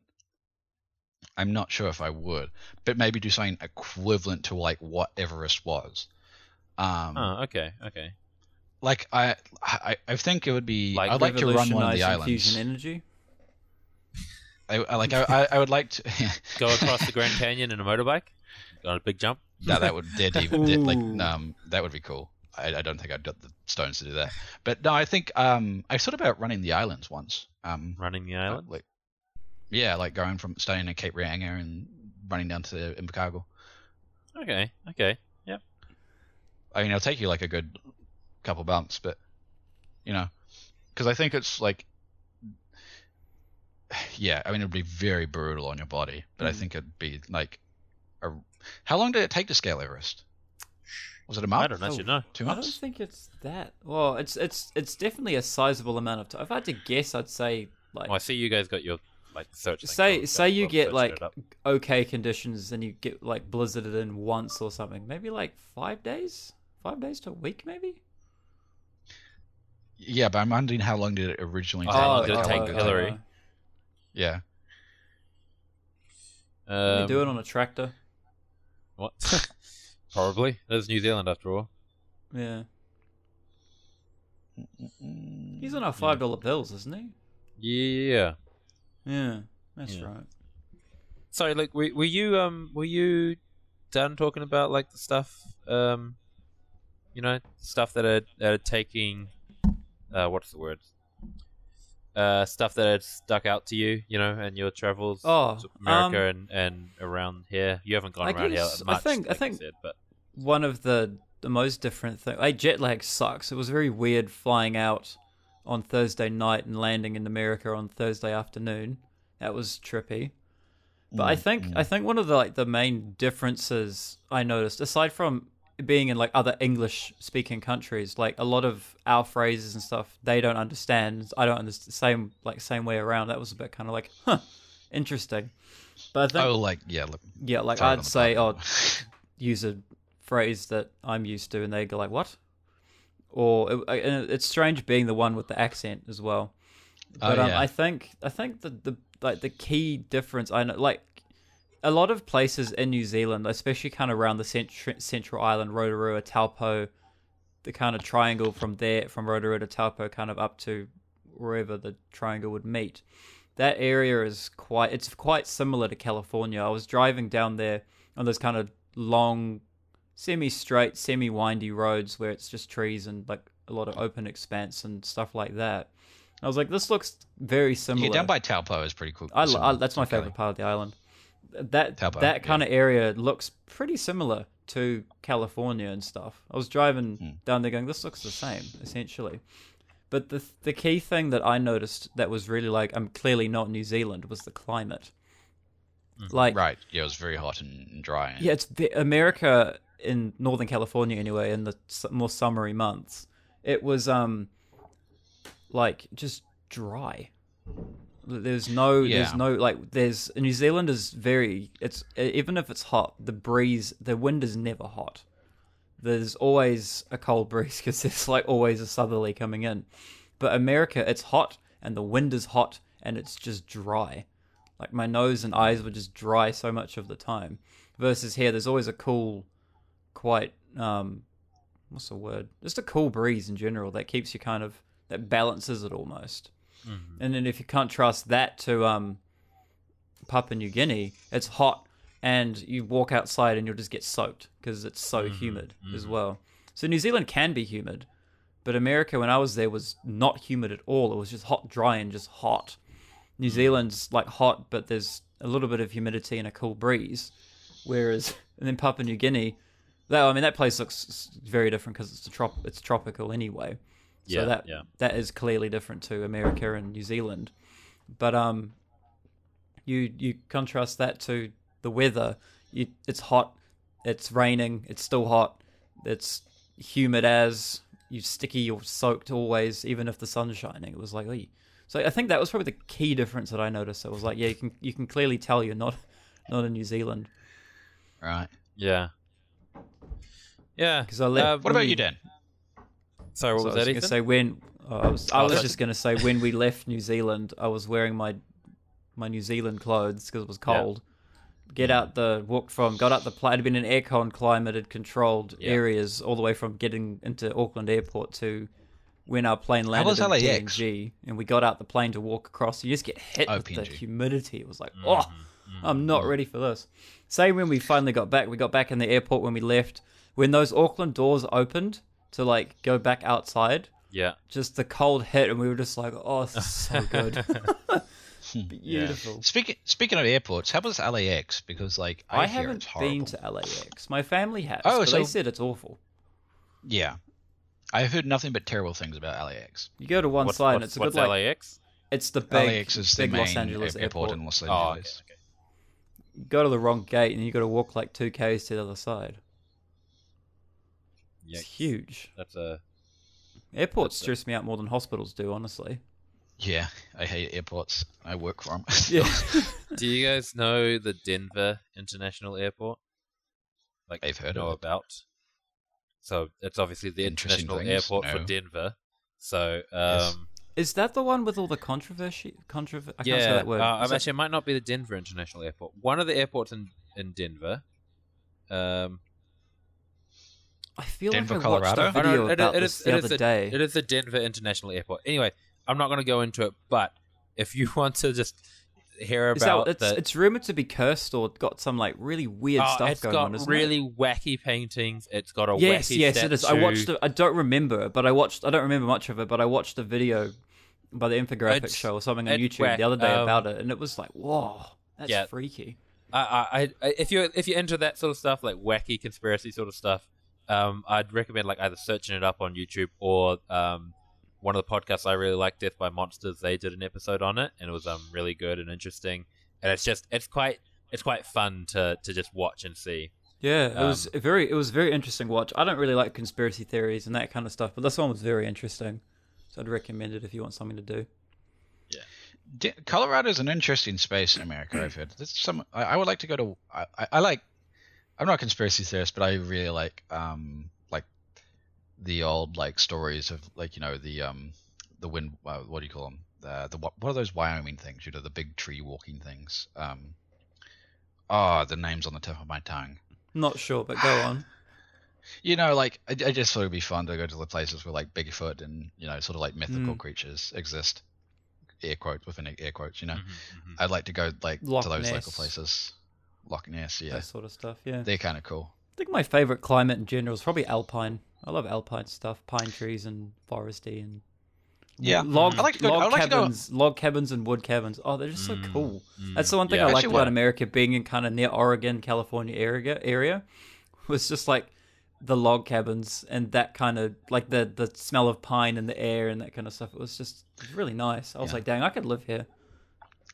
[SPEAKER 5] I'm not sure if I would. But maybe do something equivalent to like what Everest was. Um,
[SPEAKER 3] Oh, okay, okay.
[SPEAKER 5] Like I, I, I think it would be.
[SPEAKER 3] Like
[SPEAKER 5] I'd like to run one of
[SPEAKER 4] Revolutionising
[SPEAKER 5] the islands.
[SPEAKER 4] Fusion energy.
[SPEAKER 5] I, I like. I, I, I would like to.
[SPEAKER 3] Go across the Grand Canyon in a motorbike. Got a big jump.
[SPEAKER 5] no, that would they're deep, they're, like
[SPEAKER 4] Ooh.
[SPEAKER 5] um that would be cool. I, I don't think I've got the stones to do that. But no, I think um I thought about running the islands once. Um,
[SPEAKER 3] Running the
[SPEAKER 5] Uh,
[SPEAKER 3] island.
[SPEAKER 5] Like, yeah, like going from staying in Cape Reinga and running down to Invercargill.
[SPEAKER 3] Okay, okay.
[SPEAKER 5] I mean, it'll take you like a good couple months, but you know, because I think it's like, yeah, I mean, it'd be very brutal on your body, but
[SPEAKER 3] Mm.
[SPEAKER 5] I think it'd be like, a, how long did it take to scale Everest? Was it a month?
[SPEAKER 3] I don't actually know.
[SPEAKER 5] Two
[SPEAKER 4] I don't
[SPEAKER 5] months?
[SPEAKER 4] think it's that. Well, it's it's it's definitely a sizable amount of time. If I had to guess, I'd say like
[SPEAKER 3] Well, Oh, I see you guys got your like search. thing
[SPEAKER 4] Say-
[SPEAKER 3] going,
[SPEAKER 4] say you
[SPEAKER 3] we'll
[SPEAKER 4] get,
[SPEAKER 3] search
[SPEAKER 4] like-
[SPEAKER 3] it up.
[SPEAKER 4] okay conditions and you get like blizzarded in once or something. Maybe like five days, five days to a week, maybe.
[SPEAKER 5] Yeah, but I'm wondering how long did it originally
[SPEAKER 3] Oh,
[SPEAKER 5] take?
[SPEAKER 3] how long
[SPEAKER 5] like,
[SPEAKER 3] did it
[SPEAKER 5] how
[SPEAKER 3] take
[SPEAKER 5] did
[SPEAKER 3] Hillary?
[SPEAKER 4] oh,
[SPEAKER 5] Yeah.
[SPEAKER 4] Can
[SPEAKER 3] um,
[SPEAKER 4] you do it on a tractor.
[SPEAKER 3] what? Probably. That is New Zealand after all.
[SPEAKER 4] Yeah, he's on our five dollar bills, isn't he?
[SPEAKER 3] Yeah.
[SPEAKER 4] Yeah, that's
[SPEAKER 3] Yeah.
[SPEAKER 4] right.
[SPEAKER 3] Sorry, like, were, were you um, were you done talking about like the stuff um, you know, stuff that are that are taking, uh, what's the word? Uh, stuff that had stuck out to you, you know, and your travels
[SPEAKER 4] Oh,
[SPEAKER 3] to America and, and around here. You haven't gone
[SPEAKER 4] I
[SPEAKER 3] around
[SPEAKER 4] guess-
[SPEAKER 3] here
[SPEAKER 4] I
[SPEAKER 3] much.
[SPEAKER 4] think-
[SPEAKER 3] like
[SPEAKER 4] I
[SPEAKER 3] you
[SPEAKER 4] think-
[SPEAKER 3] said, but
[SPEAKER 4] one of the the most different thing. Like jet lag sucks. It was very weird flying out on Thursday night and landing in America on Thursday afternoon. That was trippy.
[SPEAKER 5] Mm,
[SPEAKER 4] But I think I think one of the like the main differences I noticed, aside from being in like other English speaking countries, like a lot of our phrases and stuff they don't understand. I don't understand same like same way around. That was a bit kind of like, huh, interesting. But I think
[SPEAKER 5] oh, like yeah, look,
[SPEAKER 4] yeah, like
[SPEAKER 5] sorry, on
[SPEAKER 4] I'd
[SPEAKER 5] the
[SPEAKER 4] say, oh,
[SPEAKER 5] pub.
[SPEAKER 4] use a phrase that I'm used to, and they go like, what? Or it, and it's strange being the one with the accent as well. But um,
[SPEAKER 5] yeah.
[SPEAKER 4] I think I think the, the like the key difference I know like a lot of places in New Zealand, especially kind of around the centr- central island, Rotorua, Taupo, the kind of triangle from there, from Rotorua to Taupo, kind of up to wherever the triangle would meet. That area is quite, it's quite similar to California. I was driving down there on those kind of long, semi straight, semi windy roads where it's just trees and like a lot of open expanse and stuff like that. I was like, this looks very similar.
[SPEAKER 5] yeah, down by Taupo is pretty cool.
[SPEAKER 4] I, lo-
[SPEAKER 5] some-
[SPEAKER 4] I that's my
[SPEAKER 5] some Cali.
[SPEAKER 4] favorite part of the island. That
[SPEAKER 5] Taupo,
[SPEAKER 4] that kind of area looks pretty similar to California and stuff. I was driving down there going, this looks the same essentially. But the the key thing that I noticed that was really like I'm clearly not New Zealand was the climate. Like
[SPEAKER 5] Right, yeah, it was very hot and and dry.
[SPEAKER 4] yeah, it's ve- America in Northern California anyway. In the su- more summery months, it was um like just dry. There's no,
[SPEAKER 5] Yeah.
[SPEAKER 4] there's no like there's New Zealand is very. It's e, even if it's hot, the breeze, the wind is never hot. There's always a cold breeze because there's like always a southerly coming in. But America, it's hot and the wind is hot and it's just dry. Like my nose and eyes were just dry so much of the time. Versus here, there's always a cool, quite um, what's the word? Just a cool breeze in general that keeps you kind of that balances it almost. And then if you contrast that to um, Papua New Guinea, it's hot and you walk outside and you'll just get soaked because it's so humid as well. So New Zealand can be humid, but America when I was there was not humid at all. It was just hot, dry, and just hot. New Zealand's like hot, but there's a little bit of humidity and a cool breeze. Whereas, and then Papua New Guinea, though I mean that place looks s- very different because it's a trop it's tropical anyway. So
[SPEAKER 3] Yeah,
[SPEAKER 4] that
[SPEAKER 3] yeah.
[SPEAKER 4] that is clearly different to America and New Zealand. But um, you you contrast that to the weather. You, it's hot, it's raining, it's still hot, it's humid as you sticky, you're soaked always, even if the sun's shining. It was like, "Oi." so I think that was probably the key difference that I noticed. It was like, yeah, you can you can clearly tell you're not not in New Zealand
[SPEAKER 5] Right.
[SPEAKER 3] Yeah. Yeah.
[SPEAKER 4] because I left.
[SPEAKER 3] Uh,
[SPEAKER 5] What about you, Dan?
[SPEAKER 3] Sorry, what was
[SPEAKER 4] So I was
[SPEAKER 3] that?
[SPEAKER 4] gonna
[SPEAKER 3] Ethan?
[SPEAKER 4] say when oh, I was, I
[SPEAKER 3] Oh,
[SPEAKER 4] was
[SPEAKER 3] sorry.
[SPEAKER 4] just gonna say when we left New Zealand, I was wearing my my New Zealand clothes because it was cold. Get out the walked from, got out the plane. It'd been in aircon climated controlled
[SPEAKER 3] Yeah.
[SPEAKER 4] areas all the way from getting into Auckland Airport to when our plane landed
[SPEAKER 5] was
[SPEAKER 4] in
[SPEAKER 5] LAX?
[SPEAKER 4] PNG, and we got out the plane to walk across. You just get hit
[SPEAKER 5] Oh,
[SPEAKER 4] with the
[SPEAKER 5] PNG.
[SPEAKER 4] humidity. It was
[SPEAKER 5] Mm-hmm,
[SPEAKER 4] like, oh, I'm not ready for this. Same when we finally got back. We got back in the airport when we left. When those Auckland doors opened to like go back outside,
[SPEAKER 3] yeah.
[SPEAKER 4] just the cold hit, and we were just like, "Oh, this is so good, beautiful."
[SPEAKER 5] Speaking speaking of airports, how was LAX? Because like I,
[SPEAKER 4] I
[SPEAKER 5] hear
[SPEAKER 4] haven't
[SPEAKER 5] it's horrible.
[SPEAKER 4] been to LAX. My family has,
[SPEAKER 5] Oh,
[SPEAKER 4] but
[SPEAKER 5] so-
[SPEAKER 4] they said it's awful.
[SPEAKER 5] Yeah, I've heard nothing but terrible things about LAX.
[SPEAKER 4] You go to one
[SPEAKER 3] What's,
[SPEAKER 4] side, and
[SPEAKER 3] what's-
[SPEAKER 4] it's a
[SPEAKER 3] what's
[SPEAKER 4] good like
[SPEAKER 3] LAX?
[SPEAKER 4] it's the big,
[SPEAKER 5] LAX is the
[SPEAKER 4] big
[SPEAKER 5] main
[SPEAKER 4] Los Angeles
[SPEAKER 5] air- airport,
[SPEAKER 4] airport.
[SPEAKER 5] in Los
[SPEAKER 3] Oh, okay,
[SPEAKER 5] Angeles.
[SPEAKER 4] You go to the wrong gate, and you got to walk like two k's to the other side.
[SPEAKER 3] Yeah.
[SPEAKER 4] It's huge.
[SPEAKER 3] That's a
[SPEAKER 4] Airports stress me out more than hospitals do, honestly.
[SPEAKER 5] Yeah, I hate airports. I work from.
[SPEAKER 4] Yeah.
[SPEAKER 3] Do you guys know the Denver International Airport? Like
[SPEAKER 5] I've heard of
[SPEAKER 3] know
[SPEAKER 5] it.
[SPEAKER 3] about. So it's obviously the
[SPEAKER 5] Interesting
[SPEAKER 3] international
[SPEAKER 5] things,
[SPEAKER 3] airport for
[SPEAKER 5] no.
[SPEAKER 3] Denver. So um,
[SPEAKER 5] Yes.
[SPEAKER 4] Is that the one with all the controversy? Controver- I can't
[SPEAKER 3] yeah,
[SPEAKER 4] say that word.
[SPEAKER 3] uh, I'm
[SPEAKER 4] Is that-
[SPEAKER 3] actually, it might not be the Denver International Airport. One of the airports in in Denver. Um,
[SPEAKER 4] I feel
[SPEAKER 5] Denver,
[SPEAKER 4] like I
[SPEAKER 5] Colorado?
[SPEAKER 4] watched a
[SPEAKER 3] Oh, no,
[SPEAKER 4] video
[SPEAKER 3] it-
[SPEAKER 4] about
[SPEAKER 3] it
[SPEAKER 4] this
[SPEAKER 3] is-
[SPEAKER 4] the
[SPEAKER 3] it is
[SPEAKER 4] other
[SPEAKER 3] the-
[SPEAKER 4] day.
[SPEAKER 3] It is the Denver International Airport. Anyway, I'm not going to go into it, but if you want to just hear
[SPEAKER 4] Is that-
[SPEAKER 3] about
[SPEAKER 4] it's,
[SPEAKER 3] the,
[SPEAKER 4] it's rumored to be cursed or got some like really weird
[SPEAKER 3] Oh,
[SPEAKER 4] stuff
[SPEAKER 3] it's
[SPEAKER 4] going
[SPEAKER 3] got
[SPEAKER 4] on. Isn't
[SPEAKER 3] really wacky paintings. It's got a
[SPEAKER 4] it? yes,
[SPEAKER 3] wacky
[SPEAKER 4] yes, it is. I
[SPEAKER 3] statue.
[SPEAKER 4] watched. A, I don't remember, but I watched. I don't remember much of it, but I watched a video by the infographic
[SPEAKER 3] It's-
[SPEAKER 4] show or something on
[SPEAKER 3] it's
[SPEAKER 4] YouTube
[SPEAKER 3] whack,
[SPEAKER 4] the other day
[SPEAKER 3] um,
[SPEAKER 4] about it, and it was like, whoa, that's
[SPEAKER 3] Yeah.
[SPEAKER 4] freaky.
[SPEAKER 3] I, I, I, if you are if you're into that sort of stuff, like wacky conspiracy sort of stuff, um, I'd recommend like either searching it up on YouTube or um, one of the podcasts I really like, Death by Monsters. They did an episode on it, and it was um really good and interesting. And it's just it's quite it's quite fun to to just watch and see.
[SPEAKER 4] Yeah, it was a very it was a very interesting watch. I don't really like conspiracy theories and that kind of stuff, but this one was very interesting. So I'd recommend it if you want something to do.
[SPEAKER 5] D- Colorado's an interesting space in America. I've heard. There's some. I, I would like to go to. I, I, I like. I'm not a conspiracy theorist, but I really like um like the old like stories of like you know the um the wind. Uh, what do you call them? Uh, the what what are those Wyoming things? You know the big tree walking things. Um. Ah, the name's on the tip of my tongue.
[SPEAKER 4] Not sure, but go on.
[SPEAKER 5] You know, like I, I just thought it'd be fun to go to the places where like Bigfoot and you know sort of like mythical
[SPEAKER 4] Mm.
[SPEAKER 5] creatures exist. Air quotes within air quotes, you know.
[SPEAKER 3] Mhm, mhm.
[SPEAKER 5] I'd like to go like
[SPEAKER 4] Mm-hmm, Loch
[SPEAKER 5] to those local
[SPEAKER 4] Ness.
[SPEAKER 5] places. Loch Ness, yeah,
[SPEAKER 4] That sort of stuff. Yeah.
[SPEAKER 5] they're kind of cool.
[SPEAKER 4] I think my favorite climate in general is probably alpine. I love alpine stuff, pine trees and foresty and
[SPEAKER 5] Yeah,
[SPEAKER 4] log
[SPEAKER 5] I like to go. I
[SPEAKER 4] log
[SPEAKER 5] would like to go.
[SPEAKER 4] cabins, log cabins and wood cabins. Oh, they're just so
[SPEAKER 3] Mm,
[SPEAKER 4] cool.
[SPEAKER 3] mm.
[SPEAKER 4] That's the one thing
[SPEAKER 3] Yeah.
[SPEAKER 4] I liked
[SPEAKER 5] Actually,
[SPEAKER 4] about
[SPEAKER 5] what-
[SPEAKER 4] America being in kind of near Oregon, California area area was just like the log cabins and that kind of like the the smell of pine in the air and that kind of stuff. It was just really nice. I was
[SPEAKER 5] Yeah.
[SPEAKER 4] like, dang, I could live here.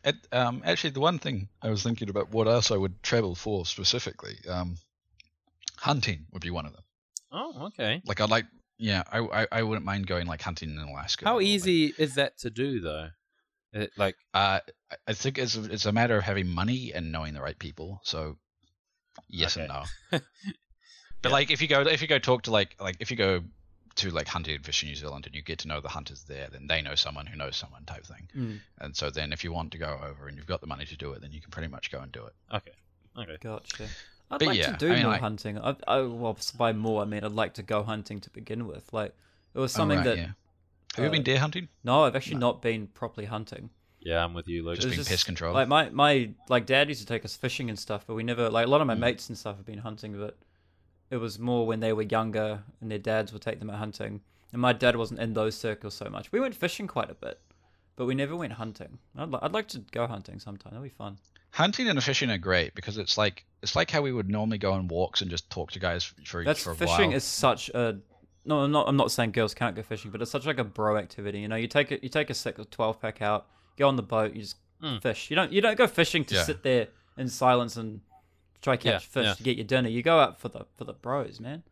[SPEAKER 5] It, um, actually, the one thing I was thinking about what else I would travel for specifically, um, hunting would be one of them.
[SPEAKER 3] Oh, okay.
[SPEAKER 5] Like I'd like, yeah, I, I, I wouldn't mind going like hunting in Alaska. or,
[SPEAKER 3] How
[SPEAKER 5] like-
[SPEAKER 3] easy is that to do though? It, like,
[SPEAKER 5] uh, I- I think it's a- it's a matter of having money and knowing the right people. So, yes and
[SPEAKER 3] Okay.
[SPEAKER 5] no. But like, if you go if you go talk to like like if you go to like hunting and fishing New Zealand and you get to know the hunters there, then they know someone who knows someone type thing.
[SPEAKER 4] Mm,
[SPEAKER 5] And so then if you want to go over and you've got the money to do it, then you can pretty much go and do it.
[SPEAKER 3] okay.
[SPEAKER 4] gotcha. I'd
[SPEAKER 5] But
[SPEAKER 4] like
[SPEAKER 5] yeah,
[SPEAKER 4] to do
[SPEAKER 5] I mean,
[SPEAKER 4] more
[SPEAKER 5] like-
[SPEAKER 4] hunting. I, I, well, by more, I mean I'd like to go hunting to begin with. Like it was something
[SPEAKER 5] Alright,
[SPEAKER 4] that
[SPEAKER 5] yeah. Have you been
[SPEAKER 4] uh,
[SPEAKER 5] deer hunting?
[SPEAKER 4] no, I've actually not been properly hunting.
[SPEAKER 3] Yeah, I'm with you, Luke.
[SPEAKER 5] Just
[SPEAKER 4] It was
[SPEAKER 5] been pest control.
[SPEAKER 4] Like my my like dad used to take us fishing and stuff, but we never like a lot of
[SPEAKER 5] Hmm.
[SPEAKER 4] my mates and stuff have been hunting, but it was more when they were younger and their dads would take them out hunting. And my dad wasn't in those circles so much. We went fishing quite a bit, but we never went hunting. I'd, li- I'd like to go hunting sometime. That'd be fun.
[SPEAKER 5] Hunting and fishing are great because it's like it's like how we would normally go on walks and just talk to guys for
[SPEAKER 4] That's
[SPEAKER 5] for a
[SPEAKER 4] fishing
[SPEAKER 5] while.
[SPEAKER 4] is such a no. I'm not. I'm not saying girls can't go fishing, but it's such like a bro activity. You know, you take a you take a six or twelve pack out, go on the boat, you just
[SPEAKER 3] Mm.
[SPEAKER 4] fish. You don't you don't go fishing to
[SPEAKER 5] Yeah.
[SPEAKER 4] sit there in silence and try catch
[SPEAKER 3] Yeah,
[SPEAKER 4] fish
[SPEAKER 3] yeah.
[SPEAKER 4] to get your dinner. You go out for the for the bros, man.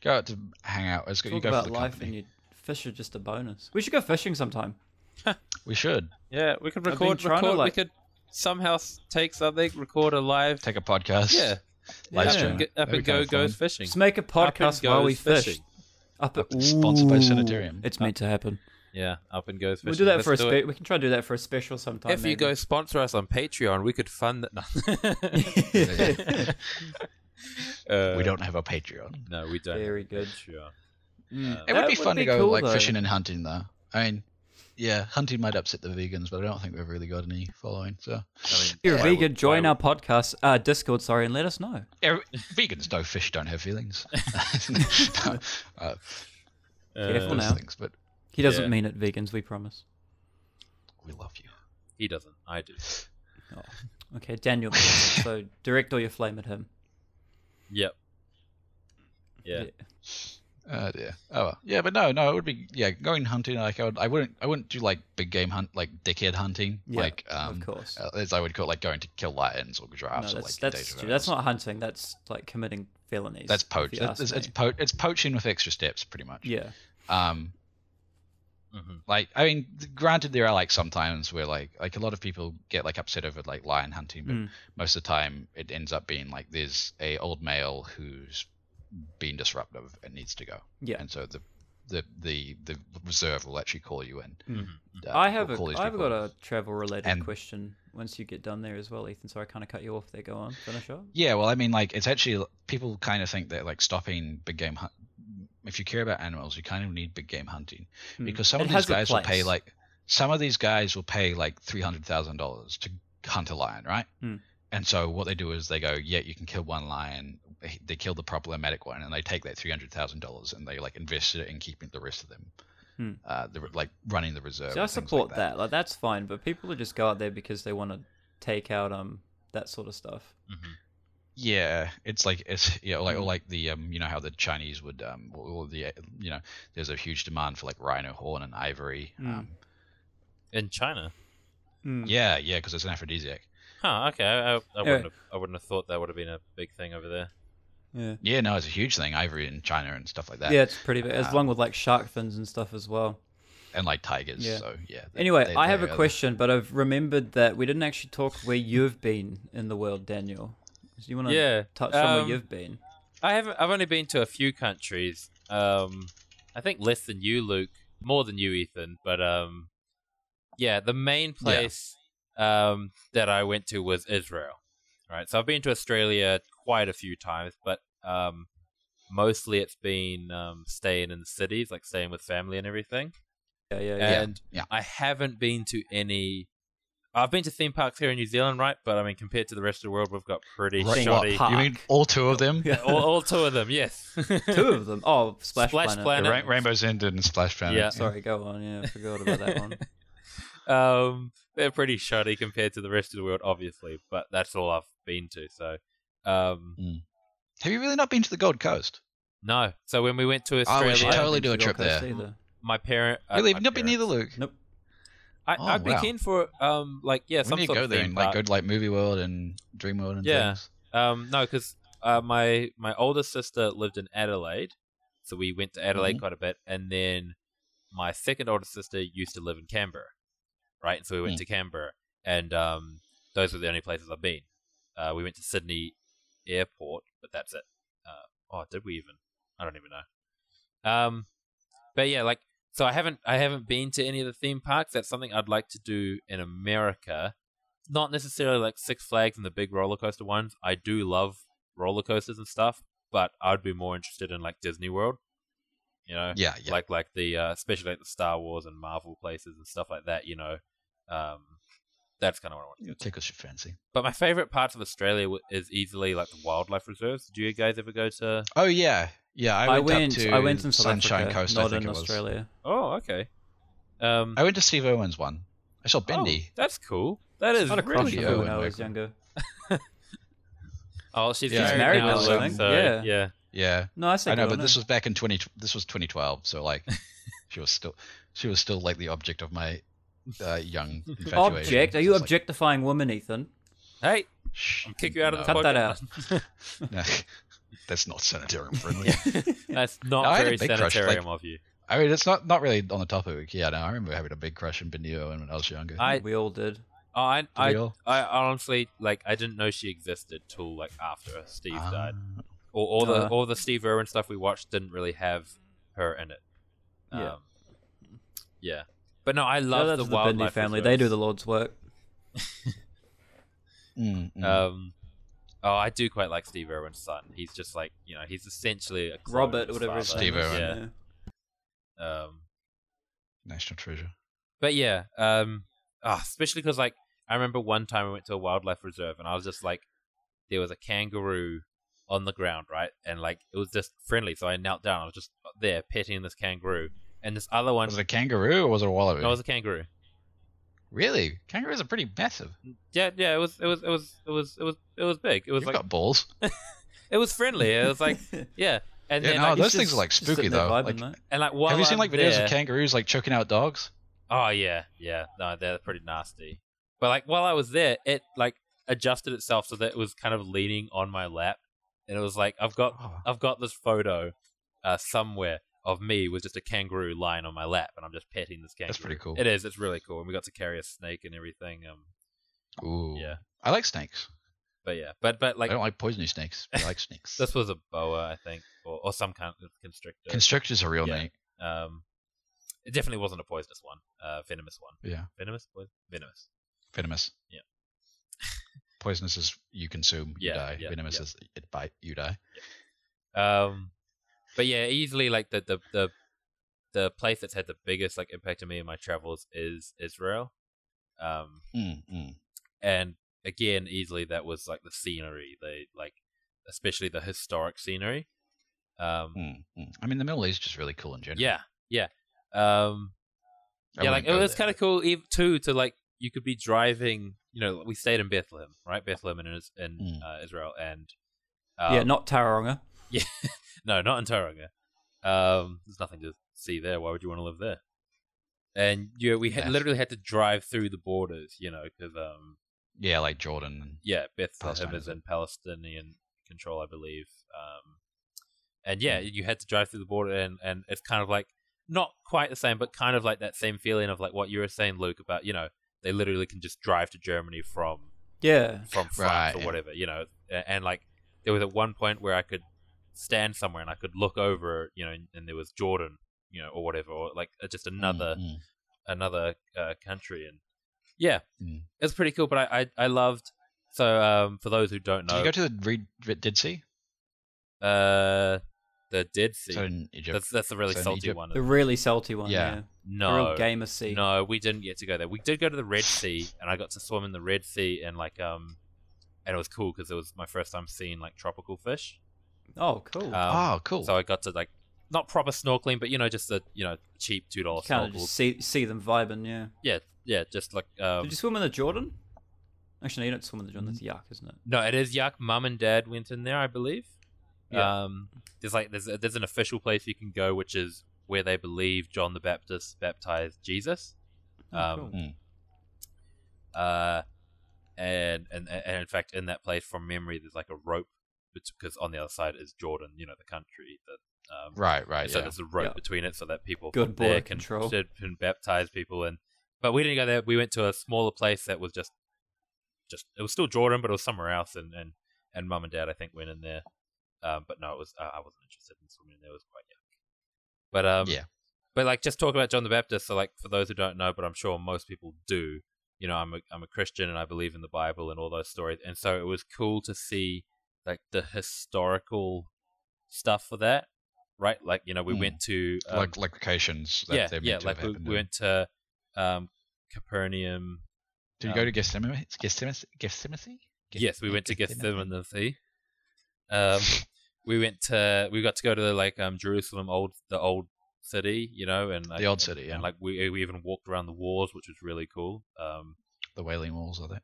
[SPEAKER 5] Go out to hang out. It's good. You
[SPEAKER 4] Talk
[SPEAKER 5] go
[SPEAKER 4] about
[SPEAKER 5] for the
[SPEAKER 4] life and
[SPEAKER 5] company.
[SPEAKER 4] you fish are just a bonus. We should go fishing sometime.
[SPEAKER 5] We should
[SPEAKER 3] Yeah, we could
[SPEAKER 4] I've been
[SPEAKER 3] record.
[SPEAKER 4] trying to,
[SPEAKER 3] record
[SPEAKER 4] like-
[SPEAKER 3] We could somehow s- take something, record a live.
[SPEAKER 5] take a podcast.
[SPEAKER 3] yeah,
[SPEAKER 5] live
[SPEAKER 3] up
[SPEAKER 4] stream
[SPEAKER 5] it.
[SPEAKER 3] and, get, up
[SPEAKER 5] That'd
[SPEAKER 3] and
[SPEAKER 5] be kinda
[SPEAKER 3] go goes
[SPEAKER 5] fun.
[SPEAKER 3] fishing.
[SPEAKER 4] Just make a
[SPEAKER 3] Up and
[SPEAKER 4] podcast while we
[SPEAKER 3] goes
[SPEAKER 4] fish.
[SPEAKER 3] fishing.
[SPEAKER 4] Up at,
[SPEAKER 5] Sponsored by
[SPEAKER 4] Ooh,
[SPEAKER 5] Sanitarium.
[SPEAKER 4] It's meant to happen.
[SPEAKER 3] Yeah, up and goes fishing.
[SPEAKER 4] We'll do that
[SPEAKER 3] Let's
[SPEAKER 4] for a
[SPEAKER 3] it.
[SPEAKER 4] spe- we can try to do that for a special sometime.
[SPEAKER 3] If you
[SPEAKER 4] maybe.
[SPEAKER 3] go sponsor us on Patreon, we could fund that. No.
[SPEAKER 5] we don't have a Patreon.
[SPEAKER 3] Uh, No, we don't. uh,
[SPEAKER 4] Very good.
[SPEAKER 3] Patreon.
[SPEAKER 4] Mm.
[SPEAKER 5] It would
[SPEAKER 4] That
[SPEAKER 5] be fun to go
[SPEAKER 4] cool,
[SPEAKER 5] like
[SPEAKER 4] though.
[SPEAKER 5] fishing and hunting though. I mean, yeah, hunting might upset the vegans, but I don't think we've really got any following. So
[SPEAKER 3] I mean,
[SPEAKER 4] If you're a
[SPEAKER 3] why
[SPEAKER 4] vegan,
[SPEAKER 3] would-
[SPEAKER 4] join
[SPEAKER 3] why
[SPEAKER 4] our podcast, uh, Discord, sorry, and let us know.
[SPEAKER 5] Er, vegans know fish don't have feelings. No, uh,
[SPEAKER 3] would-
[SPEAKER 4] Careful
[SPEAKER 5] those
[SPEAKER 4] now.
[SPEAKER 5] things, but
[SPEAKER 4] He doesn't
[SPEAKER 3] Yeah.
[SPEAKER 4] mean it, vegans, we promise.
[SPEAKER 5] we love you.
[SPEAKER 3] He doesn't. I do.
[SPEAKER 4] Okay, Daniel, means it, so direct all your flame at him.
[SPEAKER 3] Yep. Yeah.
[SPEAKER 5] Oh dear. Oh well. Yeah, but no, no, it would be yeah, going hunting like I would I wouldn't I wouldn't do like big game hunt like dickhead hunting.
[SPEAKER 4] Yeah,
[SPEAKER 5] like um
[SPEAKER 4] of course.
[SPEAKER 5] uh, as I would call it, like going to kill lions or
[SPEAKER 4] No, that's,
[SPEAKER 5] giraffes or like
[SPEAKER 4] that's,
[SPEAKER 5] endangered
[SPEAKER 4] stupid. that's
[SPEAKER 5] animals.
[SPEAKER 4] not hunting, that's like committing felonies.
[SPEAKER 5] that's
[SPEAKER 4] if
[SPEAKER 5] poach.
[SPEAKER 4] you ask
[SPEAKER 5] That's, it's, it's
[SPEAKER 4] me.
[SPEAKER 5] poach it's poaching with extra steps pretty much.
[SPEAKER 4] Yeah.
[SPEAKER 5] Um
[SPEAKER 3] Mhm.
[SPEAKER 5] like I mean granted there are like some times where like like a lot of people get like upset over like lion hunting, but
[SPEAKER 4] Mm.
[SPEAKER 5] most of the time it ends up being like there's a old male who's been disruptive and needs to go
[SPEAKER 4] Yeah.
[SPEAKER 5] and so the the the the reserve will actually call you in
[SPEAKER 4] Mm.
[SPEAKER 5] Uh,
[SPEAKER 4] I have
[SPEAKER 5] will
[SPEAKER 4] a,
[SPEAKER 5] call these
[SPEAKER 4] I've
[SPEAKER 5] people.
[SPEAKER 4] got a travel related
[SPEAKER 5] And-
[SPEAKER 4] question once you get done there as well, Ethan, so I kind of cut you off there. Go on, finish up.
[SPEAKER 5] yeah well i mean like it's actually people kind of think that like stopping big game hunt if you care about animals you kind of need big game hunting
[SPEAKER 4] Hmm.
[SPEAKER 5] because some
[SPEAKER 4] It
[SPEAKER 5] of these
[SPEAKER 4] has a
[SPEAKER 5] guys will pay
[SPEAKER 4] place.
[SPEAKER 5] like some of these guys will pay like three hundred thousand dollars to hunt a lion, right?
[SPEAKER 4] Hmm.
[SPEAKER 5] And so what they do is they go, yeah, you can kill one lion. They kill the problematic one, and they take that three hundred thousand dollars and they like invest it in keeping the rest of them,
[SPEAKER 4] Hmm.
[SPEAKER 5] uh, the, like running the reserve.
[SPEAKER 4] See, I
[SPEAKER 5] and things
[SPEAKER 4] support
[SPEAKER 5] like
[SPEAKER 4] that. Like that's fine, but people who just go out there because they want to take out um that sort of stuff.
[SPEAKER 5] Yeah, it's like it's yeah, like or
[SPEAKER 4] Mm.
[SPEAKER 5] like the um, you know how the Chinese would um, or- or the uh, you know, there's a huge demand for like rhino horn and ivory.
[SPEAKER 4] Mm.
[SPEAKER 5] Um,
[SPEAKER 3] In China.
[SPEAKER 5] yeah, yeah, because it's an aphrodisiac.
[SPEAKER 3] Huh, okay. I, I, I,
[SPEAKER 4] Yeah.
[SPEAKER 3] wouldn't have, I wouldn't have thought that would have been a big thing over there.
[SPEAKER 4] Yeah.
[SPEAKER 5] Yeah, no, it's a huge thing over in China and stuff like that.
[SPEAKER 4] Yeah, it's pretty big. As
[SPEAKER 5] Um,
[SPEAKER 4] long with like shark fins and stuff as well.
[SPEAKER 5] and like tigers.
[SPEAKER 4] Yeah.
[SPEAKER 5] So yeah. they-
[SPEAKER 4] Anyway,
[SPEAKER 5] they-
[SPEAKER 4] I have
[SPEAKER 5] they
[SPEAKER 4] a
[SPEAKER 5] are the-
[SPEAKER 4] question, but I've remembered that we didn't actually talk where you've been in the world, Daniel. So you want to
[SPEAKER 3] Yeah,
[SPEAKER 4] touch on where
[SPEAKER 3] um,
[SPEAKER 4] you've been?
[SPEAKER 3] I haven't. I've only been to a few countries. Um, I think less than you, Luke. More than you, Ethan. But um, yeah, the main place um that I went to was Israel. Right. So I've been to Australia quite a few times, but um, mostly it's been um staying in the cities, like staying with family and everything.
[SPEAKER 4] Yeah, yeah, yeah.
[SPEAKER 3] And
[SPEAKER 5] yeah.
[SPEAKER 3] I haven't been to any. I've been to theme parks here in New Zealand, right? But I mean, compared to the rest of the world, we've got pretty
[SPEAKER 5] Right,
[SPEAKER 4] what?
[SPEAKER 3] shoddy.
[SPEAKER 4] Park.
[SPEAKER 5] You mean all two of them?
[SPEAKER 4] Yeah.
[SPEAKER 3] all, all two of them, yes.
[SPEAKER 4] Two of them. Oh, Splash,
[SPEAKER 3] Splash
[SPEAKER 4] Planet.
[SPEAKER 5] The
[SPEAKER 3] Planet.
[SPEAKER 5] Ra- Rainbow's End and Splash Planet.
[SPEAKER 3] Yeah.
[SPEAKER 4] Sorry, go on. Yeah, I forgot about that one.
[SPEAKER 3] um, they're pretty shoddy compared to the rest of the world, obviously, but that's all I've been to. So, um,
[SPEAKER 5] Have you really not been to the Gold Coast?
[SPEAKER 3] no. So when we went to
[SPEAKER 5] Oh, we
[SPEAKER 3] Australia,
[SPEAKER 5] should totally do a trip there. Mm-hmm.
[SPEAKER 4] Either.
[SPEAKER 3] my parent, uh,
[SPEAKER 5] really,
[SPEAKER 3] my
[SPEAKER 5] you've not been either,
[SPEAKER 3] parents-
[SPEAKER 5] Luke.
[SPEAKER 4] Nope.
[SPEAKER 3] I,
[SPEAKER 5] Oh,
[SPEAKER 3] I'd be
[SPEAKER 5] wow.
[SPEAKER 3] keen for um, like yeah,
[SPEAKER 5] we
[SPEAKER 3] some
[SPEAKER 5] need to
[SPEAKER 3] sort
[SPEAKER 5] go
[SPEAKER 3] of
[SPEAKER 5] there
[SPEAKER 3] theme
[SPEAKER 5] and like
[SPEAKER 3] park.
[SPEAKER 5] go to like Movie World and Dream World and
[SPEAKER 3] Yeah.
[SPEAKER 5] things.
[SPEAKER 3] Um, no, because uh, my my older sister lived in Adelaide, so we went to Adelaide
[SPEAKER 5] Mhm.
[SPEAKER 3] quite a bit, and then my second older sister used to live in Canberra, right? And so we went
[SPEAKER 5] Mm.
[SPEAKER 3] to Canberra, and um, those were the only places I've been. Uh, we went to Sydney Airport, but that's it. Uh, oh, did we even? I don't even know. Um, but yeah, like so, I haven't I haven't been to any of the theme parks. That's something I'd like to do in America not necessarily like Six Flags and the big roller coaster ones. I do love roller coasters and stuff, but I'd be more interested in like Disney World. You know,
[SPEAKER 5] Yeah, yeah.
[SPEAKER 3] like like the uh, especially like the Star Wars and Marvel places and stuff like that. You know, um, that's kind of what I want to do.
[SPEAKER 5] It'll tickles your fancy.
[SPEAKER 3] But my favorite parts of Australia w- is easily like the wildlife reserves. Do you guys ever go to?
[SPEAKER 5] Oh yeah, yeah. I,
[SPEAKER 4] I
[SPEAKER 5] went, up
[SPEAKER 4] went.
[SPEAKER 5] to
[SPEAKER 4] I went in South
[SPEAKER 5] Sunshine
[SPEAKER 4] Africa,
[SPEAKER 5] Coast.
[SPEAKER 4] not
[SPEAKER 5] I think
[SPEAKER 4] in
[SPEAKER 5] it was.
[SPEAKER 4] Australia.
[SPEAKER 3] Oh, okay. Um,
[SPEAKER 5] I went to Steve Irwin's one. I saw Oh, Bendy.
[SPEAKER 3] oh, that's cool. That is
[SPEAKER 4] Not a
[SPEAKER 3] really
[SPEAKER 4] crush on
[SPEAKER 5] Crocodile
[SPEAKER 4] her
[SPEAKER 3] cool.
[SPEAKER 4] when I
[SPEAKER 5] and
[SPEAKER 4] was
[SPEAKER 5] Michael.
[SPEAKER 4] younger.
[SPEAKER 3] Oh, she's
[SPEAKER 5] She's
[SPEAKER 3] married
[SPEAKER 5] married
[SPEAKER 3] now,
[SPEAKER 5] now, I
[SPEAKER 3] so-
[SPEAKER 5] think.
[SPEAKER 3] so,
[SPEAKER 4] Yeah.
[SPEAKER 3] yeah.
[SPEAKER 5] Yeah,
[SPEAKER 4] No, I say
[SPEAKER 5] I know,
[SPEAKER 4] good
[SPEAKER 5] but
[SPEAKER 4] on
[SPEAKER 5] this
[SPEAKER 4] her.
[SPEAKER 5] was back in twenty. This was twenty twelve, so like, she was still, she was still like the object of my uh, young infatuation.
[SPEAKER 4] object. Are you
[SPEAKER 5] It's like,
[SPEAKER 4] objectifying women, Ethan?
[SPEAKER 3] Hey,
[SPEAKER 5] shh,
[SPEAKER 3] I'll kick you out of the
[SPEAKER 4] Cut
[SPEAKER 5] no,
[SPEAKER 4] that
[SPEAKER 3] podcast.
[SPEAKER 5] no, that's not sanitarium friendly.
[SPEAKER 3] That's not
[SPEAKER 5] No, I had
[SPEAKER 3] very
[SPEAKER 5] a big crush, like-
[SPEAKER 3] sanitarium of you.
[SPEAKER 5] I mean, it's not not really on the topic. Yeah, no, I remember having a big crush on Bendy Irwin when I was younger.
[SPEAKER 3] I-
[SPEAKER 4] we all did.
[SPEAKER 3] Oh, I,
[SPEAKER 5] Did we
[SPEAKER 3] I,
[SPEAKER 5] all?
[SPEAKER 3] I honestly like I didn't know she existed till like after Steve
[SPEAKER 5] Ah.
[SPEAKER 3] died. Or all the
[SPEAKER 4] Uh.
[SPEAKER 3] all the Steve Irwin stuff we watched didn't really have her in it. Um,
[SPEAKER 4] Yeah.
[SPEAKER 3] yeah, But no, I
[SPEAKER 4] Shout
[SPEAKER 3] love the
[SPEAKER 4] out to the Bindi
[SPEAKER 3] wildlife
[SPEAKER 4] family. They
[SPEAKER 3] reserves.
[SPEAKER 4] do the Lord's work.
[SPEAKER 5] Mm, mm.
[SPEAKER 4] uh,
[SPEAKER 3] Um, oh, I do quite like Steve Irwin's son. He's just like you know he's essentially a clone of
[SPEAKER 4] Robert,
[SPEAKER 3] his
[SPEAKER 4] whatever his
[SPEAKER 3] father.
[SPEAKER 5] Steve
[SPEAKER 4] name is.
[SPEAKER 5] Irwin.
[SPEAKER 3] Yeah. Um,
[SPEAKER 5] National treasure.
[SPEAKER 3] But yeah, um, ah, especially because like I remember one time I went to a wildlife reserve and I was just like, there was a kangaroo on the ground, right, and like it was just friendly, so I knelt down. I was just there petting this kangaroo, and this other one.
[SPEAKER 5] Was it a kangaroo or was it a wallaby?
[SPEAKER 3] No, it was a kangaroo.
[SPEAKER 5] Really? Kangaroos are pretty massive.
[SPEAKER 3] Yeah, yeah, it was, it was, it was, it was, it was, it was big. It was
[SPEAKER 5] You've
[SPEAKER 3] like,
[SPEAKER 5] got balls.
[SPEAKER 3] it was friendly. It was like, yeah, and
[SPEAKER 5] Yeah,
[SPEAKER 3] then
[SPEAKER 5] no,
[SPEAKER 3] like,
[SPEAKER 5] Oh, those
[SPEAKER 4] He's
[SPEAKER 5] things
[SPEAKER 4] just-
[SPEAKER 5] are like
[SPEAKER 4] just
[SPEAKER 5] spooky
[SPEAKER 4] sitting there
[SPEAKER 5] though.
[SPEAKER 4] vibing,
[SPEAKER 5] Like,
[SPEAKER 4] mate.
[SPEAKER 3] and like while
[SPEAKER 5] have you seen
[SPEAKER 3] I'm
[SPEAKER 5] like videos
[SPEAKER 3] there-
[SPEAKER 5] of kangaroos like choking out dogs?
[SPEAKER 3] Oh yeah, yeah. No, they're pretty nasty. But like while I was there, it like adjusted itself so that it was kind of leaning on my lap, and it was like I've got
[SPEAKER 5] Oh.
[SPEAKER 3] I've got this photo uh, somewhere of me with just a kangaroo lying on my lap, and I'm just petting this kangaroo.
[SPEAKER 5] That's pretty cool.
[SPEAKER 3] It is. It's really cool, and we got to carry a snake and everything. Um,
[SPEAKER 5] Oh, Ooh.
[SPEAKER 3] yeah,
[SPEAKER 5] I like snakes.
[SPEAKER 3] but yeah, but but like
[SPEAKER 5] I don't like poisonous snakes. but I like snakes.
[SPEAKER 3] this was a boa, I think, or, or some kind of constrictor.
[SPEAKER 5] Constrictors are real
[SPEAKER 3] Yeah.
[SPEAKER 5] neat.
[SPEAKER 3] um, it definitely wasn't a poisonous one. Uh, venomous one.
[SPEAKER 5] Yeah.
[SPEAKER 3] Venomous. Poison? Venomous.
[SPEAKER 5] Venomous.
[SPEAKER 3] Yeah.
[SPEAKER 5] Poisonous is you consume, you
[SPEAKER 3] Yeah,
[SPEAKER 5] die.
[SPEAKER 3] yeah,
[SPEAKER 5] Venomous
[SPEAKER 3] yeah.
[SPEAKER 5] is it bite, you die.
[SPEAKER 3] Um, but yeah, easily like the the the the place that's had the biggest like impact on me in my travels is Israel. Um,
[SPEAKER 5] Mm, mm.
[SPEAKER 3] and again, easily that was like the scenery. They like, especially the historic scenery. Um,
[SPEAKER 5] Mm, mm. I mean, the Middle East is just really cool in general.
[SPEAKER 3] yeah, yeah, um,
[SPEAKER 5] Mm, I
[SPEAKER 3] yeah.
[SPEAKER 5] wouldn't
[SPEAKER 3] Like oh, it
[SPEAKER 5] go
[SPEAKER 3] was
[SPEAKER 5] there,
[SPEAKER 3] kind of cool ev- too to like you could be driving. You know, we stayed in Bethlehem, right? Bethlehem in, Is- in
[SPEAKER 5] Mm.
[SPEAKER 3] uh, Israel, and
[SPEAKER 4] yeah,
[SPEAKER 5] uh,
[SPEAKER 3] um,
[SPEAKER 4] not Taronga.
[SPEAKER 3] No, not in Taronga. Um, there's nothing to see there. Why would you want to live there? And you know, we had,
[SPEAKER 5] Yes.
[SPEAKER 3] literally had to drive through the borders, you know, because um,
[SPEAKER 5] Yeah, like Jordan.
[SPEAKER 3] yeah, Bethlehem
[SPEAKER 5] Palestine.
[SPEAKER 3] is in Palestinian control, I believe. Um, and yeah,
[SPEAKER 5] Hmm.
[SPEAKER 3] you had to drive through the border, and, and it's kind of like not quite the same, but kind of like that same feeling of like what you were saying, Luke, about you know they literally can just drive to Germany from
[SPEAKER 4] Yeah.
[SPEAKER 3] from France
[SPEAKER 5] Right,
[SPEAKER 3] or
[SPEAKER 5] yeah.
[SPEAKER 3] whatever, you know. A- And like there was at one point where I could stand somewhere and I could look over, you know, and, and there was Jordan, you know, or whatever, or like uh, just another
[SPEAKER 5] Mm, mm.
[SPEAKER 3] another uh, country, and yeah,
[SPEAKER 5] Mm.
[SPEAKER 3] it's pretty cool. But I I, I loved. So um, for those who don't
[SPEAKER 5] Did you
[SPEAKER 3] know,
[SPEAKER 5] go to the Reed, Reed Dead Sea?
[SPEAKER 3] uh, the Dead Sea.
[SPEAKER 5] So in Egypt.
[SPEAKER 3] that's that's a really
[SPEAKER 5] so in
[SPEAKER 3] salty
[SPEAKER 5] Egypt-
[SPEAKER 3] one.
[SPEAKER 4] The really salty one.
[SPEAKER 5] Yeah.
[SPEAKER 4] Yeah. The
[SPEAKER 3] no,
[SPEAKER 4] real gamer sea.
[SPEAKER 3] No, we didn't get to go there. We did go to the Red Sea, and I got to swim in the Red Sea, and like um, and it was cool because it was my first time seeing like tropical fish.
[SPEAKER 4] Oh, cool.
[SPEAKER 3] Um,
[SPEAKER 5] oh, cool.
[SPEAKER 3] So I got to like not proper snorkeling, but you know, just the you know cheap two dollar
[SPEAKER 4] kind of
[SPEAKER 3] snorkel.
[SPEAKER 4] just see see them vibing. Yeah.
[SPEAKER 3] Yeah, yeah, just like um,
[SPEAKER 4] Did you swim in the Jordan? Actually, no, you don't swim in the Jordan. That's yuck, isn't it?
[SPEAKER 3] no, it is Yuck. Mum and Dad went in there, I believe.
[SPEAKER 4] Yeah.
[SPEAKER 3] Um, there's like there's there's an official place you can go, which is where they believe John the Baptist baptized Jesus.
[SPEAKER 4] Oh,
[SPEAKER 3] Um,
[SPEAKER 4] cool.
[SPEAKER 3] Uh, and, and and in fact, in that place, from memory, there's like a rope because on the other side is Jordan, you know, the country that um,
[SPEAKER 5] right, right.
[SPEAKER 3] so
[SPEAKER 5] yeah.
[SPEAKER 3] there's a rope
[SPEAKER 4] Yeah.
[SPEAKER 3] between it so that people
[SPEAKER 4] Good
[SPEAKER 3] from
[SPEAKER 4] border
[SPEAKER 3] there can,
[SPEAKER 4] control.
[SPEAKER 3] should- can baptize people and but we didn't go there we went to a smaller place that was just just it was still jordan but it was somewhere else and and and mum and dad i think went in there um but no it was uh, i wasn't interested in swimming in there it was quite young but um
[SPEAKER 5] Yeah.
[SPEAKER 3] but like just talk about john the baptist so like for those who don't know but i'm sure most people do you know i'm a, I'm a christian and i believe in the bible and all those stories and so it was cool to see like the historical stuff for that right like you know we
[SPEAKER 5] Hmm.
[SPEAKER 3] went to um,
[SPEAKER 5] like like locations that
[SPEAKER 3] yeah
[SPEAKER 5] they're meant
[SPEAKER 3] yeah
[SPEAKER 5] to
[SPEAKER 3] like
[SPEAKER 5] have
[SPEAKER 3] we,
[SPEAKER 5] happened
[SPEAKER 3] we
[SPEAKER 5] in.
[SPEAKER 3] went to um capernaum
[SPEAKER 5] Did you go
[SPEAKER 3] um,
[SPEAKER 5] to Gethsemane? Gethsemane? Gethsemane? Geth-
[SPEAKER 3] yes we
[SPEAKER 5] yeah,
[SPEAKER 3] went to gethsemane um we went to we got to go to the like um jerusalem old the old city you know and like,
[SPEAKER 5] The old city, yeah.
[SPEAKER 3] and like we, eh, we even walked around the walls which was really cool um
[SPEAKER 5] The Wailing Walls, are they?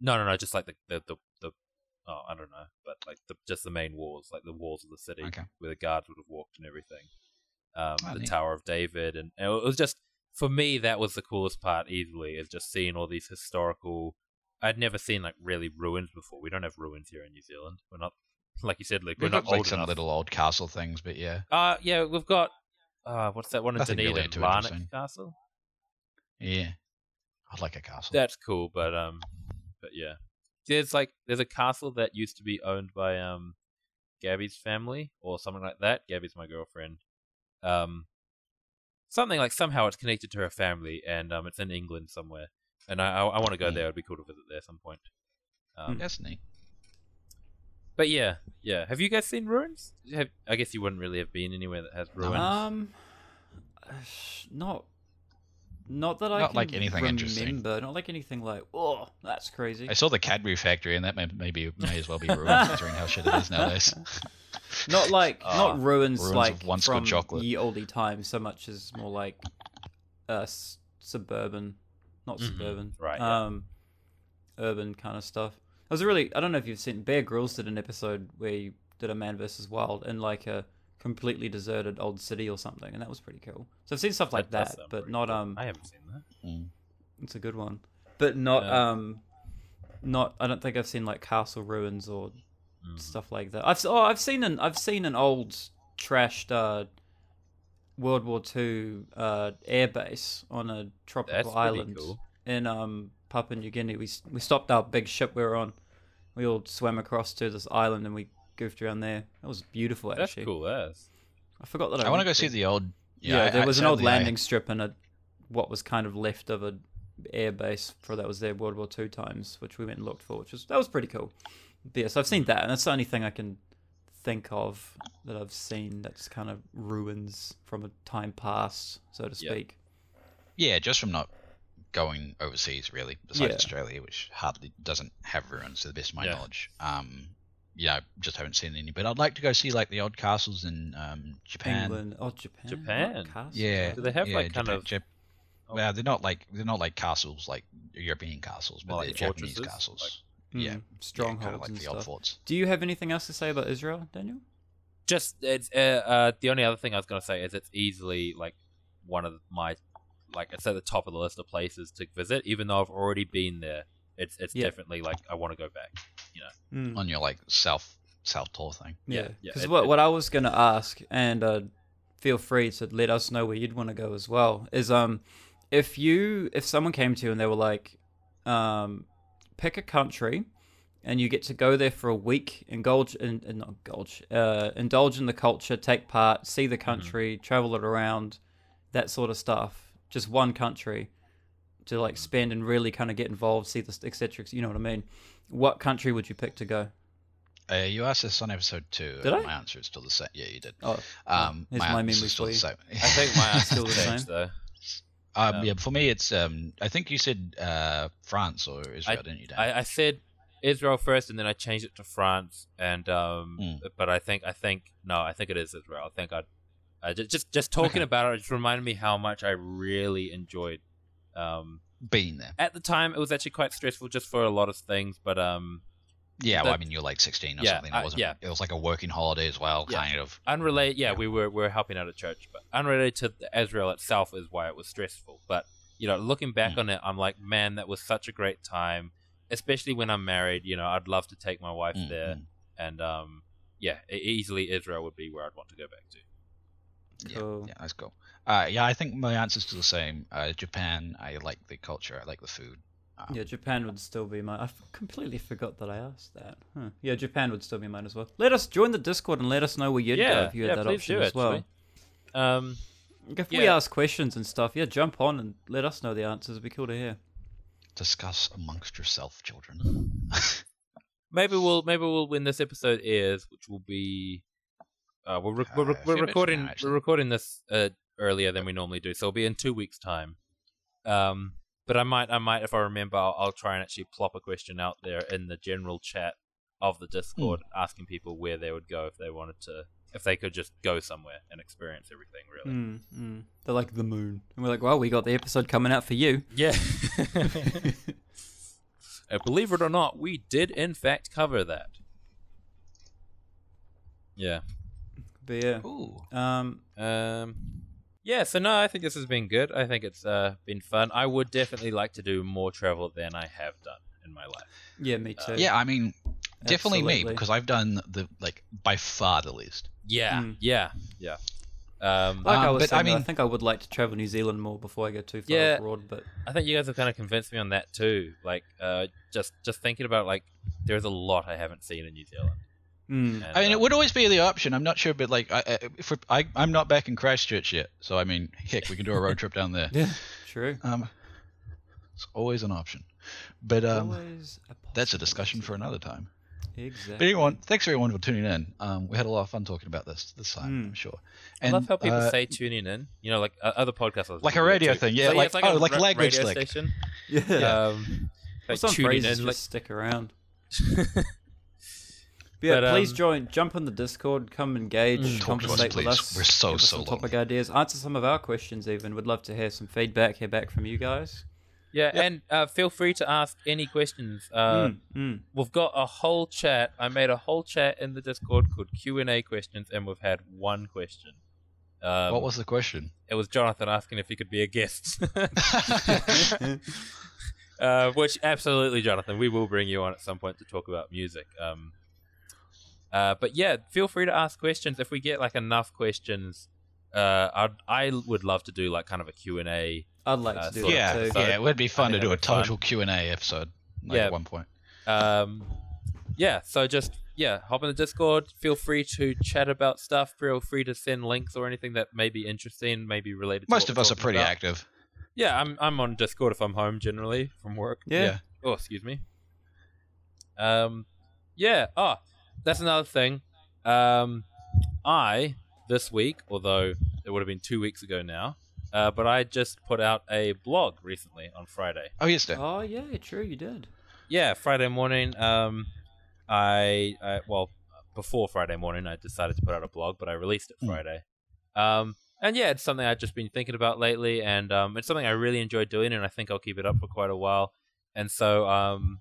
[SPEAKER 3] no no no just like the the the, the oh i don't know but like the, just the main walls like the walls of the city
[SPEAKER 5] Okay.
[SPEAKER 3] where the guards would have walked and everything. Um,
[SPEAKER 5] Oh,
[SPEAKER 3] the
[SPEAKER 5] neat.
[SPEAKER 3] Tower of David, and, and it was just for me that was the coolest part. Easily is just seeing all these historical. I'd never seen like really ruins before. We don't have ruins here in New Zealand. We're not like you said, Luke. We're
[SPEAKER 5] We've
[SPEAKER 3] not
[SPEAKER 5] got
[SPEAKER 3] old
[SPEAKER 5] like some
[SPEAKER 3] enough.
[SPEAKER 5] little old castle things, but yeah.
[SPEAKER 3] Uh yeah, we've got. Uh, what's that one in
[SPEAKER 5] Nothing really
[SPEAKER 3] Dunedin?
[SPEAKER 5] too interesting.
[SPEAKER 3] Larnac Castle.
[SPEAKER 5] Yeah. I'd like a castle.
[SPEAKER 3] That's cool, but um, but yeah, there's like there's a castle that used to be owned by um, Gabby's family or something like that. Gabby's my girlfriend. Um, something like somehow it's connected to her family, and um, it's in England somewhere. And I I, I want to go there. It'd be cool to visit there at some point. Um,
[SPEAKER 5] That's neat.
[SPEAKER 3] but yeah, yeah. Have you guys seen ruins? Have, I guess you wouldn't really have been anywhere that has ruins.
[SPEAKER 4] Um, not, not that I
[SPEAKER 5] Not
[SPEAKER 4] can
[SPEAKER 5] like anything
[SPEAKER 4] remember.
[SPEAKER 5] interesting.
[SPEAKER 4] Not like anything like oh, that's crazy.
[SPEAKER 5] I saw the Cadbury factory, and that may, maybe may as well be ruined considering how shit it is nowadays.
[SPEAKER 4] Not like
[SPEAKER 5] Ah,
[SPEAKER 4] not ruins,
[SPEAKER 5] ruins of
[SPEAKER 4] like
[SPEAKER 5] once good
[SPEAKER 4] from
[SPEAKER 5] chocolate.
[SPEAKER 4] ye olde times. So much as more like, uh, s- suburban, not
[SPEAKER 3] Mhm,
[SPEAKER 4] suburban,
[SPEAKER 3] right, yeah.
[SPEAKER 4] Um, urban kind of stuff. I was really I don't know if you've seen Bear Grylls did an episode where he did a man versus wild in like a completely deserted old city or something, and that was pretty cool. So I've seen stuff like
[SPEAKER 3] does
[SPEAKER 4] that,
[SPEAKER 3] sound
[SPEAKER 4] but
[SPEAKER 3] pretty
[SPEAKER 4] not
[SPEAKER 3] cool.
[SPEAKER 4] um.
[SPEAKER 3] I haven't seen that.
[SPEAKER 4] It's a good one, but not
[SPEAKER 3] Yeah.
[SPEAKER 4] um, not. I don't think I've seen like castle ruins or
[SPEAKER 3] Mm.
[SPEAKER 4] stuff like that. I've s- oh, I've seen an I've seen an old trashed uh, World War Two uh, airbase on a tropical
[SPEAKER 3] pretty
[SPEAKER 4] island
[SPEAKER 3] cool.
[SPEAKER 4] in um Papua New Guinea. We s- we stopped our big ship we were on. We all swam across to this island and we goofed around there. That was beautiful.
[SPEAKER 3] That's
[SPEAKER 4] Actually,
[SPEAKER 3] cool. That's
[SPEAKER 4] I forgot that. I,
[SPEAKER 5] I want to
[SPEAKER 4] went
[SPEAKER 5] go
[SPEAKER 4] there.
[SPEAKER 5] see the old.
[SPEAKER 4] Yeah,
[SPEAKER 5] I-
[SPEAKER 4] there
[SPEAKER 5] I-
[SPEAKER 4] was an old
[SPEAKER 5] sadly, I-
[SPEAKER 4] landing strip and a what was kind of left of a airbase for that was their World War Two times, which we went and looked for, which was that was pretty cool. But yes, I've seen that, and that's the only thing I can think of that I've seen that's kind of ruins from a time past, so to
[SPEAKER 3] Yeah.
[SPEAKER 4] speak.
[SPEAKER 5] Yeah, just from not going overseas, really, besides
[SPEAKER 4] Yeah.
[SPEAKER 5] Australia, which hardly doesn't have ruins, to the best of my
[SPEAKER 3] Yeah.
[SPEAKER 5] knowledge. Um, you know, just haven't seen any. But I'd like to go see like the old castles in um, Japan.
[SPEAKER 4] England, oh Japan, not
[SPEAKER 3] Japan.
[SPEAKER 4] castles,
[SPEAKER 5] Yeah.
[SPEAKER 3] Do they have,
[SPEAKER 5] yeah,
[SPEAKER 3] like, kind
[SPEAKER 5] Japan-
[SPEAKER 3] of- Oh.
[SPEAKER 5] Jap- well, they're not like they're not like castles, like European castles, but
[SPEAKER 3] More
[SPEAKER 5] they're
[SPEAKER 3] like
[SPEAKER 5] Japanese
[SPEAKER 3] fortresses,
[SPEAKER 5] castles.
[SPEAKER 4] Mm,
[SPEAKER 5] yeah, yeah,
[SPEAKER 4] strongholds
[SPEAKER 5] kind of like
[SPEAKER 4] and
[SPEAKER 5] the old
[SPEAKER 4] stuff.
[SPEAKER 5] forts.
[SPEAKER 4] Do you have anything else to say about Israel, Daniel?
[SPEAKER 3] just it's uh, uh, the only other thing I was gonna say is it's easily like one of my like it's at the top of the list of places to visit, even though I've already been there. It's it's
[SPEAKER 4] Yeah.
[SPEAKER 3] definitely like I want to go back.
[SPEAKER 4] Mm.
[SPEAKER 5] on your like self self tour thing.
[SPEAKER 3] Yeah,
[SPEAKER 4] Yeah,
[SPEAKER 3] yeah,
[SPEAKER 4] because
[SPEAKER 3] it-
[SPEAKER 4] what
[SPEAKER 3] it-
[SPEAKER 4] what I was gonna ask, and uh, feel free to let us know where you'd want to go as well. Is um, if you if someone came to you and they were like, um, pick a country, and you get to go there for a week, indulge in, in not indulge, uh, indulge in the culture, take part, see
[SPEAKER 3] Mm-hmm.
[SPEAKER 4] the country, travel it around, that sort of stuff. Just one country to
[SPEAKER 3] Mm-hmm.
[SPEAKER 4] like spend and really kind of get involved, see the etc. You know what I mean? What country would you pick to go?
[SPEAKER 5] Uh, you asked this on episode two.
[SPEAKER 4] Did
[SPEAKER 5] and
[SPEAKER 4] I?
[SPEAKER 5] My answer is still the same. Yeah, you did.
[SPEAKER 4] Oh,
[SPEAKER 5] Um,
[SPEAKER 4] here's my
[SPEAKER 5] answer is
[SPEAKER 4] memory
[SPEAKER 5] still
[SPEAKER 4] for
[SPEAKER 5] the
[SPEAKER 4] you.
[SPEAKER 5] same.
[SPEAKER 3] I think my answer's
[SPEAKER 4] Still the
[SPEAKER 3] changed,
[SPEAKER 4] same?
[SPEAKER 3] though.
[SPEAKER 5] um,
[SPEAKER 3] um,
[SPEAKER 5] yeah, for me, it's um, I think you said uh, France or Israel, didn't you? Dan?
[SPEAKER 3] I, I said Israel first, and then I changed it to France. And um,
[SPEAKER 5] Mm.
[SPEAKER 3] but I think I think no, I think it is Israel. I think I, I just just just talking
[SPEAKER 5] Okay.
[SPEAKER 3] about it, it just reminded me how much I really enjoyed. Um,
[SPEAKER 5] Being there.
[SPEAKER 3] at the time, it was actually quite stressful just for a lot of things, but um,
[SPEAKER 5] Yeah, well, I
[SPEAKER 3] that-
[SPEAKER 5] mean, you're like 16 or
[SPEAKER 3] Yeah,
[SPEAKER 5] something.
[SPEAKER 3] I-
[SPEAKER 5] It wasn't.
[SPEAKER 3] yeah.
[SPEAKER 5] It was like a working holiday as well,
[SPEAKER 3] Yeah.
[SPEAKER 5] kind of.
[SPEAKER 3] unrelated. Yeah, we were we were helping out at church, but unrelated to the Israel itself is why it was stressful. But you know, looking back
[SPEAKER 5] Mm.
[SPEAKER 3] on it, I'm like, man, that was such a great time. Especially when I'm married, you know, I'd love to take my wife
[SPEAKER 5] Mm,
[SPEAKER 3] there,
[SPEAKER 5] mm.
[SPEAKER 3] and um, yeah, e- easily Israel would be where I'd want to go back to.
[SPEAKER 5] Yeah,
[SPEAKER 4] Cool.
[SPEAKER 5] yeah, that's cool. Uh, yeah, I think my answer's still the same. Uh, Japan. I like the culture. I like the food. Um,
[SPEAKER 4] Yeah, Japan would still be mine. I f- completely forgot that I asked that. Huh. Yeah, Japan would still be mine as well. Let us join the Discord and let us know where you'd go
[SPEAKER 3] yeah,
[SPEAKER 4] if you had
[SPEAKER 3] yeah,
[SPEAKER 4] that
[SPEAKER 3] please
[SPEAKER 4] option
[SPEAKER 3] do,
[SPEAKER 4] as well.
[SPEAKER 3] actually. Um,
[SPEAKER 4] If we
[SPEAKER 3] Yeah.
[SPEAKER 4] ask questions and stuff, yeah, jump on and let us know the answers. It'd be cool to hear.
[SPEAKER 5] Discuss amongst yourself, children.
[SPEAKER 3] maybe we'll maybe we'll when this episode airs, which will be uh, we're, rec- we're,
[SPEAKER 5] Uh,
[SPEAKER 3] rec-
[SPEAKER 5] a few
[SPEAKER 3] we're
[SPEAKER 5] weeks from
[SPEAKER 3] recording
[SPEAKER 5] now, actually.
[SPEAKER 3] we're recording this uh, earlier than we normally do, so it'll be in two weeks' time. Um, but I might I might if I remember, I'll, I'll try and actually plop a question out there in the general chat of
[SPEAKER 5] Hmm.
[SPEAKER 3] the Discord, asking people where they would go if they wanted to, if they could just go somewhere and experience everything. Really,
[SPEAKER 5] Hmm.
[SPEAKER 4] Mm, mm. They're like the moon, and we're like, well, we got the episode coming out for you.
[SPEAKER 3] yeah. Uh, believe it or not, we did in fact cover that. Yeah.
[SPEAKER 4] But yeah,
[SPEAKER 5] Ooh.
[SPEAKER 4] um,
[SPEAKER 3] Um, yeah, so no, I think this has been good. I think it's uh, been fun. I would definitely like to do more travel than I have done in my life.
[SPEAKER 4] yeah, me too.
[SPEAKER 5] Uh, Yeah, I mean, definitely me
[SPEAKER 4] Absolutely.
[SPEAKER 5] because I've done the like by far the least.
[SPEAKER 3] Yeah,
[SPEAKER 5] Hmm.
[SPEAKER 4] Mm.
[SPEAKER 3] yeah, yeah. Um,
[SPEAKER 4] Like I
[SPEAKER 5] Um,
[SPEAKER 4] was
[SPEAKER 5] but
[SPEAKER 4] saying,
[SPEAKER 5] I
[SPEAKER 4] I, mean, I
[SPEAKER 5] mean-
[SPEAKER 4] think I would like to travel New Zealand more before I go too far
[SPEAKER 3] Yeah.
[SPEAKER 4] abroad. But
[SPEAKER 3] I think you guys have kind of convinced me on that too. Like, uh, just just thinking about like, there's a lot I haven't seen in New Zealand.
[SPEAKER 4] Mm,
[SPEAKER 3] And,
[SPEAKER 5] I mean,
[SPEAKER 3] um,
[SPEAKER 5] it would always be the option. I'm not sure, but like, I, I, if we're, I I'm not back in Christchurch yet, so I mean, heck, we can do a road trip down there.
[SPEAKER 4] yeah, true.
[SPEAKER 5] Um, it's always an option, but um,
[SPEAKER 4] Always a
[SPEAKER 5] that's a discussion
[SPEAKER 4] possibility.
[SPEAKER 5] for another time. But
[SPEAKER 4] Exactly.
[SPEAKER 5] anyone, thanks everyone for tuning in. Um, we had a lot of fun talking about this this time,
[SPEAKER 4] Hmm.
[SPEAKER 5] I'm sure.
[SPEAKER 3] I
[SPEAKER 5] And
[SPEAKER 3] love how people
[SPEAKER 5] uh,
[SPEAKER 3] say tuning in. You know, like uh, other podcasts, I was
[SPEAKER 5] Like a
[SPEAKER 3] listening to
[SPEAKER 5] radio
[SPEAKER 3] too.
[SPEAKER 5] thing, yeah,
[SPEAKER 3] So,
[SPEAKER 5] like-
[SPEAKER 3] it's
[SPEAKER 5] oh,
[SPEAKER 3] a
[SPEAKER 5] like
[SPEAKER 3] ra-
[SPEAKER 5] language
[SPEAKER 3] radio
[SPEAKER 5] slick.
[SPEAKER 3] station.
[SPEAKER 4] Yeah.
[SPEAKER 3] Um,
[SPEAKER 4] Well,
[SPEAKER 3] like
[SPEAKER 4] some
[SPEAKER 3] tuning
[SPEAKER 4] phrases
[SPEAKER 3] in,
[SPEAKER 4] just
[SPEAKER 3] like-
[SPEAKER 4] stick around. But Mm. yeah,
[SPEAKER 3] But,
[SPEAKER 4] please
[SPEAKER 3] um,
[SPEAKER 4] join. Jump on the Discord. Come engage.
[SPEAKER 5] Talk to us,
[SPEAKER 4] conversate
[SPEAKER 5] please.
[SPEAKER 4] with us.
[SPEAKER 5] We're so,
[SPEAKER 4] give us
[SPEAKER 5] so
[SPEAKER 4] some topic
[SPEAKER 5] lonely.
[SPEAKER 4] ideas. Answer some of our questions. Even we'd love to hear some feedback. Hear back from you guys.
[SPEAKER 3] yeah, and uh, feel free to ask any questions. Uh,
[SPEAKER 4] Mm, mm.
[SPEAKER 3] we've got a whole chat. I made a whole chat in the Discord called Q and A questions, and we've had one question. Um,
[SPEAKER 5] what was the question?
[SPEAKER 3] it? Was Jonathan asking if he could be a guest? uh, which absolutely, Jonathan, we will bring you on at some point to talk about music. Um, uh, but yeah, feel free to ask questions. If we get like enough questions, uh, I'd, I would love to do like kind of a Q and A.
[SPEAKER 4] I'd like
[SPEAKER 3] Uh,
[SPEAKER 4] to do
[SPEAKER 3] sort of
[SPEAKER 4] that
[SPEAKER 5] yeah,
[SPEAKER 4] too.
[SPEAKER 3] So-
[SPEAKER 5] yeah, it would be fun to
[SPEAKER 3] think
[SPEAKER 5] do a
[SPEAKER 3] that'd be fun.
[SPEAKER 5] total Q and A episode. Like,
[SPEAKER 3] Yeah.
[SPEAKER 5] at one point.
[SPEAKER 3] um yeah so just yeah hop in the discord feel free to chat about stuff feel free to send links or anything that may be interesting may be related to
[SPEAKER 5] Most
[SPEAKER 3] what
[SPEAKER 5] of
[SPEAKER 3] we're
[SPEAKER 5] us are
[SPEAKER 3] talking
[SPEAKER 5] pretty
[SPEAKER 3] about.
[SPEAKER 5] active.
[SPEAKER 3] yeah i'm i'm on discord if i'm home generally from work
[SPEAKER 4] Yeah.
[SPEAKER 5] yeah.
[SPEAKER 3] oh excuse me um yeah oh that's another thing um i this week although it would have been two weeks ago now uh, but i just put out a blog recently on friday
[SPEAKER 5] Oh yes, Dan.
[SPEAKER 4] Oh yeah, true. You did.
[SPEAKER 3] yeah, Friday morning. Um, I, I well before Friday morning, I decided to put out a blog, but I released it
[SPEAKER 5] Mm.
[SPEAKER 3] Friday. Um, and yeah, it's something I've just been thinking about lately, and um, it's something I really enjoy doing, and I think I'll keep it up for quite a while. And so um,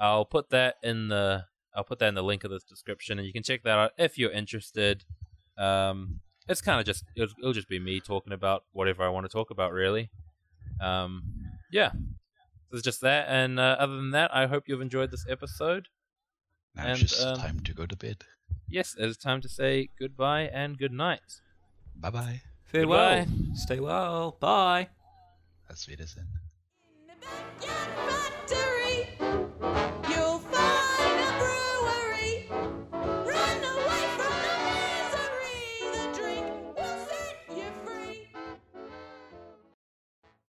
[SPEAKER 3] I'll put that in the I'll put that in the link of this description, and you can check that out if you're interested. Um, it's kind of just it'll, it'll just be me talking about whatever I want to talk about, really. Um, yeah. there's just that. And uh, other than that, I hope you've enjoyed this episode.
[SPEAKER 5] Now
[SPEAKER 3] And,
[SPEAKER 5] it's just
[SPEAKER 3] um,
[SPEAKER 5] time to go to bed.
[SPEAKER 3] Yes, it's time to say goodbye and good night.
[SPEAKER 5] Bye bye.
[SPEAKER 4] Farewell.
[SPEAKER 3] Goodbye.
[SPEAKER 4] Stay well. Bye.
[SPEAKER 5] That's it, isn't
[SPEAKER 7] In the backyard front to